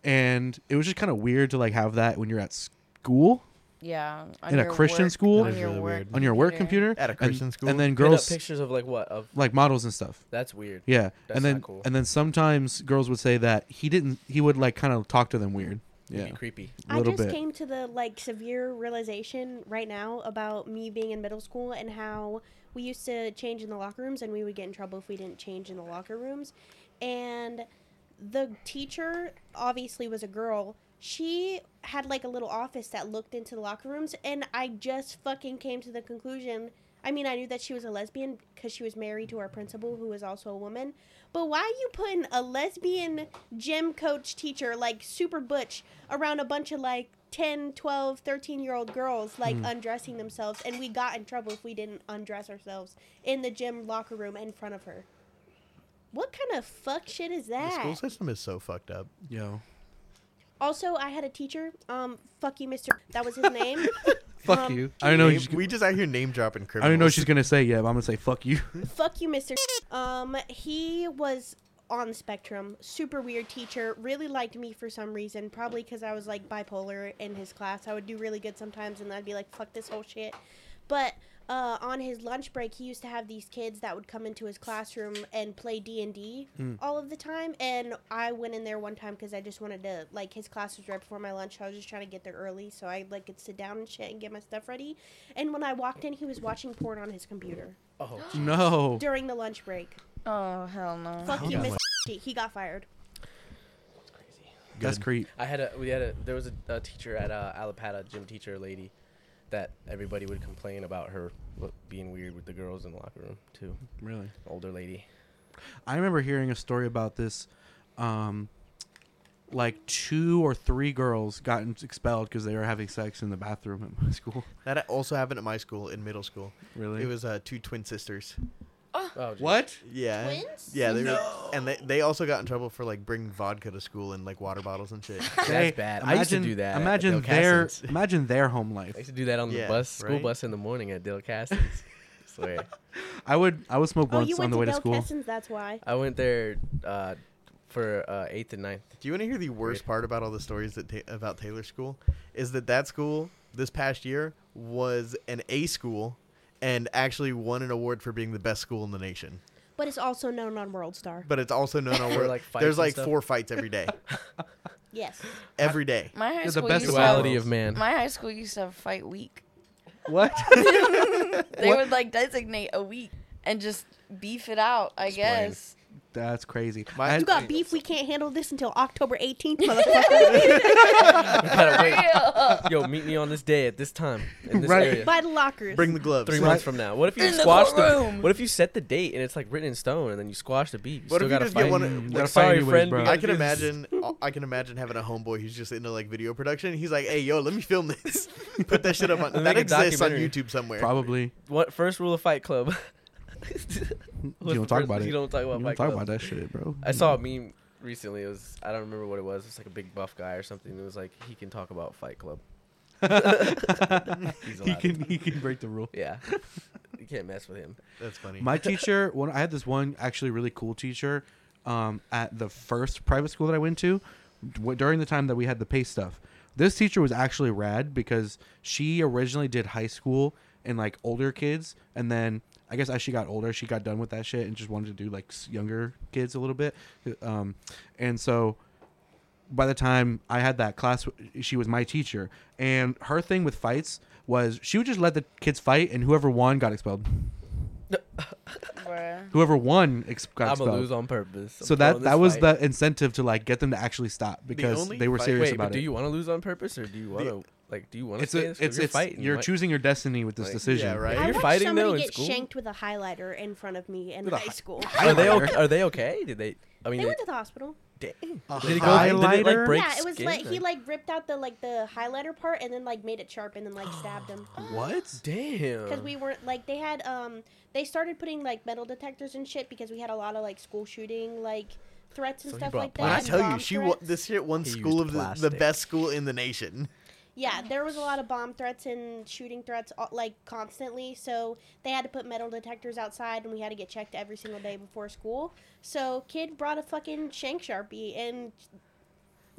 Speaker 3: And it was just kind of weird to like have that when you're at school
Speaker 6: Yeah. on
Speaker 3: In a
Speaker 6: your
Speaker 3: Christian
Speaker 6: work-
Speaker 3: school?
Speaker 2: That
Speaker 6: On
Speaker 2: is
Speaker 6: your
Speaker 2: really
Speaker 6: work.
Speaker 2: weird.
Speaker 3: on your work computer
Speaker 2: At a
Speaker 3: and-
Speaker 2: Christian school?
Speaker 3: and then
Speaker 4: Pin up
Speaker 3: girls
Speaker 4: pictures of like what of
Speaker 3: like models and stuff.
Speaker 4: that's weird.
Speaker 3: Yeah,
Speaker 4: That's
Speaker 3: and then
Speaker 4: not cool.
Speaker 3: and then sometimes girls would say that he didn't. He would like kind of talk to them weird.
Speaker 4: It'd
Speaker 3: Yeah,
Speaker 4: be creepy.
Speaker 3: a
Speaker 5: I
Speaker 3: little
Speaker 5: just
Speaker 3: bit.
Speaker 5: came to the like severe realization right now about me being in middle school and how we used to change in the locker rooms and we would get in trouble if we didn't change in the locker rooms. And the teacher obviously was a girl. She had like a little office that looked into the locker rooms and I just fucking came to the conclusion I mean, I knew that she was a lesbian because she was married to our principal, who was also a woman. But why are you putting a lesbian gym coach teacher, like super butch, around a bunch of like 10, 12, 13 year old girls, like undressing themselves? And we got in trouble if we didn't undress ourselves in the gym locker room in front of her. What kind of fuck shit is
Speaker 2: The
Speaker 5: that?
Speaker 2: school system is so fucked up.
Speaker 3: Yo,
Speaker 5: Also, I had a teacher, um, fuck you, Mr. That was his name.
Speaker 3: fuck
Speaker 5: Um,
Speaker 3: you. I don't know.
Speaker 2: Name-
Speaker 3: She's,
Speaker 2: we just out here name dropping
Speaker 3: I
Speaker 2: criminals.
Speaker 3: don't even know what she's gonna say yet. But I'm gonna say fuck you.
Speaker 5: fuck you, Mr. Um, he was on the spectrum, super weird teacher, really liked me for some reason, probably because I was like bipolar in his class. I would do really good sometimes, and I'd be like, fuck this whole shit. But uh, on his lunch break, he used to have these kids that would come into his classroom and play D and D all of the time. And I went in there one time because I just wanted to like his class was right before my lunch. So I was just trying to get there early so I like could sit down and shit and get my stuff ready. And when I walked in, he was watching porn on his computer
Speaker 4: Oh,
Speaker 3: no.
Speaker 5: during the lunch break.
Speaker 6: Oh hell no.
Speaker 5: Fuck you,
Speaker 2: my-
Speaker 5: Mr. He got fired.
Speaker 3: That's creep.
Speaker 4: I had a we had a there was a, a teacher at uh, Alapata gym teacher lady that everybody would complain about her look, being weird with the girls in the locker room too.
Speaker 3: Really.
Speaker 4: Older lady.
Speaker 3: I remember hearing a story about this. Um, like two or three girls got expelled because they were having sex in the bathroom at my school.
Speaker 2: That also happened at my school in middle school.
Speaker 3: Really?
Speaker 2: It was uh, two twin sisters.
Speaker 4: Oh, geez.
Speaker 3: what?
Speaker 2: Yeah.
Speaker 5: Twins?
Speaker 2: Yeah, they were, and they, they also got in trouble for like bringing vodka to school and like water bottles and shit.
Speaker 3: They-
Speaker 4: That's bad. I used to
Speaker 3: imagine-
Speaker 4: do that. at
Speaker 3: Imagine
Speaker 4: Del
Speaker 3: their
Speaker 4: Castens.
Speaker 3: imagine their home
Speaker 4: I
Speaker 3: life.
Speaker 4: used to do that on
Speaker 2: Yeah,
Speaker 4: the bus, school
Speaker 2: right?
Speaker 4: bus in the morning at Del Castens. Swear.
Speaker 3: I would I would smoke
Speaker 5: Oh,
Speaker 3: once
Speaker 5: you
Speaker 3: on
Speaker 5: went
Speaker 3: the
Speaker 5: to
Speaker 3: way to
Speaker 5: Del
Speaker 3: school.
Speaker 5: Kessens, that's why.
Speaker 4: I went there uh, for uh, eighth and ninth.
Speaker 2: Do you want to hear the worst part about all the stories that ta- about Taylor School? Is that that school this past year was an A school and actually won an award for being the best school in the nation.
Speaker 5: But it's also known on World Star.
Speaker 2: But it's also known on world.
Speaker 4: like, fights
Speaker 2: There's
Speaker 4: and
Speaker 2: like
Speaker 4: stuff?
Speaker 2: four fights every day,
Speaker 5: Yes.
Speaker 2: every day.
Speaker 6: My high
Speaker 3: the
Speaker 6: school
Speaker 3: best
Speaker 6: used to have,
Speaker 4: Duality of man.
Speaker 6: my high school used to have fight week.
Speaker 3: What?
Speaker 6: They
Speaker 3: What?
Speaker 6: would like designate a week and just beef it out. I guess.
Speaker 3: That's crazy.
Speaker 2: My-
Speaker 3: I-
Speaker 5: You got beef, we can't handle this until October 18th, motherfucker.
Speaker 4: Gotta Oh, wait.
Speaker 6: Real.
Speaker 4: Yo, meet me on this day at this time in this
Speaker 3: Right.
Speaker 4: area.
Speaker 5: By the lockers.
Speaker 2: Bring the gloves.
Speaker 4: Three months from now. What if you
Speaker 6: In the
Speaker 4: squash the?
Speaker 6: courtroom.
Speaker 4: What if you set the date and it's like written in stone, and then you squash the beef? You
Speaker 2: What if
Speaker 4: still
Speaker 2: you
Speaker 4: gotta
Speaker 2: just
Speaker 4: fight.
Speaker 2: get one-
Speaker 4: Like,
Speaker 2: like,
Speaker 4: sorry,
Speaker 3: fight anyways,
Speaker 4: friend.
Speaker 3: bro.
Speaker 4: we
Speaker 2: I
Speaker 4: gotta
Speaker 2: can
Speaker 4: do this.
Speaker 2: imagine. I can imagine having a homeboy who's just into like video production. He's like, "Hey, yo, let me film this. Put that shit up on
Speaker 4: Make
Speaker 2: that
Speaker 4: a
Speaker 2: exists on
Speaker 4: documentary.
Speaker 2: YouTube somewhere."
Speaker 3: Probably.
Speaker 4: What first rule of Fight Club?
Speaker 3: You
Speaker 4: What's
Speaker 3: don't
Speaker 4: the
Speaker 3: talk
Speaker 4: first-
Speaker 3: about it.
Speaker 4: You don't talk about
Speaker 3: You
Speaker 4: Fight
Speaker 3: don't talk
Speaker 4: Club.
Speaker 3: about that shit, bro.
Speaker 4: I saw a meme recently. It was I don't remember what it was. It's like a big buff guy or something. It was like he can talk about Fight Club. He's
Speaker 3: he
Speaker 4: allowed
Speaker 3: can he can break the rule.
Speaker 4: Yeah, you can't mess with him.
Speaker 2: That's funny.
Speaker 3: My teacher, one I had this one actually really cool teacher um, at the first private school that I went to w- during the time that we had the pace stuff. This teacher was actually rad because she originally did high school and like older kids, and then I guess as she got older, she got done with that shit and just wanted to do like s- younger kids a little bit. Um, and so by the time I had that class, she was my teacher, and her thing with fights was she would just let the kids fight, and whoever won got expelled.
Speaker 6: Bruh.
Speaker 3: Whoever won ex- got
Speaker 4: I'm
Speaker 3: expelled.
Speaker 4: gonna lose on purpose. I'm
Speaker 3: so that
Speaker 4: throwing this
Speaker 3: that was
Speaker 4: fight.
Speaker 3: the incentive to like get them to actually stop because
Speaker 2: only
Speaker 3: they were
Speaker 2: fight-
Speaker 3: serious
Speaker 4: Wait,
Speaker 3: about
Speaker 4: but do
Speaker 3: it.
Speaker 4: you want to lose on purpose or do you want to like? Do you want to
Speaker 3: it's
Speaker 4: stay?
Speaker 3: a,
Speaker 4: in school?
Speaker 3: it's
Speaker 4: you're
Speaker 3: it's
Speaker 4: fighting.
Speaker 3: you're
Speaker 4: Like,
Speaker 3: choosing your destiny with this
Speaker 4: Like-
Speaker 3: decision.
Speaker 2: Yeah, right.
Speaker 5: I
Speaker 4: You're
Speaker 5: watched
Speaker 4: fighting,
Speaker 5: somebody
Speaker 4: though, in
Speaker 5: get
Speaker 4: school?
Speaker 5: shanked with a highlighter in front of me in
Speaker 3: With a
Speaker 5: high
Speaker 3: hi-
Speaker 5: school.
Speaker 4: Are they
Speaker 3: Highlighter.
Speaker 4: okay? Are they okay? Did they? I mean,
Speaker 5: They
Speaker 4: they,
Speaker 5: went to the hospital.
Speaker 4: dang.
Speaker 3: A
Speaker 4: Did it go- did it, like,
Speaker 3: highlighter?
Speaker 4: break-
Speaker 5: yeah, it was
Speaker 4: skin,
Speaker 5: like he
Speaker 4: or-
Speaker 5: like ripped out the like the highlighter part and then like made it sharp and then like stabbed him.
Speaker 3: What?
Speaker 4: Damn.
Speaker 5: Because we weren't like they had um they started putting like metal detectors and shit because we had a lot of like school shooting like threats and
Speaker 4: So he
Speaker 5: stuff
Speaker 4: brought
Speaker 5: like that.
Speaker 2: When I
Speaker 5: and
Speaker 2: tell you,
Speaker 5: bomb
Speaker 2: she wa-
Speaker 5: threats.
Speaker 2: this shit won
Speaker 4: He
Speaker 2: school of
Speaker 4: used
Speaker 2: the, the
Speaker 4: plastic.
Speaker 2: best school in the nation.
Speaker 5: Yeah, there was a lot of bomb threats and shooting threats uh, like constantly, so they had to put metal detectors outside and we had to get checked every single day before school. So kid brought a fucking shank sharpie and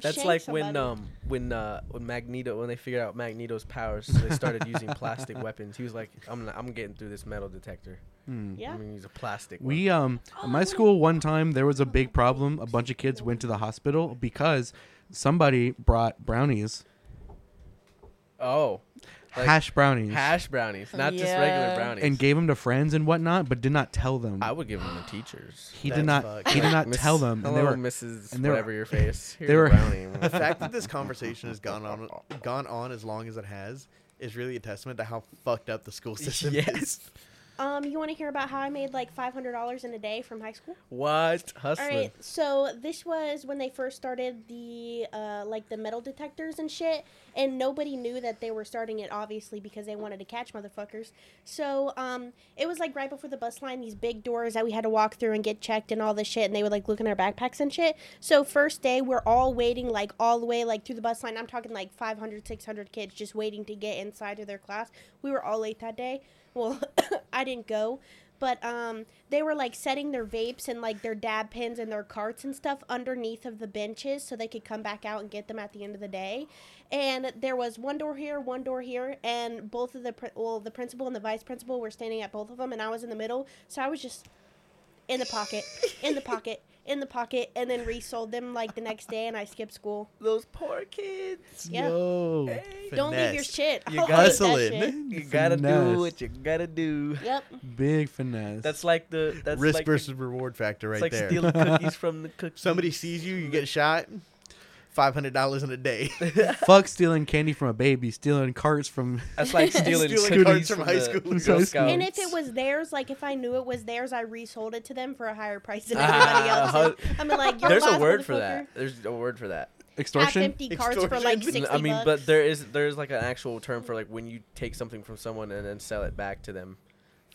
Speaker 4: That's
Speaker 5: shanked
Speaker 4: like when
Speaker 5: somebody.
Speaker 4: um when uh when Magneto when they figured out Magneto's powers, so they started using plastic weapons. He was like, I'm not, I'm getting through this metal detector.
Speaker 5: yeah.
Speaker 4: I'm gonna use a plastic. one."
Speaker 3: We um at my school one time there was a big problem. A bunch of kids went to the hospital because somebody brought brownies,
Speaker 4: Oh, Like
Speaker 3: hash brownies,
Speaker 4: hash brownies, not just regular
Speaker 6: Yeah.
Speaker 4: brownies.
Speaker 3: and gave them to friends and whatnot, but did not tell them.
Speaker 4: I would give them to teachers.
Speaker 3: he
Speaker 2: That's
Speaker 3: did not.
Speaker 2: fucked
Speaker 3: He did not
Speaker 4: Miss-
Speaker 3: tell them. And
Speaker 4: Hello,
Speaker 3: they were
Speaker 4: Mrs.
Speaker 3: and they were-
Speaker 4: whatever your face. Here's
Speaker 3: they were-
Speaker 4: a brownie.
Speaker 2: The fact that this conversation has gone on gone on as long as it has is really a testament to how fucked up the school system is.
Speaker 4: yes.
Speaker 5: Um, you want to hear about how I made like five hundred dollars in a day from high school?
Speaker 4: What hustling?
Speaker 5: All right, so this was when they first started the uh, like the metal detectors and shit, and nobody knew that they were starting it obviously because they wanted to catch motherfuckers. So um, it was like right before the bus line, these big doors that we had to walk through and get checked and all this shit, and they would like look in our backpacks and shit. So first day, we're all waiting like all the way like through the bus line. I'm talking like 500, 600 kids just waiting to get inside of their class. We were all late that day. Well, I didn't go but um, they were like setting their vapes and like their dab pins and their carts and stuff underneath of the benches so they could come back out and get them at the end of the day. And there was one door here, one door here, and both of the prin- well, the principal and the vice principal were standing at both of them, and I was in the middle, so I was just in the pocket, in the pocket, in the pocket, and then resold them like the next day, and I skipped school.
Speaker 4: Those poor kids.
Speaker 5: Yeah,
Speaker 3: Yo.
Speaker 5: don't leave your
Speaker 2: Finessed.
Speaker 5: shit.
Speaker 4: You
Speaker 5: I'll eat that shit.
Speaker 2: Hustling,
Speaker 4: You gotta
Speaker 3: Finesse.
Speaker 4: do what you gotta do.
Speaker 5: Yep.
Speaker 3: Big finesse.
Speaker 4: That's like the that's
Speaker 2: risk
Speaker 4: like the-
Speaker 2: versus reward factor right
Speaker 4: it's like
Speaker 2: there.
Speaker 4: stealing cookies from the cookie.
Speaker 2: Somebody sees you, you get shot. Five hundred dollars in a day.
Speaker 3: Fuck stealing candy from a baby, stealing carts from.
Speaker 4: That's like stealing,
Speaker 2: Stealing
Speaker 4: cookies
Speaker 2: cards
Speaker 4: from,
Speaker 2: from high
Speaker 4: the
Speaker 2: school
Speaker 4: Girl
Speaker 3: girls.
Speaker 4: Scouts.
Speaker 5: And if it was theirs, like if I knew it was theirs, I resold it to them for a higher price than everybody
Speaker 4: Ah,
Speaker 5: else. I'm like, you're
Speaker 4: there's a
Speaker 5: lost,
Speaker 4: word for
Speaker 5: motherfucker.
Speaker 4: that. There's a word for that.
Speaker 5: packed
Speaker 3: Extortion?
Speaker 5: empty carts for like
Speaker 2: Extortion.
Speaker 5: sixty
Speaker 4: N-
Speaker 5: bucks.
Speaker 4: I mean, but there is there is like an actual term for like when you take something from someone and then sell it back to them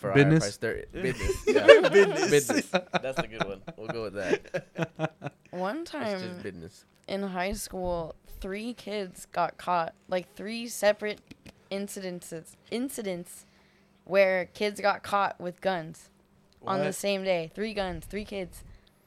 Speaker 4: for a higher
Speaker 3: Business?
Speaker 4: price. There, business, yeah.
Speaker 2: Business.
Speaker 4: business. That's a good one. We'll go with that.
Speaker 6: One
Speaker 4: It's just
Speaker 6: time
Speaker 4: business.
Speaker 6: in high school, three kids got caught, like three separate incidences, incidents where kids got caught with guns on the
Speaker 3: What?
Speaker 6: same day. Three guns, three kids.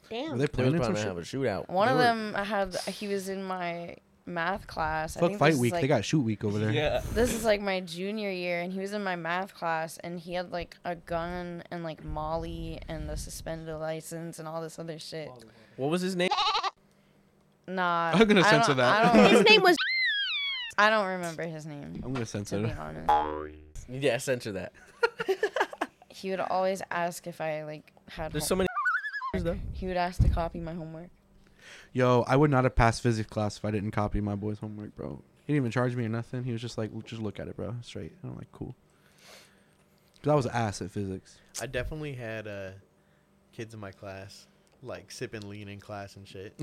Speaker 5: Damn.
Speaker 3: Were they
Speaker 4: There was
Speaker 3: planning
Speaker 4: about
Speaker 3: some
Speaker 4: to
Speaker 3: shit?
Speaker 4: have a shootout.
Speaker 6: One of
Speaker 3: They were-
Speaker 6: them I had he was in my math class. I
Speaker 3: Fuck
Speaker 6: think
Speaker 3: fight
Speaker 6: this is,
Speaker 3: week. They
Speaker 6: like-
Speaker 3: got shoot week over there.
Speaker 4: Yeah.
Speaker 6: this is like my junior year and he was in my math class and he had like a gun and like molly and the suspended license and all this other shit
Speaker 4: What was his name?
Speaker 6: nah
Speaker 3: I'm gonna
Speaker 6: I
Speaker 3: censor
Speaker 6: don't-
Speaker 3: that.
Speaker 6: I
Speaker 5: His
Speaker 6: don't,
Speaker 5: name was
Speaker 6: I don't remember his name
Speaker 3: I'm gonna
Speaker 6: to be
Speaker 3: censor.
Speaker 6: honest
Speaker 4: Yeah, censor that.
Speaker 6: he would always ask if i like had
Speaker 4: There's so
Speaker 6: home-
Speaker 4: many though.
Speaker 6: he would ask to copy my homework
Speaker 3: Yo, I would not have passed physics class if I didn't copy my boy's homework, bro. He didn't even charge me or nothing. He was just like, just look at it, bro, straight. And I'm like, cool. Cause I was ass at physics.
Speaker 2: I definitely had uh, kids in my class like sipping lean in class and shit.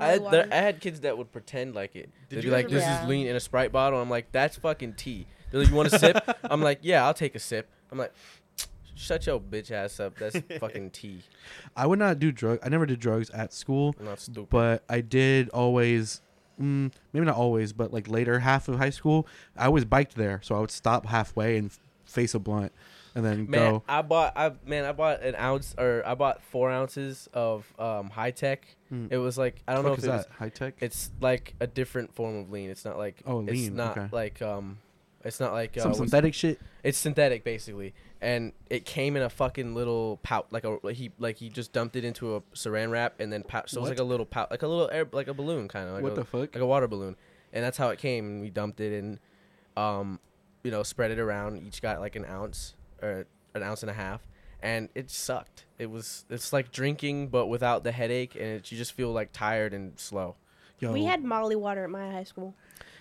Speaker 4: I had, there, I had kids that would pretend like it.
Speaker 2: Did
Speaker 4: They'd be
Speaker 2: you
Speaker 4: like,
Speaker 2: ever-
Speaker 4: "This
Speaker 6: Yeah.
Speaker 4: is lean in a Sprite bottle." I'm like, "That's fucking tea." They're like, "You want a sip?" I'm like, "Yeah, I'll take a sip." I'm like, "Shut your bitch ass up. That's fucking tea."
Speaker 3: I would not do drug. I never did drugs at school,
Speaker 4: I'm not stupid.
Speaker 3: but I did always. Mm, maybe not always, but like later half of high school, I always biked there, so I would stop halfway and f- face a blunt, and then
Speaker 4: man,
Speaker 3: go.
Speaker 4: I bought I man, I bought an ounce or I bought four ounces of um, high tech.
Speaker 3: Mm.
Speaker 4: It was like I don't know
Speaker 3: Fuck
Speaker 4: if
Speaker 3: is
Speaker 4: it was,
Speaker 3: that high tech?
Speaker 4: it's like a different form of lean. It's not like
Speaker 3: Oh,
Speaker 4: it's
Speaker 3: lean,
Speaker 4: Not
Speaker 3: okay.
Speaker 4: like um, it's not like
Speaker 3: Some
Speaker 4: what's-
Speaker 3: synthetic shit.
Speaker 4: It's synthetic basically, and it came in a fucking little pouch, like a like he like he just dumped it into a saran wrap and then pouch. So it was
Speaker 3: What?
Speaker 4: like a little pouch, like a little air, like a balloon kind of. Like
Speaker 3: What
Speaker 4: a,
Speaker 3: the fuck?
Speaker 4: Like a water balloon, and that's how it came. And we dumped it and, um, you know, spread it around. Each got like an ounce or an ounce and a half, and it sucked. It was it's like drinking but without the headache, and it, you just feel like tired and slow.
Speaker 3: Yo,
Speaker 5: we had Molly water at my high school.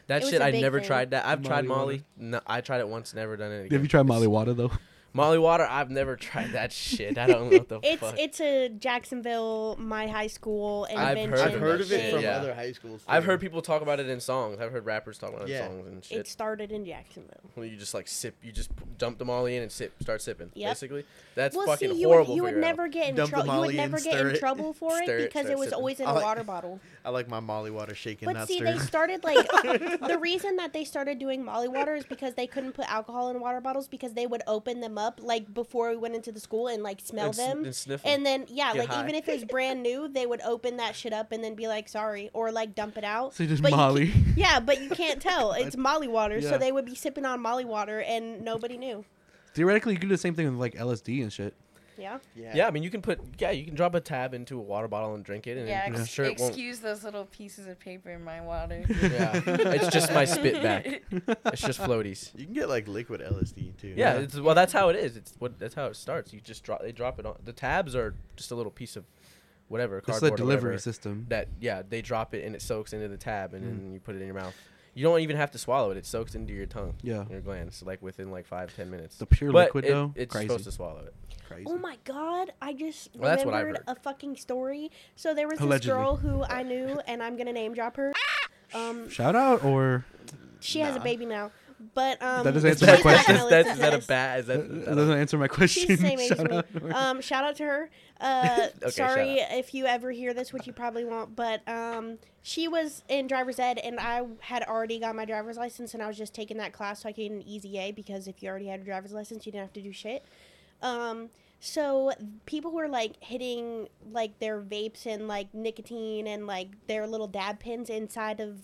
Speaker 4: That
Speaker 5: It was
Speaker 4: shit
Speaker 5: a
Speaker 4: I
Speaker 5: big
Speaker 4: never
Speaker 5: thing.
Speaker 4: tried. That I've tried
Speaker 3: Molly water.
Speaker 4: Molly. No, I tried it once, never done it again.
Speaker 3: have you tried
Speaker 4: It's-
Speaker 3: Molly Water though?
Speaker 4: Molly water, I've never tried that shit. I don't know what the
Speaker 5: It's
Speaker 4: fuck.
Speaker 5: it's a Jacksonville, my high school
Speaker 4: I've
Speaker 5: invention.
Speaker 4: heard
Speaker 2: I've heard
Speaker 4: that
Speaker 2: of it
Speaker 4: shit,
Speaker 2: from
Speaker 4: yeah.
Speaker 2: other high schools.
Speaker 4: I've
Speaker 2: too.
Speaker 4: heard people talk about it in songs. I've heard rappers talk about it
Speaker 2: Yeah.
Speaker 4: in songs and shit.
Speaker 5: It started in Jacksonville.
Speaker 4: when you just like sip, you just p- dump them all in and sip, start sipping.
Speaker 5: Yep.
Speaker 4: Basically, that's
Speaker 5: well,
Speaker 4: fucking
Speaker 5: see, you would,
Speaker 4: horrible.
Speaker 5: you
Speaker 4: for
Speaker 5: would
Speaker 4: your health.
Speaker 5: never get in
Speaker 2: Dump the
Speaker 5: trouble. You would
Speaker 2: Molly
Speaker 5: never
Speaker 2: and
Speaker 5: get
Speaker 2: stir
Speaker 5: in
Speaker 2: it.
Speaker 5: trouble for it
Speaker 4: Stir it,
Speaker 5: because
Speaker 4: stir
Speaker 5: it
Speaker 4: it,
Speaker 5: was
Speaker 4: sip it. Oh,
Speaker 5: always in a
Speaker 2: I like-
Speaker 5: water bottle.
Speaker 2: I like my Molly water shaken,
Speaker 5: But
Speaker 2: not
Speaker 5: see,
Speaker 2: stirred.
Speaker 5: they started like the reason that they started doing Molly water is because they couldn't put alcohol in water bottles because they would open them up like before we went into the school and like smell
Speaker 4: And sn-
Speaker 5: them
Speaker 4: and sniff 'em.
Speaker 5: then yeah,
Speaker 4: Get
Speaker 5: like
Speaker 4: high.
Speaker 5: even if it was brand new, they would open that shit up and then be like sorry or like dump it out.
Speaker 3: So you just
Speaker 5: But you
Speaker 3: Molly.
Speaker 5: can't- yeah, but you can't tell it's Molly water,
Speaker 3: Yeah.
Speaker 5: so they would be sipping on Molly water and nobody knew.
Speaker 3: Theoretically, you could do the same thing with like LSD and shit.
Speaker 5: Yeah,
Speaker 4: Yeah, I mean, you can put yeah, you can drop a tab into a water bottle and drink it, and
Speaker 6: yeah,
Speaker 4: I'm
Speaker 6: ex-
Speaker 4: sure it won't.
Speaker 6: excuse those little pieces of paper in my water
Speaker 4: Yeah, it's just my spit back. It's just floaties.
Speaker 2: You can get like liquid LSD too.
Speaker 4: Yeah, it's, well, that's how it is. It's what that's how it starts. You just drop, they drop it on. The tabs are just a little piece of whatever
Speaker 3: It's
Speaker 4: cardboard.
Speaker 3: the
Speaker 4: or
Speaker 3: delivery
Speaker 4: whatever.
Speaker 3: system.
Speaker 4: that yeah they drop it and it soaks into the tab and
Speaker 2: Mm.
Speaker 4: then you put it in your mouth you don't even have to swallow it it soaks into your tongue
Speaker 3: Yeah.
Speaker 4: your glands like within like five ten minutes
Speaker 3: The pure
Speaker 4: But
Speaker 3: liquid
Speaker 4: it-
Speaker 3: though,
Speaker 4: it's
Speaker 3: crazy.
Speaker 4: supposed to swallow it
Speaker 3: crazy.
Speaker 5: Oh my god, I just
Speaker 4: Well, that's what I
Speaker 5: remembered a fucking story. So there was this
Speaker 3: Allegedly.
Speaker 5: girl who I knew and I'm going to name drop her.
Speaker 4: Ah!
Speaker 5: Um
Speaker 3: Shout out or
Speaker 5: she has a baby now. But um
Speaker 3: That doesn't
Speaker 5: she's
Speaker 3: answer my
Speaker 5: not
Speaker 3: question.
Speaker 5: gonna
Speaker 4: That's- that's-
Speaker 5: listen
Speaker 4: is
Speaker 5: to
Speaker 4: that a bad
Speaker 5: this.
Speaker 4: is that,
Speaker 3: uh, that
Speaker 4: is that
Speaker 3: doesn't answer my
Speaker 5: She's
Speaker 3: question.
Speaker 5: the same age as
Speaker 3: Shout
Speaker 5: me.
Speaker 3: out.
Speaker 5: Um, shout out to her. Uh,
Speaker 4: shout
Speaker 5: sorry if you ever hear this, which you probably won't, but um, she was in driver's ed, and I had already got my driver's license, and I was just taking that class so I could get an easy A because if you already had a driver's license, you didn't have to do shit. Um, so people were like hitting like their vapes and like nicotine and like their little dab pins inside of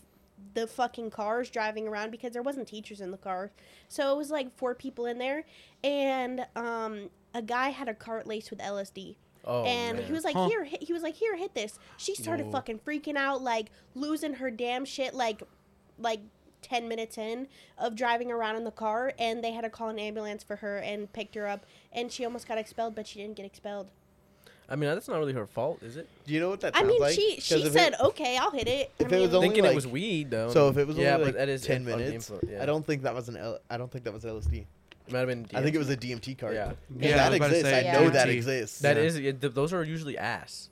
Speaker 5: the fucking cars driving around because there wasn't teachers in the car. So it was like four people in there and um a guy had a cart laced with LSD.
Speaker 4: oh
Speaker 5: and
Speaker 4: man.
Speaker 5: he was like,
Speaker 3: Huh.
Speaker 5: "Here, hit, he was like, "Here, hit this." She started
Speaker 3: Whoa.
Speaker 5: fucking freaking out, like losing her damn shit like like 10 minutes in of driving around in the car and they had to call an ambulance for her and picked her up and she almost got expelled but she didn't get expelled.
Speaker 4: i mean that's not really her fault is it
Speaker 2: Do you know what that
Speaker 5: I
Speaker 2: sounds
Speaker 5: mean,
Speaker 2: like?
Speaker 5: she
Speaker 2: 'Cause
Speaker 5: she
Speaker 2: if
Speaker 5: said,
Speaker 2: it-
Speaker 5: "Okay, I'll hit it."
Speaker 2: if it was only
Speaker 4: thinking
Speaker 2: like,
Speaker 4: it was weed though
Speaker 2: so if it was
Speaker 4: yeah
Speaker 2: only
Speaker 4: but
Speaker 2: like
Speaker 4: that is
Speaker 2: ten
Speaker 4: on the
Speaker 2: minutes,
Speaker 4: influ- yeah.
Speaker 2: I don't think that was an L- I don't think that was LSD.
Speaker 4: it might have been
Speaker 2: I think
Speaker 4: DMT.
Speaker 2: it was a DMT card.
Speaker 4: Yeah.
Speaker 2: Yeah,
Speaker 3: Yeah, I
Speaker 2: that
Speaker 3: was about to
Speaker 2: exists.
Speaker 3: say
Speaker 2: I know that
Speaker 3: DMT.
Speaker 2: exists.
Speaker 4: That
Speaker 3: Yeah.
Speaker 4: is- it- th- those are usually ass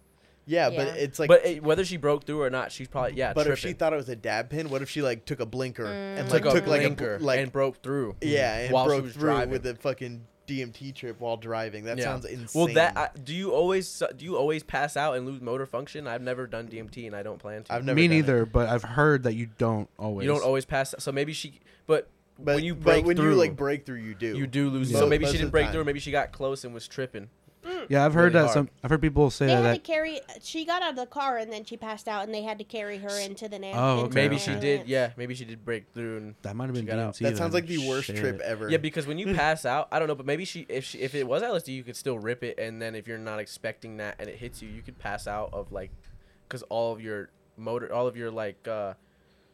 Speaker 2: Yeah,
Speaker 6: Yeah.
Speaker 2: but it's like.
Speaker 4: but it, whether she broke through or not, she's probably yeah.
Speaker 2: but if
Speaker 4: tripping.
Speaker 2: she thought it was a dab pin, what if she like took a blinker and like
Speaker 4: took,
Speaker 2: took,
Speaker 4: a
Speaker 2: like
Speaker 4: blinker
Speaker 2: a bl- like
Speaker 4: and broke through. Mm-hmm.
Speaker 2: yeah and
Speaker 4: while she
Speaker 2: broke
Speaker 4: was
Speaker 2: through
Speaker 4: driving.
Speaker 2: with a fucking DMT trip while driving? That
Speaker 4: Yeah.
Speaker 2: sounds insane.
Speaker 4: Well, that I, do you always do you always pass out and lose motor function? I've never done DMT and I don't plan to.
Speaker 2: I've never
Speaker 3: Me
Speaker 2: done it.
Speaker 3: neither, but I've heard that you don't always.
Speaker 4: you don't always pass. So maybe she, but,
Speaker 2: But
Speaker 4: when you break
Speaker 2: but when
Speaker 4: through,
Speaker 2: you like break through, you do.
Speaker 4: you do lose.
Speaker 2: Yeah.
Speaker 4: So
Speaker 2: Most-
Speaker 4: maybe
Speaker 2: most
Speaker 4: she
Speaker 2: of
Speaker 4: didn't
Speaker 2: the
Speaker 4: break
Speaker 2: time.
Speaker 4: through. Or maybe she got close and was tripping.
Speaker 3: Yeah, I've heard
Speaker 4: really
Speaker 3: that
Speaker 4: hard.
Speaker 3: some. I've heard people say
Speaker 5: They
Speaker 3: that.
Speaker 5: had to carry. She got out of the car and then she passed out, and they had to carry her into the. Nam-
Speaker 3: Oh,
Speaker 5: into
Speaker 3: okay,
Speaker 5: the
Speaker 4: maybe
Speaker 3: okay.
Speaker 4: she did.
Speaker 5: ambulance.
Speaker 4: Yeah, maybe she did break through and
Speaker 3: that might have
Speaker 4: She
Speaker 3: been
Speaker 4: got out.
Speaker 3: DMT.
Speaker 2: That sounds
Speaker 3: then.
Speaker 2: like the worst
Speaker 3: Shit.
Speaker 2: trip ever.
Speaker 4: Yeah, because when you
Speaker 3: Hmm.
Speaker 4: pass out, I don't know, but maybe she if she, if it was LSD, you could still rip it, and then if you're not expecting that and it hits you, you could pass out of like, because all of your motor, all of your like uh,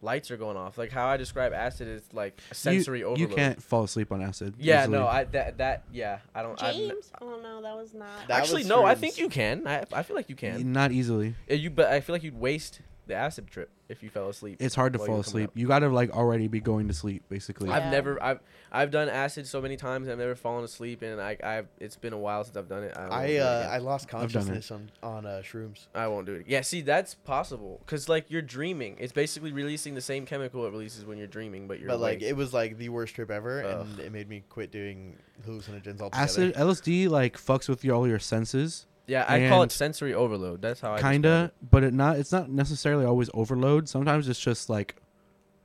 Speaker 4: lights are going off. Like how I describe acid is like a sensory
Speaker 3: you,
Speaker 4: overload.
Speaker 3: You can't fall asleep on acid.
Speaker 4: Yeah,
Speaker 3: easily.
Speaker 4: no, I that that yeah, I don't. I've n-
Speaker 5: James. Oh no, that was not.
Speaker 2: That
Speaker 4: actually
Speaker 2: was
Speaker 4: no, I
Speaker 2: Shrooms.
Speaker 4: think you can. I I feel like you can.
Speaker 3: Not easily.
Speaker 4: Uh, You but I feel like you'd waste the acid trip if you fell asleep.
Speaker 3: It's hard to
Speaker 4: while you
Speaker 3: fall
Speaker 4: were coming
Speaker 3: asleep.
Speaker 4: up.
Speaker 3: You gotta like already be going to sleep, basically.
Speaker 6: Yeah.
Speaker 4: I've never I've I've done acid so many times. I've never fallen asleep, and I I've it's been a while since I've done it. don't wanna do
Speaker 2: I
Speaker 4: it
Speaker 2: uh,
Speaker 4: again.
Speaker 2: I lost
Speaker 3: done it.
Speaker 2: consciousness on on uh, shrooms.
Speaker 4: I won't do it. Yeah, see, that's possible because like you're dreaming. It's basically releasing the same chemical it releases when you're dreaming, but you're
Speaker 2: But like
Speaker 4: awake.
Speaker 2: it was like the worst trip ever,
Speaker 4: Ugh.
Speaker 2: and it made me quit doing hallucinogens altogether.
Speaker 3: Acid LSD like fucks with your, all your senses,
Speaker 4: yeah, I call
Speaker 3: and-
Speaker 4: it sensory overload. That's how I describe
Speaker 3: kinda,
Speaker 4: it.
Speaker 3: but it not. It's not necessarily always overload. Sometimes it's just like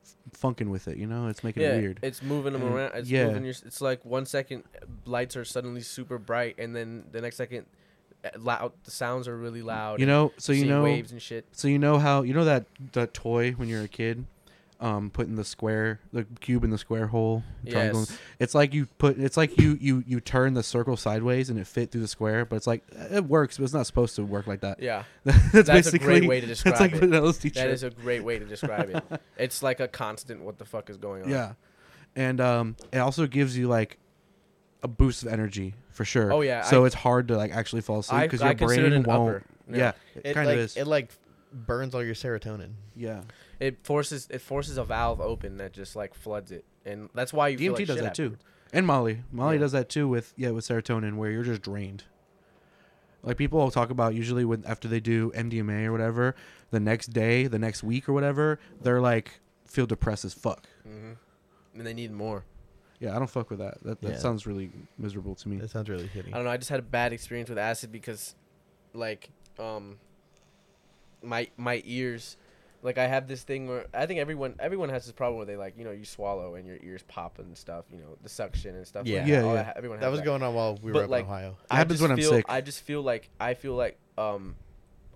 Speaker 3: f- funking with it. You know, it's making
Speaker 4: Yeah,
Speaker 3: it weird.
Speaker 4: it's moving them
Speaker 2: Mm,
Speaker 3: And-
Speaker 4: around. It's
Speaker 3: yeah.
Speaker 4: moving your. It's like one second uh, lights are suddenly super bright, and then the next second, uh, loud. The sounds are really loud.
Speaker 3: you
Speaker 4: and
Speaker 3: know, so you
Speaker 4: seeing
Speaker 3: know,
Speaker 4: waves and shit.
Speaker 3: so you know how you know that that toy when you're a kid, um, putting the square, the cube in the square hole, triangle.
Speaker 4: Yes.
Speaker 3: It's like you put. It's like you you you turn the circle sideways and it fit through the square. But it's like it works, but it's not supposed to work like that.
Speaker 4: Yeah,
Speaker 3: that's,
Speaker 4: That's a great
Speaker 3: basically
Speaker 4: way to describe
Speaker 3: That's like
Speaker 4: it.
Speaker 3: an LSD
Speaker 4: that
Speaker 3: trip.
Speaker 4: is a great way to describe it. It's like a constant. What the fuck is going on?
Speaker 3: Yeah, and um, it also gives you like a boost of energy for sure.
Speaker 4: Oh, yeah,
Speaker 3: So
Speaker 4: I-
Speaker 3: it's hard to like actually fall asleep
Speaker 4: I-
Speaker 3: because
Speaker 4: I
Speaker 3: your
Speaker 4: consider it
Speaker 3: brain
Speaker 4: an
Speaker 3: won't.
Speaker 4: upper. Yeah.
Speaker 3: Yeah, it,
Speaker 2: It
Speaker 3: kind
Speaker 2: like,
Speaker 3: of is.
Speaker 2: It like burns all your serotonin.
Speaker 3: yeah,
Speaker 4: It forces it forces a valve open that just like floods it, and that's why you. feel
Speaker 3: DMT
Speaker 4: like
Speaker 3: does
Speaker 4: shit
Speaker 3: that too,
Speaker 4: afterwards.
Speaker 3: and Molly. Molly
Speaker 4: Yeah.
Speaker 3: does that too with yeah with serotonin where you're just drained. Like people will talk about usually when after they do MDMA or whatever, the next day, the next week or whatever, they're like feel depressed as fuck.
Speaker 4: and they need more.
Speaker 3: Yeah, I don't fuck with that. That, that
Speaker 2: Yeah.
Speaker 3: sounds really miserable to me.
Speaker 2: That sounds really hitting.
Speaker 4: I don't know. I just had a bad experience with acid because, like, um, my my ears, like I have this thing where I think everyone everyone has this problem where they like you know you swallow and your ears pop and stuff you know the suction and stuff. like
Speaker 2: Yeah.
Speaker 4: that.
Speaker 3: Yeah,
Speaker 4: All
Speaker 3: yeah.
Speaker 4: that- everyone
Speaker 2: That
Speaker 4: has
Speaker 2: was going on while we were
Speaker 4: But,
Speaker 2: up
Speaker 4: like,
Speaker 2: in Ohio.
Speaker 4: I
Speaker 3: happens
Speaker 4: just
Speaker 3: when I'm
Speaker 4: feel,
Speaker 3: sick.
Speaker 4: I just feel like I feel like um,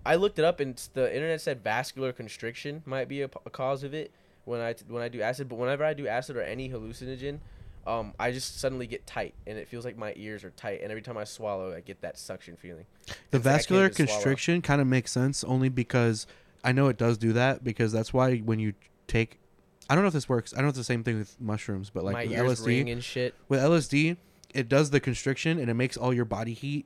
Speaker 4: I looked it up and it's- the internet said vascular constriction might be a, p- a cause of it when I t- when I do acid. But whenever I do acid or any hallucinogen, um, I just suddenly get tight and it feels like my ears are tight. And every time I swallow, I get that suction feeling.
Speaker 3: The
Speaker 4: It's like I can't
Speaker 3: vascular
Speaker 4: even swallow.
Speaker 3: constriction kind of makes sense only because I know it does do that because that's why when you take, I don't know if this works. I don't know if it's the same thing with mushrooms, but like
Speaker 4: my
Speaker 3: with
Speaker 4: ears
Speaker 3: LSD,
Speaker 4: ring and shit.
Speaker 3: with LSD, it does the constriction and it makes all your body heat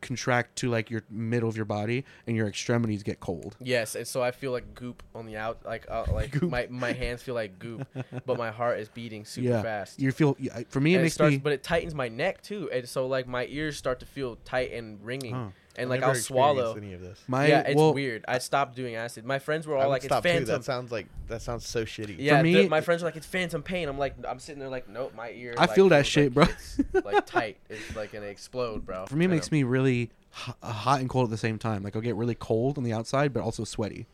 Speaker 3: contract to like your middle of your body and your extremities get cold.
Speaker 4: Yes, and so I feel like goop on the out, like uh, like
Speaker 3: Goop.
Speaker 4: my my hands feel like goop, but my heart is beating super
Speaker 3: yeah,
Speaker 4: fast.
Speaker 3: you feel. yeah, For me, it
Speaker 4: and it
Speaker 3: makes
Speaker 4: starts,
Speaker 3: me.
Speaker 4: but it tightens my neck too, and so like my ears start to feel tight and ringing,
Speaker 3: Oh.
Speaker 4: and
Speaker 2: I
Speaker 4: like
Speaker 2: never
Speaker 4: I'll swallow.
Speaker 2: experienced Any of this?
Speaker 3: my
Speaker 4: yeah, it's
Speaker 3: well,
Speaker 4: weird. I stopped doing acid. My friends were
Speaker 2: I
Speaker 4: all
Speaker 2: would
Speaker 4: like, "It's
Speaker 2: stop too.
Speaker 4: phantom."
Speaker 2: That sounds like that sounds so shitty.
Speaker 4: yeah,
Speaker 3: me,
Speaker 4: th-
Speaker 3: it-
Speaker 4: my friends were like, "It's phantom pain." I'm like, I'm sitting there like, "Nope, my ear."
Speaker 3: I
Speaker 4: like,
Speaker 3: feel that
Speaker 4: feels
Speaker 3: shit,
Speaker 4: like
Speaker 3: bro.
Speaker 4: It's, like tight. It's like gonna explode, bro.
Speaker 3: For me, it
Speaker 4: I
Speaker 3: makes
Speaker 4: know.
Speaker 3: me really h- hot and cold at the same time. Like I'll get really cold on the outside, but also sweaty.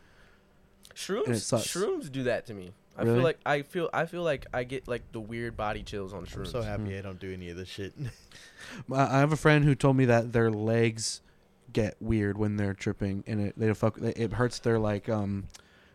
Speaker 4: shrooms.
Speaker 3: and it sucks.
Speaker 4: Shrooms do that to me. I
Speaker 3: Really?
Speaker 4: feel like I feel I feel like I get like the weird body chills on shrooms.
Speaker 2: I'm so
Speaker 3: Mm-hmm.
Speaker 2: happy I don't do any of this shit.
Speaker 4: Mm-hmm.
Speaker 3: I I have a friend who told me that their legs get weird when they're tripping, and it they fuck it hurts their like um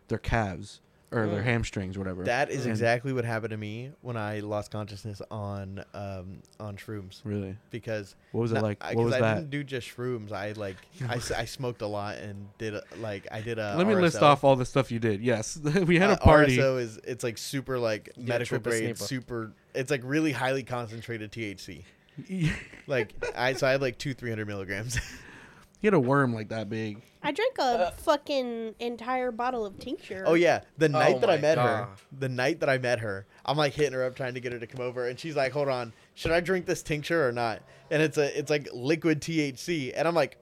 Speaker 3: their calves or their
Speaker 4: Mm.
Speaker 3: hamstrings, whatever.
Speaker 2: that is
Speaker 3: And-
Speaker 2: exactly what happened to me when I lost consciousness on um on shrooms
Speaker 3: really.
Speaker 2: because
Speaker 3: What Mm-hmm. was it
Speaker 2: No,
Speaker 3: like?
Speaker 2: I-
Speaker 3: what
Speaker 2: 'cause
Speaker 3: was
Speaker 2: I
Speaker 3: that?
Speaker 2: didn't do just shrooms. I like I, s- I smoked a lot and did a, like I did a.
Speaker 3: Let me list
Speaker 2: RSO.
Speaker 3: off all the stuff you did. Yes, we had
Speaker 2: Uh,
Speaker 3: a party.
Speaker 2: RSO is it's like super like
Speaker 4: Yeah,
Speaker 2: medical
Speaker 4: triple
Speaker 2: grade,
Speaker 4: snipa.
Speaker 2: super. It's like really highly concentrated THC. Like I so I had like two three hundred milligrams.
Speaker 3: he had a worm like that big.
Speaker 5: I drank a fucking entire bottle of tincture.
Speaker 2: Uh, Oh yeah, the night that I
Speaker 4: my
Speaker 2: met her,
Speaker 4: God.
Speaker 2: the night that I met her, I'm like hitting her up trying to get her to come over, and she's like, "Hold on, should I drink this tincture or not?" And it's a it's like liquid THC, and I'm like,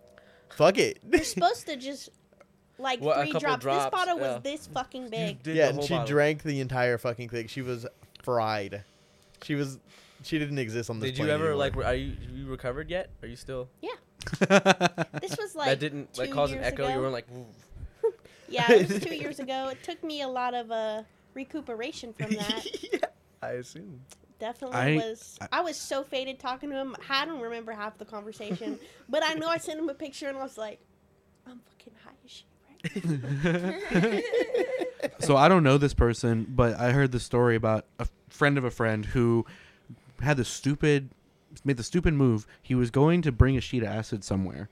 Speaker 2: Fuck it.
Speaker 5: supposed to just like
Speaker 4: What, a
Speaker 5: three
Speaker 4: couple
Speaker 5: drops. This
Speaker 4: drops,
Speaker 5: bottle
Speaker 4: yeah.
Speaker 5: was this fucking big.
Speaker 7: did
Speaker 2: yeah,
Speaker 7: the
Speaker 2: and
Speaker 7: whole
Speaker 2: she
Speaker 7: bottle.
Speaker 2: drank the entire fucking thing. She was fried. She was. She didn't exist on this.
Speaker 4: Did you
Speaker 2: plane
Speaker 4: ever
Speaker 2: anymore.
Speaker 4: like? Re- are you have you recovered yet? Are you still?
Speaker 5: This was like
Speaker 4: that didn't like
Speaker 5: two
Speaker 4: cause an
Speaker 5: years
Speaker 4: echo.
Speaker 5: Ago.
Speaker 4: You weren't like. "Ooh."
Speaker 5: yeah, it was two years ago. It took me a lot of uh, recuperation from that.
Speaker 4: yeah, I assume.
Speaker 5: Definitely
Speaker 3: I-
Speaker 5: was. I was so faded talking to him. I don't remember half the conversation, but I know I sent him a picture and I was like, "I'm fucking high as shit." Right?
Speaker 3: so I don't know this person, but I heard the story about a friend of a friend who had the stupid made the stupid move. He was going to bring a sheet of acid somewhere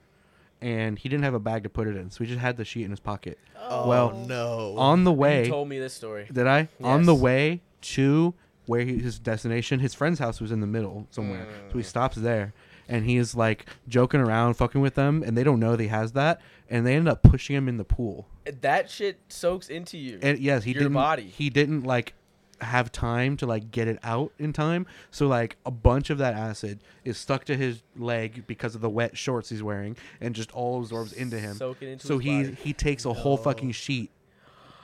Speaker 3: and he didn't have a bag to put it in. So he just had the sheet in his pocket.
Speaker 5: Oh,
Speaker 3: Well,
Speaker 2: no.
Speaker 3: On the
Speaker 4: You
Speaker 3: way,
Speaker 4: told me this story.
Speaker 3: did I? On the
Speaker 4: Yes.
Speaker 3: way to where he, his destination, his friend's house was in the middle somewhere.
Speaker 4: Mm.
Speaker 3: So he stops there and he is like joking around, fucking with them, and they don't know that he has that. And they end up pushing him in the pool.
Speaker 4: That shit soaks into you.
Speaker 3: And yes, he
Speaker 4: Your
Speaker 3: didn't.
Speaker 4: body.
Speaker 3: He didn't like have time to like get it out in time. So like a bunch of that acid is stuck to his leg because of the wet shorts he's wearing, and just all absorbs into him.
Speaker 4: Soaking into
Speaker 3: so
Speaker 4: his
Speaker 3: he
Speaker 4: body.
Speaker 3: he takes a whole fucking sheet.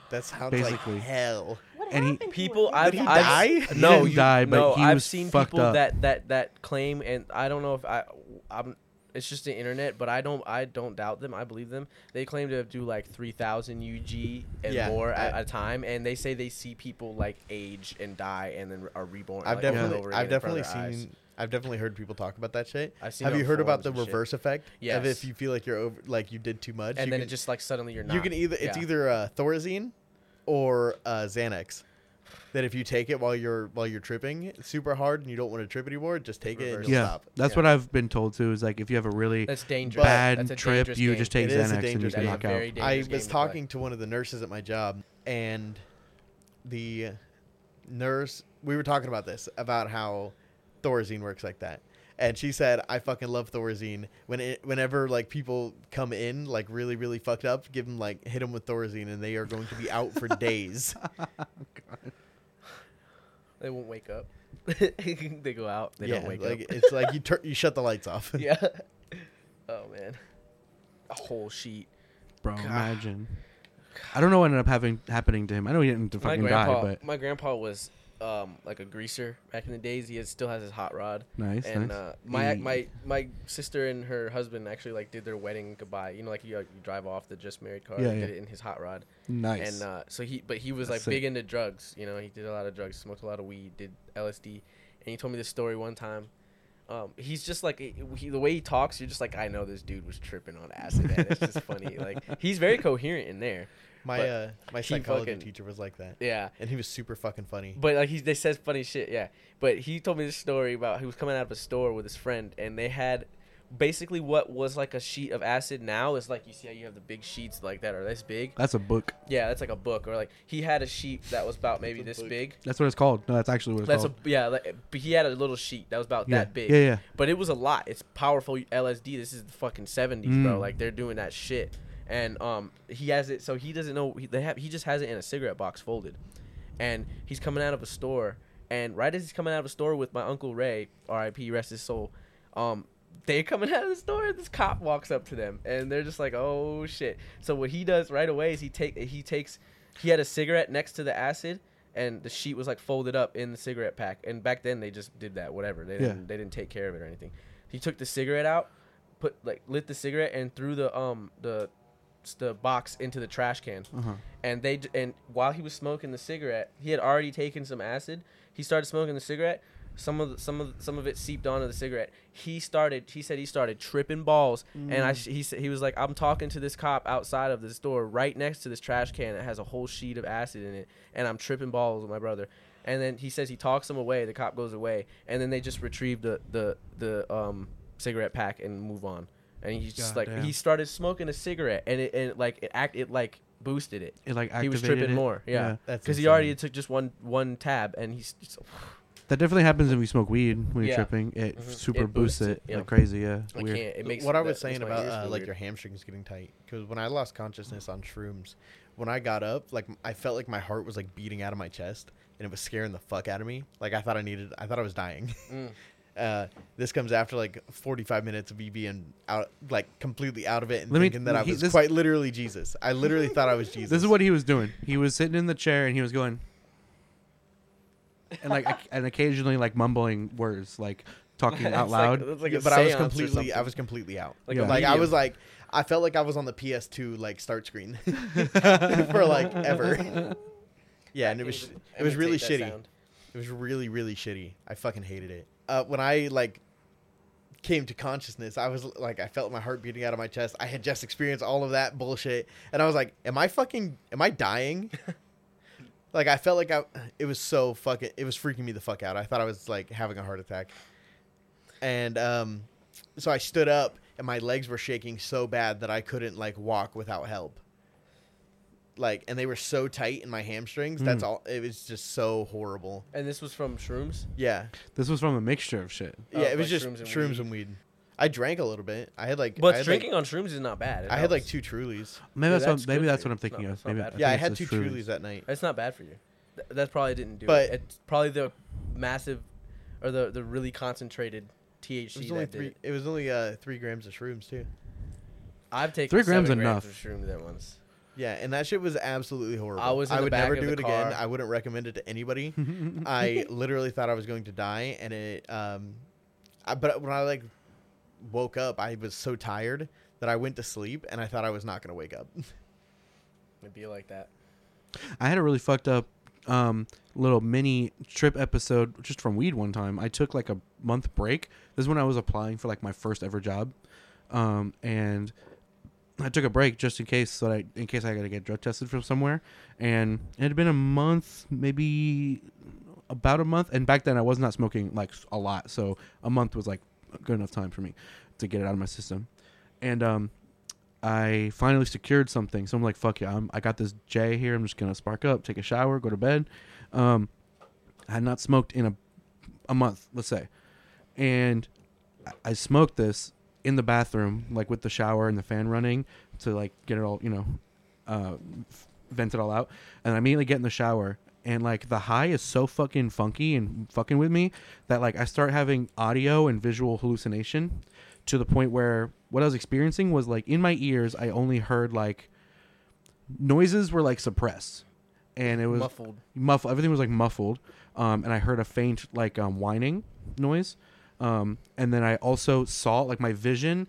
Speaker 2: that sounds
Speaker 3: basically.
Speaker 2: like hell.
Speaker 5: what
Speaker 3: and he-
Speaker 5: happened? to
Speaker 4: people
Speaker 5: him?
Speaker 4: I've,
Speaker 2: he
Speaker 4: I've-
Speaker 2: die? He
Speaker 4: no
Speaker 3: didn't
Speaker 4: you-
Speaker 3: die, but
Speaker 4: no,
Speaker 3: he
Speaker 4: I've
Speaker 3: was
Speaker 4: seen
Speaker 3: fucked
Speaker 4: people
Speaker 3: up.
Speaker 4: that that that claim and I don't know if I I'm it's just the internet but I don't I don't doubt them I believe them they claim to do like 3000 UG and
Speaker 2: Yeah,
Speaker 4: more at
Speaker 2: I-
Speaker 4: a time and they say they see people like age and die and then are reborn
Speaker 2: I've
Speaker 4: like, over and
Speaker 2: definitely.
Speaker 4: over
Speaker 2: I've
Speaker 4: again in front
Speaker 2: definitely
Speaker 4: of their eyes.
Speaker 2: seen. I've definitely heard people talk about that shit.
Speaker 4: I've seen
Speaker 2: Have
Speaker 4: it
Speaker 2: you
Speaker 4: on
Speaker 2: heard about
Speaker 4: forums
Speaker 2: the
Speaker 4: and shit.
Speaker 2: reverse effect? Of
Speaker 4: Yes.
Speaker 2: if you feel like you're over, like you did too much,
Speaker 4: and
Speaker 2: you
Speaker 4: then
Speaker 2: can,
Speaker 4: it just like suddenly you're not
Speaker 2: you can either it's
Speaker 4: Yeah.
Speaker 2: either uh, Thorazine or uh, Xanax. That if you take it while you're while you're tripping super hard and you don't want to trip anymore, just take it and
Speaker 4: reverses
Speaker 2: you'll
Speaker 4: Don't
Speaker 3: yeah,
Speaker 2: stop.
Speaker 3: that's
Speaker 4: Yeah.
Speaker 3: what I've been told too. Is like if you have a really
Speaker 4: that's dangerous
Speaker 3: bad
Speaker 4: That's a
Speaker 3: trip,
Speaker 4: dangerous
Speaker 3: you
Speaker 4: game.
Speaker 3: just take
Speaker 2: It is a
Speaker 3: Xanax and you
Speaker 2: dangerous
Speaker 3: can
Speaker 2: game.
Speaker 3: knock
Speaker 4: That is
Speaker 3: out.
Speaker 4: very
Speaker 2: I
Speaker 4: dangerous game
Speaker 2: was
Speaker 4: to play.
Speaker 2: talking to one of the nurses at my job, and the nurse, we were talking about this, about how Thorazine works like that. And she said, "I fucking love Thorazine. When it, whenever like people come in like really really fucked up, give them like hit them with Thorazine, and they are going to be out for days.
Speaker 4: they won't wake up they go out they
Speaker 2: yeah,
Speaker 4: don't wake
Speaker 2: like
Speaker 4: up
Speaker 2: it's like you tur- you shut the lights off.
Speaker 4: yeah oh man a whole sheet
Speaker 3: Bro, imagine. I don't know what ended up having happening to him. I know he didn't
Speaker 4: my
Speaker 3: fucking
Speaker 4: grandpa,
Speaker 3: die, but
Speaker 4: my grandpa was um, like a greaser back in the days. He has, still has his hot rod.
Speaker 3: Nice,
Speaker 4: And
Speaker 3: nice.
Speaker 4: Uh, my
Speaker 3: Mm.
Speaker 4: my my sister and her husband actually like did their wedding goodbye. You know, like you, like, you drive off the just married car.
Speaker 3: Yeah,
Speaker 4: they
Speaker 3: yeah.
Speaker 4: Did it in his hot rod.
Speaker 3: nice.
Speaker 4: And uh, so he, but he was
Speaker 3: That's
Speaker 4: like big
Speaker 3: sick.
Speaker 4: into drugs. You know, he did a lot of drugs, smoked a lot of weed, did LSD, and he told me this story one time. Um, he's just like he, he- the way he talks. You're just like, I know this dude was tripping on acid. Man. It's just funny. Like he's very coherent in there.
Speaker 2: My
Speaker 4: But
Speaker 2: uh, my
Speaker 4: he
Speaker 2: psychology
Speaker 4: fucking-
Speaker 2: teacher was like that,
Speaker 4: Yeah.
Speaker 2: and he was super fucking funny.
Speaker 4: But like he, they says funny shit, yeah. But he told me this story about he was coming out of a store with his friend, and they had basically what was like a sheet of acid. Now is like you see how you have the big sheets like that are this big.
Speaker 3: that's a book.
Speaker 4: Yeah, that's like a book, or like he had a sheet that was about maybe
Speaker 2: a
Speaker 4: this
Speaker 2: book.
Speaker 4: big.
Speaker 3: That's what it's called. No, that's actually what it's
Speaker 4: That's a
Speaker 3: called.
Speaker 4: yeah, like, but he had a little sheet that was about
Speaker 3: Yeah.
Speaker 4: that big.
Speaker 3: Yeah, yeah.
Speaker 4: But it was a lot. It's powerful LSD. This is the fucking seventies, bro.
Speaker 3: Mm.
Speaker 4: Like they're doing that shit, and um, he has it. So he doesn't know. He, they have. He just has it in a cigarette box folded, and he's coming out of a store. And right as he's coming out of a store with my uncle Ray, R.I.P. Rest his soul. Um, they're coming out of the store. and This cop walks up to them, and they're just like, "Oh shit!" So what he does right away is he take he takes he had a cigarette next to the acid and the sheet was like folded up in the cigarette pack and back then they just did that whatever they
Speaker 3: Yeah.
Speaker 4: didn't they didn't take care of it or anything he took the cigarette out put like lit the cigarette and threw the um the the box into the trash can and they d- and while he was smoking the cigarette he had already taken some acid he started smoking the cigarette some of the, some of some of it seeped onto the cigarette. He started. He said he started tripping balls, and I sh- he said he was like, I'm talking to this cop outside of this door, right next to this trash can that has a whole sheet of acid in it, and I'm tripping balls with my brother. And then he says he talks him away. The cop goes away, and then they just retrieve the the the um cigarette pack and move on. And he's just like
Speaker 3: Goddamn.
Speaker 4: he started smoking a cigarette, and it and it, like it act it like boosted it.
Speaker 3: It like
Speaker 4: He was
Speaker 3: activated
Speaker 4: tripping
Speaker 3: it.
Speaker 4: more, yeah,
Speaker 2: That's
Speaker 4: because he
Speaker 2: insane.
Speaker 4: already took just one one tab, and he's just,
Speaker 3: That definitely happens if you smoke weed when
Speaker 4: Yeah.
Speaker 3: you're tripping. It
Speaker 4: Mhm.
Speaker 3: super
Speaker 4: It boosts
Speaker 3: boosts
Speaker 4: it,
Speaker 3: it,
Speaker 4: yeah.
Speaker 3: like crazy. Yeah,
Speaker 4: I
Speaker 3: weird.
Speaker 4: can't. It makes
Speaker 2: what I
Speaker 4: that
Speaker 2: was
Speaker 4: makes
Speaker 2: saying
Speaker 4: my
Speaker 2: about
Speaker 4: ears
Speaker 2: uh,
Speaker 4: feel
Speaker 2: like
Speaker 4: weird.
Speaker 2: your hamstrings getting tight because when I lost consciousness on shrooms, when I got up, like m- I felt like my heart
Speaker 4: Mm.
Speaker 2: was like beating out of my chest and it was scaring the fuck out of me. Like I thought I needed, I thought I was dying, Uh, this comes after like 45 minutes of me being out, like completely out of it, and
Speaker 3: Let me-
Speaker 2: thinking that I
Speaker 3: he-
Speaker 2: was
Speaker 3: this-
Speaker 2: quite literally Jesus. I literally thought I was Jesus.
Speaker 3: This is what he was doing. He was sitting in the chair and he was going, and like, ac- and occasionally like mumbling words, like talking out
Speaker 4: It's like-
Speaker 3: loud.
Speaker 4: it's like a
Speaker 2: Yeah, but I was
Speaker 4: seance or
Speaker 2: completely, I
Speaker 4: something.
Speaker 2: was completely out.
Speaker 4: Like
Speaker 2: Like,
Speaker 3: a
Speaker 2: I
Speaker 4: medium.
Speaker 2: was like, I felt like I was on the PS2 like start screen for like ever. Yeah, and it
Speaker 4: Imitate-
Speaker 2: was it was really
Speaker 4: imitate that
Speaker 2: shitty.
Speaker 4: sound.
Speaker 2: It was really really shitty. I fucking hated it. Uh, when I like came to consciousness, I was like, I felt my heart beating out of my chest. I had just experienced all of that bullshit, and I was like, Am I fucking? Am I dying? like I felt like I. It was so fucking. It was freaking me the fuck out. I thought I was like having a heart attack, and um, so I stood up, and my legs were shaking so bad that I couldn't like walk without help. Like, and they were so tight in my hamstrings. That's all. It was just so horrible.
Speaker 4: And this was from shrooms.
Speaker 2: Yeah.
Speaker 3: This was from a mixture of shit.
Speaker 2: Yeah,
Speaker 4: Oh,
Speaker 2: it was
Speaker 4: like
Speaker 2: just
Speaker 4: shrooms and
Speaker 2: shrooms
Speaker 4: weed.
Speaker 2: and weed. I drank a little bit. I had like I
Speaker 4: But
Speaker 2: had
Speaker 4: drinking
Speaker 2: like,
Speaker 4: on shrooms is not bad. It
Speaker 2: I had like
Speaker 4: helps.
Speaker 2: two Trulies.
Speaker 3: Maybe
Speaker 4: Yeah,
Speaker 3: that's,
Speaker 4: that's
Speaker 3: what, maybe
Speaker 4: good
Speaker 3: that's
Speaker 4: for
Speaker 3: what
Speaker 4: you.
Speaker 3: I'm thinking
Speaker 4: No,
Speaker 3: of.
Speaker 4: it's not
Speaker 3: Maybe
Speaker 4: bad for
Speaker 3: think
Speaker 4: you.
Speaker 2: Yeah, I
Speaker 3: it's
Speaker 2: had
Speaker 3: the
Speaker 2: two
Speaker 3: Trulies.
Speaker 2: Trulies that night.
Speaker 4: It's not bad for you. Th- That's probably didn't do
Speaker 2: But-
Speaker 4: it. It's probably the massive, or the the really concentrated THC
Speaker 2: It was
Speaker 4: that
Speaker 2: only
Speaker 4: did
Speaker 2: three.
Speaker 4: it.
Speaker 2: It was only uh, three grams of shrooms too.
Speaker 4: I've taken
Speaker 3: Three
Speaker 4: seven
Speaker 3: grams enough.
Speaker 4: of shroom that once.
Speaker 2: Yeah, and that shit was absolutely horrible.
Speaker 4: I was in
Speaker 2: I
Speaker 4: the
Speaker 2: would
Speaker 4: back
Speaker 2: never
Speaker 4: of
Speaker 2: do
Speaker 4: the
Speaker 2: it again.
Speaker 4: car.
Speaker 2: I wouldn't recommend it to anybody. I literally thought I was going to die, and it. Um, I, but when I like woke up, I was so tired that I went to sleep, and I thought I was not going to wake up.
Speaker 4: It'd be like that.
Speaker 3: I had a really fucked up um, little mini trip episode just from weed one time. I took like a month break. This is when I was applying for like my first ever job, um, and I took a break just in case so that I, in case I got to get drug tested from somewhere. And it had been a month, maybe about a month. And back then I was not smoking like a lot, so a month was like good enough time for me to get it out of my system. And um, I finally secured something. So I'm like, fuck yeah, I'm, I got this J here. I'm just gonna spark up, take a shower, go to bed. Um, I had not smoked in a a month, let's say, and I- I smoked this in the bathroom, like with the shower and the fan running to like get it all, you know, uh, f- vent it all out. And I immediately get in the shower, and like the high is so fucking funky and fucking with me that like I start having audio and visual hallucination to the point where what I was experiencing was like in my ears, I only heard like noises were like suppressed. And it was
Speaker 4: Muffled.
Speaker 3: muffled. Everything was like muffled, um, and I heard a faint like um, whining noise, um, and then I also saw like my vision,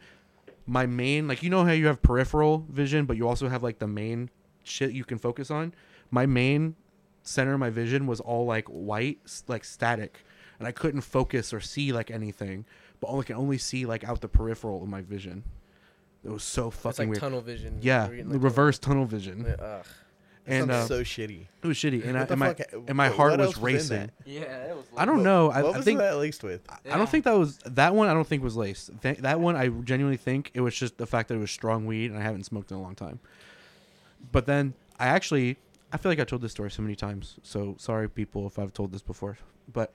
Speaker 3: my main like you know how you have peripheral vision, but you also have like the main shit you can focus on. My main center of my vision was all like white, s- like static, and I couldn't focus or see like anything, but only can only see like out the peripheral of my vision. It was so fucking
Speaker 4: It's like
Speaker 3: weird.
Speaker 4: tunnel vision.
Speaker 3: yeah,
Speaker 4: You're
Speaker 3: the
Speaker 4: eating, like,
Speaker 3: reverse tunnel vision,
Speaker 4: tunnel- Ugh.
Speaker 3: and
Speaker 2: Sounds
Speaker 3: uh,
Speaker 2: so shitty.
Speaker 3: it was shitty, and, I,
Speaker 2: What the
Speaker 3: and my
Speaker 2: fuck-
Speaker 3: and my
Speaker 2: what-
Speaker 3: heart
Speaker 2: what
Speaker 3: was
Speaker 2: else was in
Speaker 3: racing.
Speaker 2: that?
Speaker 4: Yeah, that was.
Speaker 3: I don't know. I,
Speaker 2: what
Speaker 3: I
Speaker 2: was
Speaker 3: think
Speaker 2: that laced with?
Speaker 3: I don't think that was that one. I don't think was laced. Th- that one, I genuinely think it was just the fact that it was strong weed, and I haven't smoked in a long time. But then I actually, I feel like I told this story so many times. So sorry, people, if I've told this before. But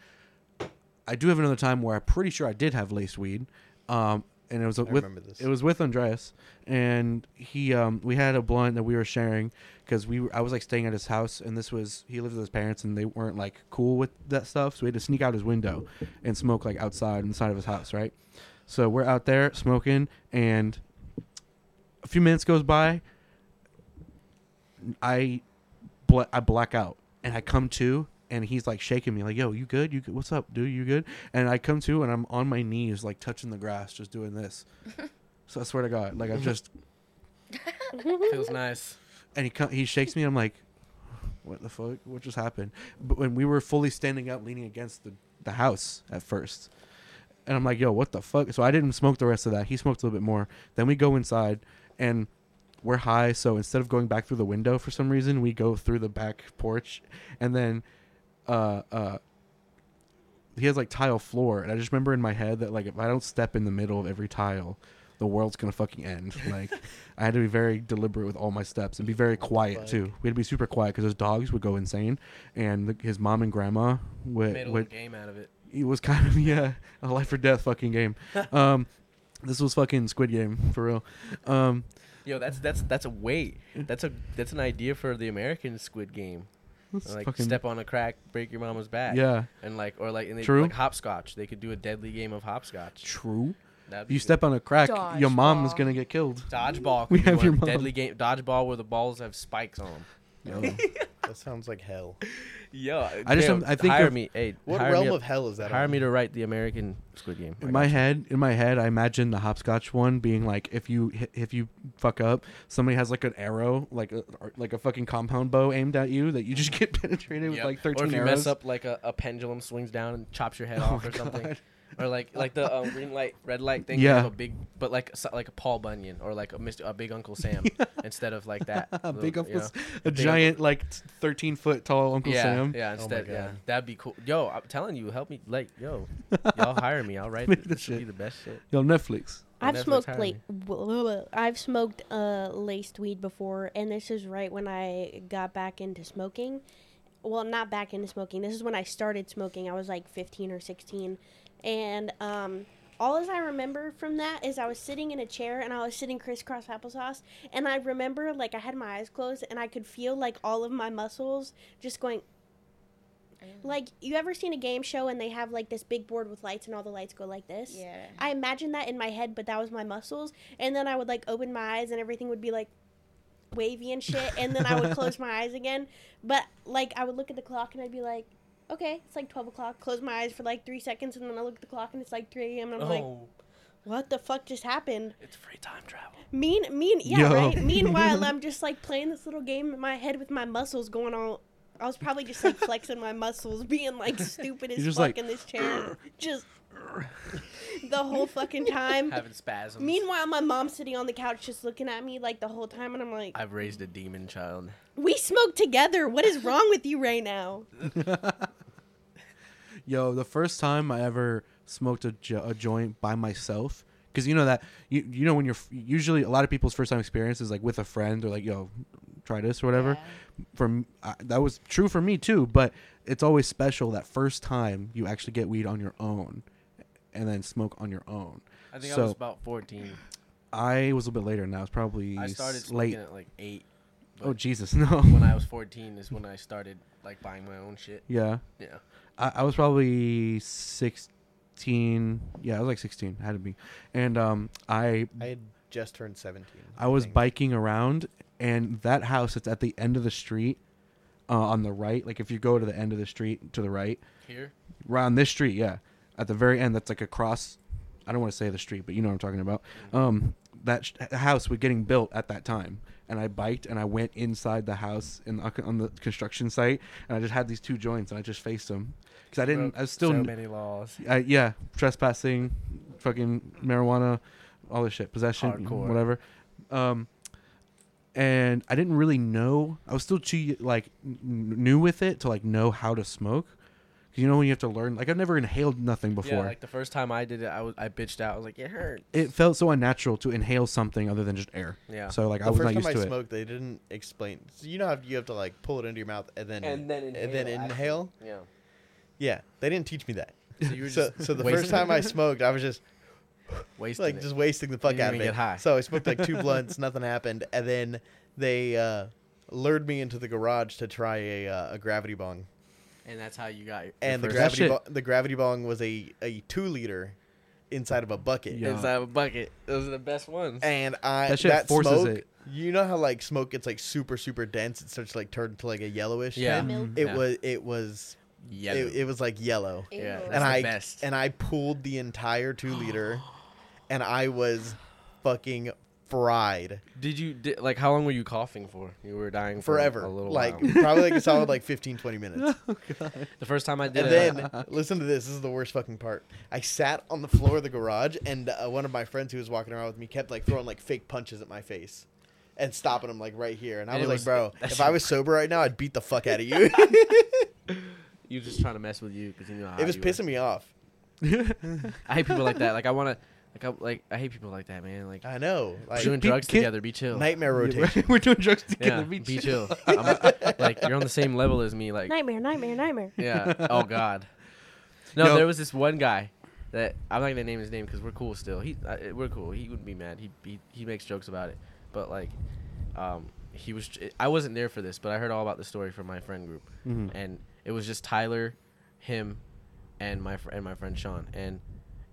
Speaker 3: I do have another time where I'm pretty sure I did have laced weed, um, and it was with
Speaker 2: remember this.
Speaker 3: it was with Andreas, and he um, we had a blunt that we were sharing because we were, I was like staying at his house, and this was he lived with his parents, and they weren't like cool with that stuff, so we had to sneak out his window and smoke like outside inside of his house, right? So we're out there smoking, and a few minutes goes by. I bla- I black out and I come to and he's like shaking me like yo you good you good? what's up dude you good and I come to and I'm on my knees like touching the grass just doing this so I swear to God like I'm just
Speaker 4: Feels nice.
Speaker 3: and he come, he shakes me I'm like what the fuck what just happened but when we were fully standing up leaning against the the house at first and I'm like yo what the fuck so I didn't smoke the rest of that he smoked a little bit more then we go inside and we're high so instead of going back through the window for some reason we go through the back porch and then uh uh he has like tile floor and i just remember in my head that like if i don't step in the middle of every tile the world's gonna fucking end like i had to be very deliberate with all my steps and be very quiet too we had to be super quiet because his dogs would go insane and the, his mom and grandma
Speaker 4: Made
Speaker 3: would,
Speaker 4: a
Speaker 3: would
Speaker 4: little game out of it.
Speaker 3: it was kind of yeah a life or death fucking game um this was fucking squid game for real um
Speaker 4: Yo, that's that's that's a wait. That's a that's an idea for the American Squid Game.
Speaker 3: Let's
Speaker 4: like
Speaker 3: fucking-
Speaker 4: step on a crack, break your mama's back.
Speaker 3: Yeah.
Speaker 4: And like or like and they
Speaker 3: True.
Speaker 4: like hopscotch. They could do a deadly game of hopscotch.
Speaker 3: True.
Speaker 4: That'd be
Speaker 3: You
Speaker 4: good.
Speaker 3: step on a crack, your mom is
Speaker 6: Dodgeball.
Speaker 3: gonna get killed.
Speaker 4: dodgeball.
Speaker 3: We
Speaker 4: could be
Speaker 3: have
Speaker 4: one.
Speaker 3: your mom.
Speaker 4: deadly game dodgeball where the balls have spikes on them.
Speaker 2: That sounds like hell.
Speaker 4: Yo,
Speaker 3: I just
Speaker 4: yo,
Speaker 3: am- I think
Speaker 4: hire
Speaker 3: if-
Speaker 4: me. Hey,
Speaker 2: What
Speaker 4: hire
Speaker 2: realm
Speaker 4: me up-
Speaker 2: of hell is that?
Speaker 4: hire
Speaker 2: on?
Speaker 4: me to write the American Squid Game. I
Speaker 3: In my
Speaker 4: got you.
Speaker 3: head, in my head, I imagine the hopscotch one being like if you hi- if you fuck up, somebody has like an arrow, like a or like a fucking compound bow aimed at you that you just get penetrated
Speaker 4: Yep.
Speaker 3: with like thirteen
Speaker 4: Or if you
Speaker 3: arrows. Oh
Speaker 4: mess up, like a, a pendulum swings down and chops your head off or something.
Speaker 3: God.
Speaker 4: Or like like the um, green light, red light thing. Yeah.
Speaker 3: Yeah.
Speaker 4: Have a big, but like so- like a Paul Bunyan or like a Mr. a Big Uncle Sam instead of like that.
Speaker 3: a
Speaker 4: little-
Speaker 3: big
Speaker 4: you
Speaker 3: Uncle,
Speaker 4: know?
Speaker 3: S- a
Speaker 4: Big
Speaker 3: giant like thirteen foot tall Uncle
Speaker 4: yeah,
Speaker 3: Sam. Oh
Speaker 4: Yeah,
Speaker 2: my
Speaker 4: instead, yeah,
Speaker 2: God.
Speaker 4: that'd be cool. Yo, I'm telling you, help me. Like, yo, y'all hire me. I'll write
Speaker 3: Make
Speaker 4: it.
Speaker 3: the
Speaker 4: This should be
Speaker 3: shit.
Speaker 4: the best shit.
Speaker 3: Yo, Netflix.
Speaker 5: I've
Speaker 4: Netflix
Speaker 5: smoked
Speaker 4: hired
Speaker 5: late.
Speaker 4: me.
Speaker 5: I've smoked uh, laced weed before, and this is right when I got back into smoking. Well, not back into smoking. This is when I started smoking. I was like 15 or 16, and um, all as I remember from that is I was sitting in a chair and I was sitting crisscross applesauce, and I remember like I had my eyes closed and I could feel like all of my muscles just going. Like you ever seen a game show and they have like this big board with lights and all the lights go like this?
Speaker 6: Yeah.
Speaker 5: I imagined that in my head, but that was my muscles. And then I would like open my eyes and everything would be like wavy and shit. And then I would close my eyes again. But like I would look at the clock and I'd be like, okay, it's like 12 o'clock. Close my eyes for like three seconds. And then I look at the clock and it's like 3 a.m. And I'm
Speaker 4: Oh.
Speaker 5: like, what the fuck just happened?
Speaker 4: it's free time travel.
Speaker 5: Mean, mean, yeah,
Speaker 3: Yo.
Speaker 5: right? Meanwhile, I'm just like playing this little game in my head with my muscles going all. I was probably just like flexing my muscles, being like stupid as
Speaker 3: You're just
Speaker 5: fuck
Speaker 3: like,
Speaker 5: in this chair. Just the whole fucking time.
Speaker 4: Having spasms.
Speaker 5: Meanwhile, my mom's sitting on the couch just looking at me like the whole time, and I'm like,
Speaker 4: I've raised a demon child.
Speaker 5: "We smoke together. What is wrong with you right now?"
Speaker 3: Yo, the first time I ever smoked a, jo- a joint by myself, because you know that you you know when you're f- usually a lot of people's first time experience is like with a friend or like yo, try this or whatever. For m I that was true for me too, but it's always special that first time you actually get weed on your own, and then smoke on your own.
Speaker 4: I think
Speaker 3: so
Speaker 4: I was about 14.
Speaker 3: I was a bit later, and I was probably
Speaker 4: I started
Speaker 3: s-
Speaker 4: late
Speaker 3: late.
Speaker 4: at like eight.
Speaker 3: Oh Jesus, no.
Speaker 4: When I was 14 is when I started like buying my own shit.
Speaker 3: yeah,
Speaker 4: Yeah.
Speaker 3: I, I was probably sixteen. Yeah, I was like sixteen. Had to be, and um, I
Speaker 2: I had just turned seventeen.
Speaker 3: I was
Speaker 2: think.
Speaker 3: biking around, and that house that's at the end of the street, uh, on the right. Like if you go to the end of the street to the right,
Speaker 4: Here.
Speaker 3: right on this street, yeah, at the very end. That's like across. I don't want to say the street, but you know what I'm talking about. Um, that sh- house was getting built at that time, and I biked and I went inside the house in on the construction site, and I just had these two joints, and I just faced them because I didn't. I was still
Speaker 4: so many laws.
Speaker 3: I, yeah, trespassing, fucking marijuana, all this shit, possession,
Speaker 4: Hardcore.
Speaker 3: whatever. Um, and I didn't really know. I was still too like n- new with it to like know how to smoke. 'Cause You know when you have to learn. Like I've never inhaled nothing before.
Speaker 4: Yeah, like the first time I did it, I was I bitched out. I was like, it hurt.
Speaker 3: it felt so unnatural to inhale something other than just air.
Speaker 4: Yeah.
Speaker 3: So like
Speaker 2: The
Speaker 3: I was
Speaker 2: first
Speaker 3: not
Speaker 2: time
Speaker 3: used
Speaker 2: I
Speaker 3: to it.
Speaker 2: smoked, they didn't explain. So you know how you have to like pull it into your mouth and then
Speaker 4: And then
Speaker 2: and then
Speaker 4: inhale after.
Speaker 2: inhale.
Speaker 4: Yeah.
Speaker 2: Yeah, they didn't teach me that.
Speaker 4: So you were
Speaker 2: So,
Speaker 4: just
Speaker 2: so the
Speaker 4: wasting
Speaker 2: first time
Speaker 4: it.
Speaker 2: I smoked, I was just
Speaker 4: wasting
Speaker 2: like
Speaker 4: it.
Speaker 2: just wasting the fuck
Speaker 4: didn't
Speaker 2: out of
Speaker 4: even
Speaker 2: it.
Speaker 4: get high.
Speaker 2: So I smoked like two blunts, nothing happened, and then they uh, lured me into the garage to try a, uh, a gravity bong.
Speaker 4: and that's how you got your
Speaker 2: And the
Speaker 4: first
Speaker 3: That
Speaker 2: gravity
Speaker 3: shit-
Speaker 2: bo- the gravity bong was a, a two liter inside of a bucket.
Speaker 3: Yeah.
Speaker 4: inside of a bucket. Those are the best ones.
Speaker 2: And I that,
Speaker 3: That shit forces
Speaker 2: smoke,
Speaker 3: it.
Speaker 2: You know how like smoke gets like super super dense. It starts to like turn to like a yellowish.
Speaker 4: Yeah.
Speaker 2: tint?
Speaker 5: Milk.
Speaker 2: It
Speaker 4: Yeah.
Speaker 2: was it was
Speaker 4: Yellow.
Speaker 2: it, it was like yellow.
Speaker 4: yeah.
Speaker 6: Ew.
Speaker 4: That's
Speaker 2: and
Speaker 4: the
Speaker 2: I
Speaker 4: best.
Speaker 2: and I pulled the entire two liter, and I was fucking fried
Speaker 4: did you di like how long were you coughing for? You were dying for
Speaker 2: forever.
Speaker 4: a little
Speaker 2: like
Speaker 4: while.
Speaker 2: probably like a solid like 15, 20 minutes.
Speaker 4: The first time I did
Speaker 2: And
Speaker 4: it,
Speaker 2: then listen to this. This is the worst fucking part. I sat on the floor of the garage, and uh, one of my friends who was walking around with me kept like throwing like fake punches at my face. And stopping him like right here, and I was,
Speaker 4: And it
Speaker 2: like,
Speaker 4: was-
Speaker 2: "Bro,
Speaker 4: that
Speaker 2: if
Speaker 4: shit-
Speaker 2: I was sober right now, I'd beat the fuck out of you."
Speaker 4: you were just trying to mess with you because you know how
Speaker 2: it was
Speaker 4: you
Speaker 2: pissing me off.
Speaker 4: Were. I hate people like that. Like I want to, like I like I hate people like that, man. Like
Speaker 2: I know,
Speaker 4: we're
Speaker 2: like
Speaker 4: doing
Speaker 3: be
Speaker 4: drugs
Speaker 3: kid-
Speaker 4: together. Be chill.
Speaker 2: nightmare rotation.
Speaker 3: We're doing drugs together.
Speaker 4: yeah,
Speaker 3: be
Speaker 4: be
Speaker 3: chill.
Speaker 4: chill. I'm- like you're on the same level as me. Like
Speaker 5: Nightmare, nightmare, nightmare.
Speaker 4: Yeah. Oh God. No,
Speaker 3: Yo-
Speaker 4: there was this one guy that I'm not gonna name his name because we're cool still. He, I, we're cool. He wouldn't be mad. He, he he makes jokes about it, but like, um, he was I wasn't there for this, but I heard all about the story from my friend group, and it was just Tyler, him, and my fr- and my friend Sean, and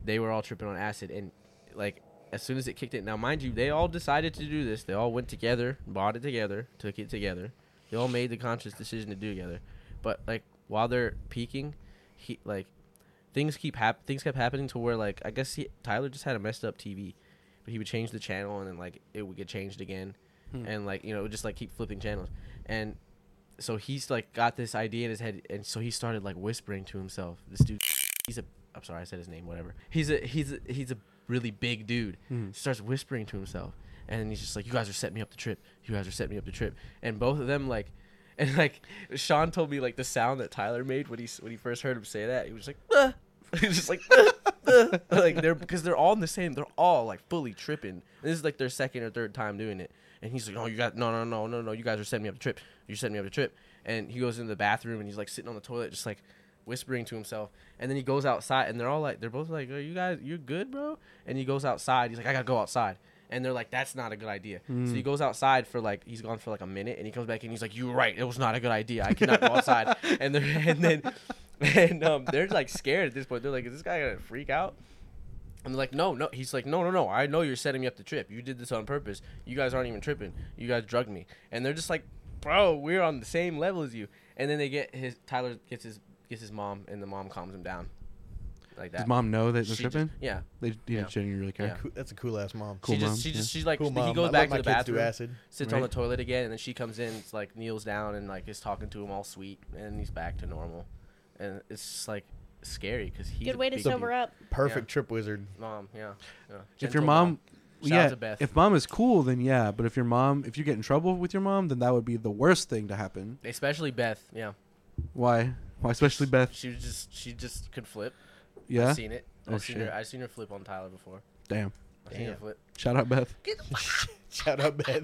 Speaker 4: they were all tripping on acid, and like as soon as it kicked it. Now, mind you, they all decided to do this. They all went together, bought it together, took it together. They all made the conscious decision to do it together, but like while they're peaking, he like things keep hap- things kept happening to where like I guess he, Tyler just had a messed up TV, but he would change the channel and then like it would get changed again, and like you know it would just like keep flipping channels, and so he's like got this idea in his head, and so he started like whispering to himself. This dude, he's a I'm sorry I said his name whatever. He's a he's a, he's a really big dude. Starts whispering to himself, and he's just like you guys are setting me up the trip. You guys are setting me up the trip, and both of them like. And like Sean told me, like the sound that Tyler made when he s- when he first heard him say that, he was like, "Ah." He's just like, like they're because they're all in the same. They're all like fully tripping. And this is like their second or third time doing it. And he's like, "Oh, you got no, no, no, no, no. You guys are setting me up a trip. You're setting me up a trip." And he goes into the bathroom and he's like sitting on the toilet, just like whispering to himself. And then he goes outside and they're all like, they're both like, "Are you guys, you're good, bro?" And he goes outside. He's like, "I gotta go outside." And they're like, "That's not a good idea." So he goes outside for like he's gone for like a minute and he comes back and he's like, "You were right. It was not a good idea. I cannot go outside." And they're and then and um, they're like scared at this point. They're like, "Is this guy gonna freak out?" And they're like, "No, no." He's like, "No, no, no. I know you're setting me up to trip. You did this on purpose. You guys aren't even tripping. You guys drugged me." And they're just like, "Bro, we're on the same level as you." And then they get his Tyler gets his gets his mom, and the mom calms him down, like that.
Speaker 3: Does mom know that
Speaker 4: She
Speaker 3: they're
Speaker 4: just-
Speaker 3: tripping?
Speaker 4: yeah.
Speaker 3: They yeah,
Speaker 4: Yeah.
Speaker 3: genuinely really care.
Speaker 4: Yeah.
Speaker 2: Coo- That's a cool ass mom.
Speaker 3: Cool
Speaker 4: she
Speaker 3: mom,
Speaker 4: just, she
Speaker 3: yeah.
Speaker 4: just, she's like,
Speaker 2: Cool
Speaker 4: he
Speaker 2: mom.
Speaker 4: goes
Speaker 2: I
Speaker 4: back
Speaker 2: let
Speaker 4: to the
Speaker 2: my kids do
Speaker 4: bathroom,
Speaker 2: acid.
Speaker 4: sits on the toilet again, and then she comes in, it's like kneels down and like is talking to him all sweet, and he's back to normal, and it's just like scary because he's
Speaker 5: Good
Speaker 4: a
Speaker 5: way to
Speaker 4: big
Speaker 5: sober
Speaker 4: dude.
Speaker 5: up.
Speaker 2: Perfect trip wizard.
Speaker 4: Mom, yeah. yeah.
Speaker 3: If your
Speaker 4: Gentle
Speaker 3: mom,
Speaker 4: Shout out
Speaker 3: yeah,
Speaker 4: to Beth.
Speaker 3: if mom is cool, then yeah. But if your mom, if you get in trouble with your mom, then that would be the worst thing to happen.
Speaker 4: especially Beth, yeah,
Speaker 3: Why? Why, especially Beth?
Speaker 4: she was just she just could flip.
Speaker 3: Yeah.
Speaker 4: I've seen it.
Speaker 3: Oh,
Speaker 4: I've seen
Speaker 3: shit.
Speaker 4: her. I've seen her flip on Tyler before.
Speaker 3: Damn.
Speaker 4: I've seen her
Speaker 2: Damn.
Speaker 4: flip.
Speaker 3: Shout out Beth.
Speaker 2: Shout out, Beth.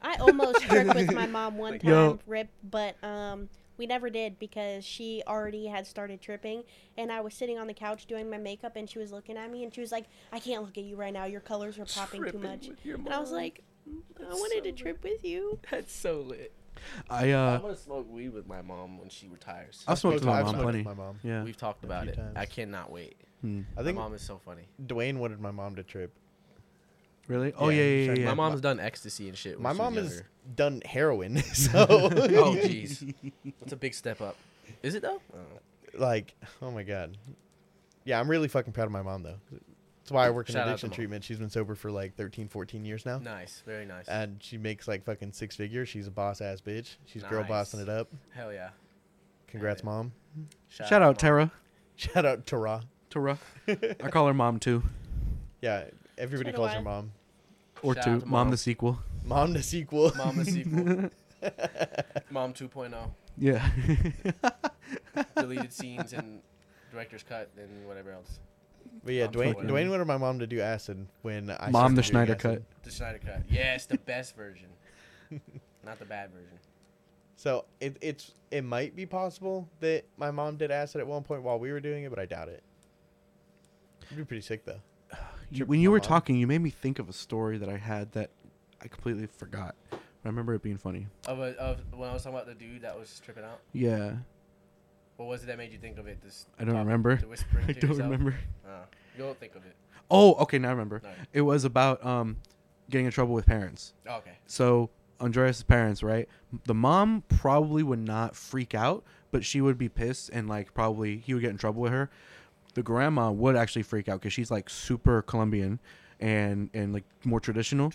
Speaker 5: I almost jerked with my mom one time,
Speaker 3: Yo.
Speaker 5: rip, but um, we never did because she already had started tripping, and I was sitting on the couch doing my makeup, and she was looking at me, and she was like, "I can't look at you right now. Your colors are popping too much." And I was like, "I wanted to trip with you."
Speaker 4: That's so lit.
Speaker 3: I uh,
Speaker 4: I'm gonna smoke weed with my mom when she retires.
Speaker 3: I've smoked with my
Speaker 2: I've
Speaker 3: mom
Speaker 2: smoked with
Speaker 3: plenty.
Speaker 2: my mom.
Speaker 3: Yeah. Hmm.
Speaker 4: We've talked about
Speaker 2: few
Speaker 4: it. I
Speaker 2: times.
Speaker 4: cannot wait.
Speaker 2: I
Speaker 4: My
Speaker 2: think
Speaker 4: mom is so funny.
Speaker 2: Dwayne wanted my mom to trip.
Speaker 3: Really? Oh
Speaker 2: Yeah,
Speaker 3: yeah, yeah, yeah.
Speaker 2: shout
Speaker 3: yeah.
Speaker 4: My mom's done ecstasy and shit. When
Speaker 2: My
Speaker 4: she
Speaker 2: mom
Speaker 4: was
Speaker 2: has
Speaker 4: younger.
Speaker 2: done heroin, so
Speaker 4: Oh jeez, that's a big step up. Is it though? I don't know.
Speaker 2: like, oh my god. Yeah, I'm really fucking proud of my mom though. That's why I work in
Speaker 4: Shout out to
Speaker 2: addiction
Speaker 4: Mom.
Speaker 2: treatment. She's been sober for like 13, 14 years now.
Speaker 4: Nice, very nice.
Speaker 2: And she makes like fucking six figures. She's a boss ass bitch. She's girl
Speaker 4: Nice.
Speaker 2: bossing it up.
Speaker 4: Hell yeah.
Speaker 2: Congrats,
Speaker 4: Yeah.
Speaker 2: mom.
Speaker 3: Shout out
Speaker 4: Mom.
Speaker 3: Tara.
Speaker 2: Shout out to Ra.
Speaker 3: Tara. I call her mom too,
Speaker 2: Yeah, everybody
Speaker 5: Shout out
Speaker 2: calls her
Speaker 5: Ra.
Speaker 2: mom.
Speaker 3: or
Speaker 4: Shout
Speaker 3: two.
Speaker 4: out
Speaker 3: Mom. the
Speaker 4: to Mom.
Speaker 3: sequel.
Speaker 2: Mom the sequel.
Speaker 4: Mom the sequel. Mom 2.0.
Speaker 3: Yeah.
Speaker 4: Deleted scenes and director's cut and whatever else.
Speaker 2: But yeah,
Speaker 4: Mom
Speaker 2: Dwayne,
Speaker 4: Twitter.
Speaker 2: Dwayne wanted my mom to do acid when I
Speaker 3: mom
Speaker 2: started
Speaker 3: the
Speaker 2: doing
Speaker 3: Schneider
Speaker 2: acid.
Speaker 3: cut.
Speaker 4: The Snyder cut. Yes, the best version. Not the bad version.
Speaker 2: So it, it's it might be possible that my mom did acid at one point while we were doing it, but I doubt it. It'd be pretty sick though.
Speaker 3: You- when you
Speaker 2: my
Speaker 3: were
Speaker 2: mom.
Speaker 3: talking, you made me think of a story that I had that I completely forgot. But I remember it being funny.
Speaker 4: Of, a, of when I was talking about the dude that was just tripping out.
Speaker 3: Yeah.
Speaker 4: What was it that made you think of it? This
Speaker 3: I don't
Speaker 4: talking-
Speaker 3: remember.
Speaker 4: The whispering
Speaker 3: I
Speaker 4: to
Speaker 3: don't
Speaker 4: yourself?
Speaker 3: remember.
Speaker 4: Uh, you'll think of it.
Speaker 3: Oh, okay, now I remember.
Speaker 4: No.
Speaker 3: It was about um getting in trouble with parents.
Speaker 4: Okay.
Speaker 3: So Andreas' parents, right? The mom probably would not freak out, but she would be pissed and like probably he would get in trouble with her. The grandma would actually freak out because she's like super Colombian and and like more traditional.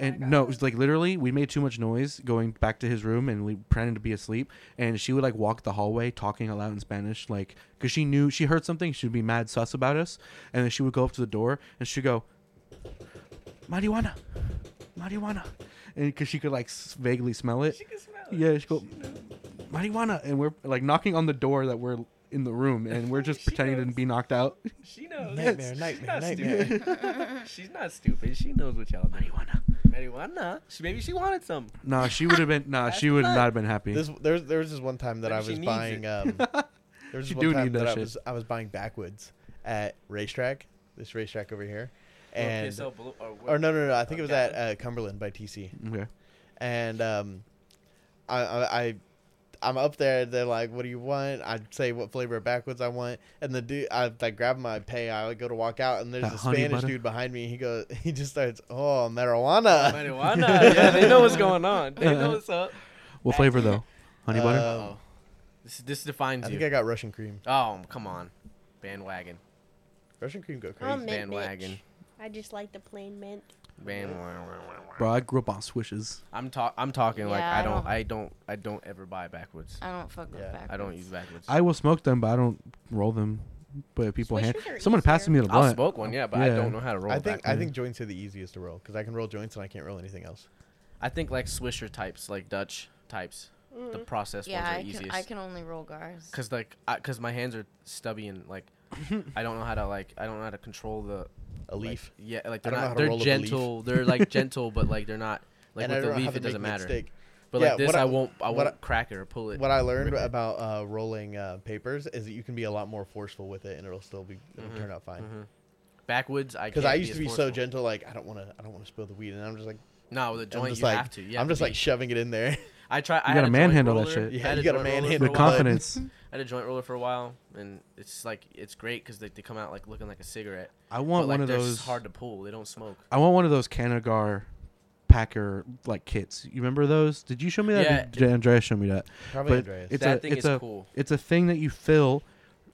Speaker 3: and no, it was like literally, we made too much noise going back to his room and we pretended to be asleep. And she would like walk the hallway talking aloud in Spanish, like because she knew she heard something. She'd be mad sus about us, and then she would go up to the door and she'd go, "Marijuana." marijuana, and because she could like s- vaguely smell it. She could smell it. Yeah, she go marijuana, and we're like knocking on the door that we're in the room, and we're just pretending to be knocked out.
Speaker 4: She knows.
Speaker 2: Nightmare, nightmare, nightmare.
Speaker 4: She's not stupid. She knows what y'all do.
Speaker 3: Marijuana.
Speaker 4: Marijuana. She, maybe she wanted some.
Speaker 3: Nah, she would have been. Nah, she would not have been happy.
Speaker 2: This there's there was this one time that
Speaker 4: Maybe
Speaker 2: I
Speaker 4: she
Speaker 2: was
Speaker 4: needs
Speaker 2: buying
Speaker 4: it.
Speaker 2: um there was this
Speaker 3: She
Speaker 2: one
Speaker 3: do
Speaker 2: time
Speaker 3: need that
Speaker 2: that I
Speaker 3: shit.
Speaker 2: was I was buying backwoods at racetrack, this racetrack over here.
Speaker 4: Little
Speaker 2: And
Speaker 4: kiss, oh, blue- or, what-
Speaker 2: or no no no, I think it was
Speaker 4: Okay.
Speaker 2: at uh, Cumberland by TC.
Speaker 3: okay.
Speaker 2: and um, I, I, I I'm up there. They're like, "What do you want?" I say what flavor of backwoods I want, and the dude, I like grab my pay. I like, go to walk out, and there's
Speaker 3: That
Speaker 2: a
Speaker 3: honey
Speaker 2: Spanish
Speaker 3: butter?
Speaker 2: dude behind me. He goes, he just starts, "Oh, marijuana."
Speaker 4: Marijuana. yeah, they know what's going on. They know what's up.
Speaker 3: What flavor though? Honey butter.
Speaker 2: Um,
Speaker 4: This this defines
Speaker 2: I
Speaker 4: you.
Speaker 2: think I got Russian cream.
Speaker 4: oh, come on, bandwagon,
Speaker 2: Russian cream go crazy.
Speaker 5: I'm mint,
Speaker 4: bandwagon,
Speaker 5: bitch. I just like the plain mint.
Speaker 4: bandwagon.
Speaker 3: Bro, I grew up on swishes.
Speaker 4: I'm talk. I'm talking like
Speaker 6: Yeah,
Speaker 4: I
Speaker 6: I
Speaker 4: don't,
Speaker 6: don't-
Speaker 4: I don't. I don't ever buy backwards.
Speaker 6: I don't fuck with
Speaker 2: Yeah, I
Speaker 6: backwards.
Speaker 4: I don't use backwards.
Speaker 3: I will smoke them, but I don't roll them. But people hand
Speaker 5: Swishes are
Speaker 3: someone passes me
Speaker 5: easier.
Speaker 3: the
Speaker 4: I'll
Speaker 3: blunt.
Speaker 4: smoke one, yeah, but I
Speaker 3: Yeah.
Speaker 4: don't know how to roll. Mm-hmm. Mm.
Speaker 2: I think I
Speaker 4: backwards.
Speaker 2: think joints are the easiest to roll because I can roll joints and I can't roll anything else.
Speaker 4: I think like Swisher types, like Dutch types, the processed
Speaker 6: Mm.
Speaker 4: ones
Speaker 6: Yeah,
Speaker 4: are
Speaker 6: I can, I
Speaker 4: easiest.
Speaker 6: can only roll gars.
Speaker 4: Cause like, I, cause my hands are stubby and like, I don't know how to like, I don't know how to control the
Speaker 2: A
Speaker 4: like,
Speaker 2: leaf.
Speaker 4: yeah, like
Speaker 2: I don't
Speaker 4: they're
Speaker 2: know
Speaker 4: not.
Speaker 2: how to
Speaker 4: They're
Speaker 2: roll up a leaf.
Speaker 4: gentle. They're like gentle, but like they're not. Like
Speaker 2: and I don't
Speaker 4: with the
Speaker 2: know how
Speaker 4: leaf,
Speaker 2: to
Speaker 4: it doesn't
Speaker 2: make
Speaker 4: matter.
Speaker 2: mistake.
Speaker 4: But
Speaker 2: Yeah,
Speaker 4: like this,
Speaker 2: what I-
Speaker 4: I, won't. I
Speaker 2: what
Speaker 4: won't
Speaker 2: I-
Speaker 4: crack it or pull it.
Speaker 2: What I learned
Speaker 4: rip it.
Speaker 2: about uh, rolling uh, papers is that you can be a lot more forceful with it and it'll still be it'll turn out fine.
Speaker 4: backwards, I
Speaker 2: Because
Speaker 4: Mm-hmm. can't
Speaker 2: I used to
Speaker 4: as
Speaker 2: be so
Speaker 4: forceful.
Speaker 2: gentle, like I don't want to I don't want to spill the weed, and I'm just like
Speaker 4: No, with a
Speaker 2: I'm
Speaker 4: joint,
Speaker 2: just
Speaker 4: you
Speaker 2: like
Speaker 4: have to. You
Speaker 2: I'm
Speaker 4: have
Speaker 2: just
Speaker 4: to
Speaker 2: like
Speaker 4: be.
Speaker 2: shoving it in there.
Speaker 4: I try.
Speaker 3: gotta
Speaker 4: I had a joint
Speaker 3: manhandle that
Speaker 4: roller.
Speaker 3: shit.
Speaker 4: I
Speaker 2: Yeah,
Speaker 4: had
Speaker 2: you gotta
Speaker 4: joint roller
Speaker 2: manhandle
Speaker 4: for
Speaker 3: The
Speaker 4: a while.
Speaker 3: confidence.
Speaker 4: I had a joint roller for a while, and it's like it's great because like they come out like looking like a cigarette.
Speaker 3: I want
Speaker 4: but, like,
Speaker 3: one of
Speaker 4: they're
Speaker 3: those.
Speaker 4: s- hard to pull. They don't smoke.
Speaker 3: I want one of those Canagar packer like kits. You remember those? Did you show me that?
Speaker 4: Yeah.
Speaker 3: Did, did Andreas show me that?
Speaker 2: Probably Andreas.
Speaker 3: It's
Speaker 4: That
Speaker 3: a,
Speaker 4: thing
Speaker 3: it's
Speaker 4: is
Speaker 3: a,
Speaker 4: cool.
Speaker 3: It's a thing that you fill.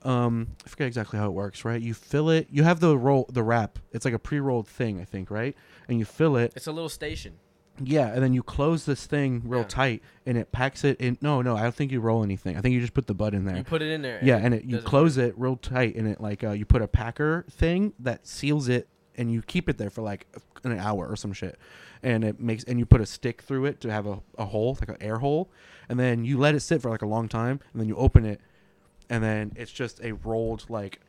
Speaker 3: Um, I forget exactly how it works, right? You fill it. You have the roll, the wrap. It's like a pre-rolled thing, I think, right? And you fill it.
Speaker 4: It's a little station.
Speaker 3: Yeah, and then you close this thing real
Speaker 4: Yeah.
Speaker 3: tight, and it packs it in. No, no, I don't think you roll anything. I think you just put the butt in there.
Speaker 4: You put it in there.
Speaker 3: yeah, and it, you
Speaker 4: doesn't-
Speaker 3: close it real tight, and it like uh, you put a packer thing that seals it, and you keep it there for like an hour or some shit, and it makes and you put a stick through it to have a, a hole like an air hole, and then you let it sit for like a long time, and then you open it, and then it's just a rolled like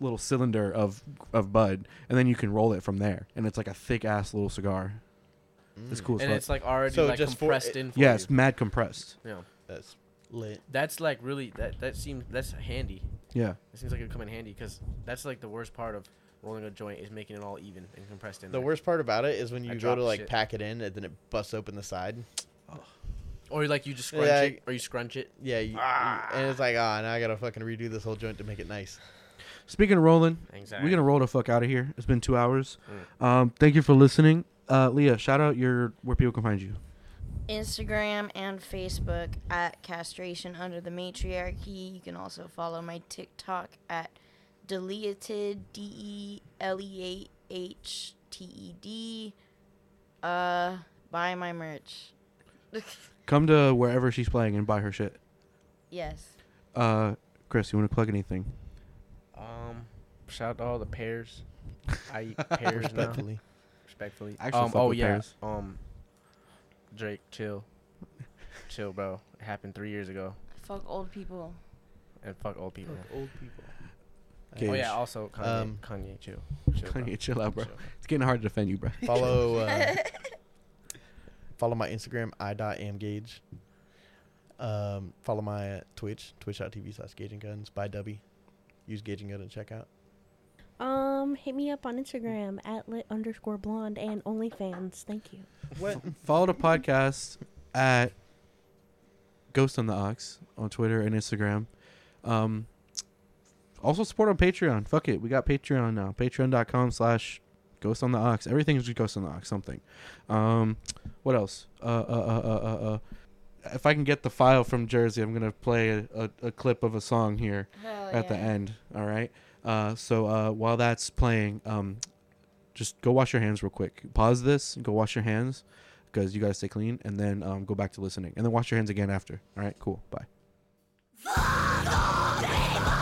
Speaker 3: little cylinder of of bud, and then you can roll it from there, and it's like a thick ass little cigar. It's cool. as
Speaker 4: Mm. And
Speaker 3: fuck.
Speaker 4: it's like already
Speaker 2: So
Speaker 4: like
Speaker 2: just for-
Speaker 4: compressed
Speaker 2: it-
Speaker 4: in. For
Speaker 3: yeah,
Speaker 4: you.
Speaker 3: it's mad compressed.
Speaker 4: yeah.
Speaker 2: That's lit.
Speaker 4: That's like really that that seems that's handy.
Speaker 3: Yeah.
Speaker 4: It seems like it would come in handy because that's like the worst part of rolling a joint is making it all even and compressed in.
Speaker 2: The
Speaker 4: there.
Speaker 2: worst part about it is when you go
Speaker 4: dropped
Speaker 2: to like
Speaker 4: shit.
Speaker 2: pack it in, and then it busts open the side.
Speaker 4: Or like you just scrunch
Speaker 2: Yeah,
Speaker 4: it, or you scrunch it.
Speaker 2: Yeah, you, you- and it's like ah, now I gotta fucking redo this whole joint to make it nice.
Speaker 3: Speaking of rolling,
Speaker 4: Anxiety.
Speaker 3: we're gonna roll the fuck out of here. It's been two hours.
Speaker 4: Mm.
Speaker 3: Um, thank you for listening, uh, Leah. Shout out your where people can find you.
Speaker 6: Instagram and Facebook at castration under the matriarchy. You can also follow my TikTok at deleted d e l e a h t e d. Uh, buy my merch.
Speaker 3: Come to wherever she's playing and buy her shit.
Speaker 6: yes.
Speaker 3: Uh, Chris, you want to plug anything?
Speaker 4: Um, shout out to all the pears. I eat pears now.
Speaker 2: Respectfully,
Speaker 4: respectfully.
Speaker 3: I actually
Speaker 4: um,
Speaker 3: fuck
Speaker 4: oh
Speaker 3: with
Speaker 4: yeah.
Speaker 3: pears.
Speaker 4: Um, Drake, chill, chill, bro. It happened three years ago,
Speaker 6: Fuck old people.
Speaker 4: and fuck old people.
Speaker 2: old people.
Speaker 4: Oh
Speaker 3: Cage.
Speaker 4: yeah. Also, Kanye,
Speaker 2: Um,
Speaker 4: Kanye, chill, chill, bro.
Speaker 3: Kanye, chill out, bro.
Speaker 4: Chill.
Speaker 3: It's getting hard to defend you, bro.
Speaker 2: Follow uh, follow my Instagram i dot am gauge. Um, follow my uh, Twitch twitch.tv slash gauge and guns by Dubby. Use gauge and gun at checkout.
Speaker 5: Um, hit me up on Instagram at lit underscore blonde and OnlyFans. Thank you.
Speaker 2: What?
Speaker 3: Follow the podcast at Ghost on the Ox on Twitter and Instagram. Um, also support on Patreon. Fuck it. We got Patreon now. Patreon.com slash Ghost on the Ox. Everything's just Ghost on the Ox, something. Um, what else? Uh, uh, uh, uh, uh, uh. If I can get the file from Jersey, I'm going to play a, a, a clip of a song here
Speaker 6: Hell
Speaker 3: at the
Speaker 6: yeah.
Speaker 3: end. All right. Uh, so uh, while that's playing, um, just go wash your hands real quick. Pause this. Go wash your hands because you gotta stay clean, and then um, go back to listening, and then wash your hands again after. All right. Cool. Bye.
Speaker 7: Fuck all people.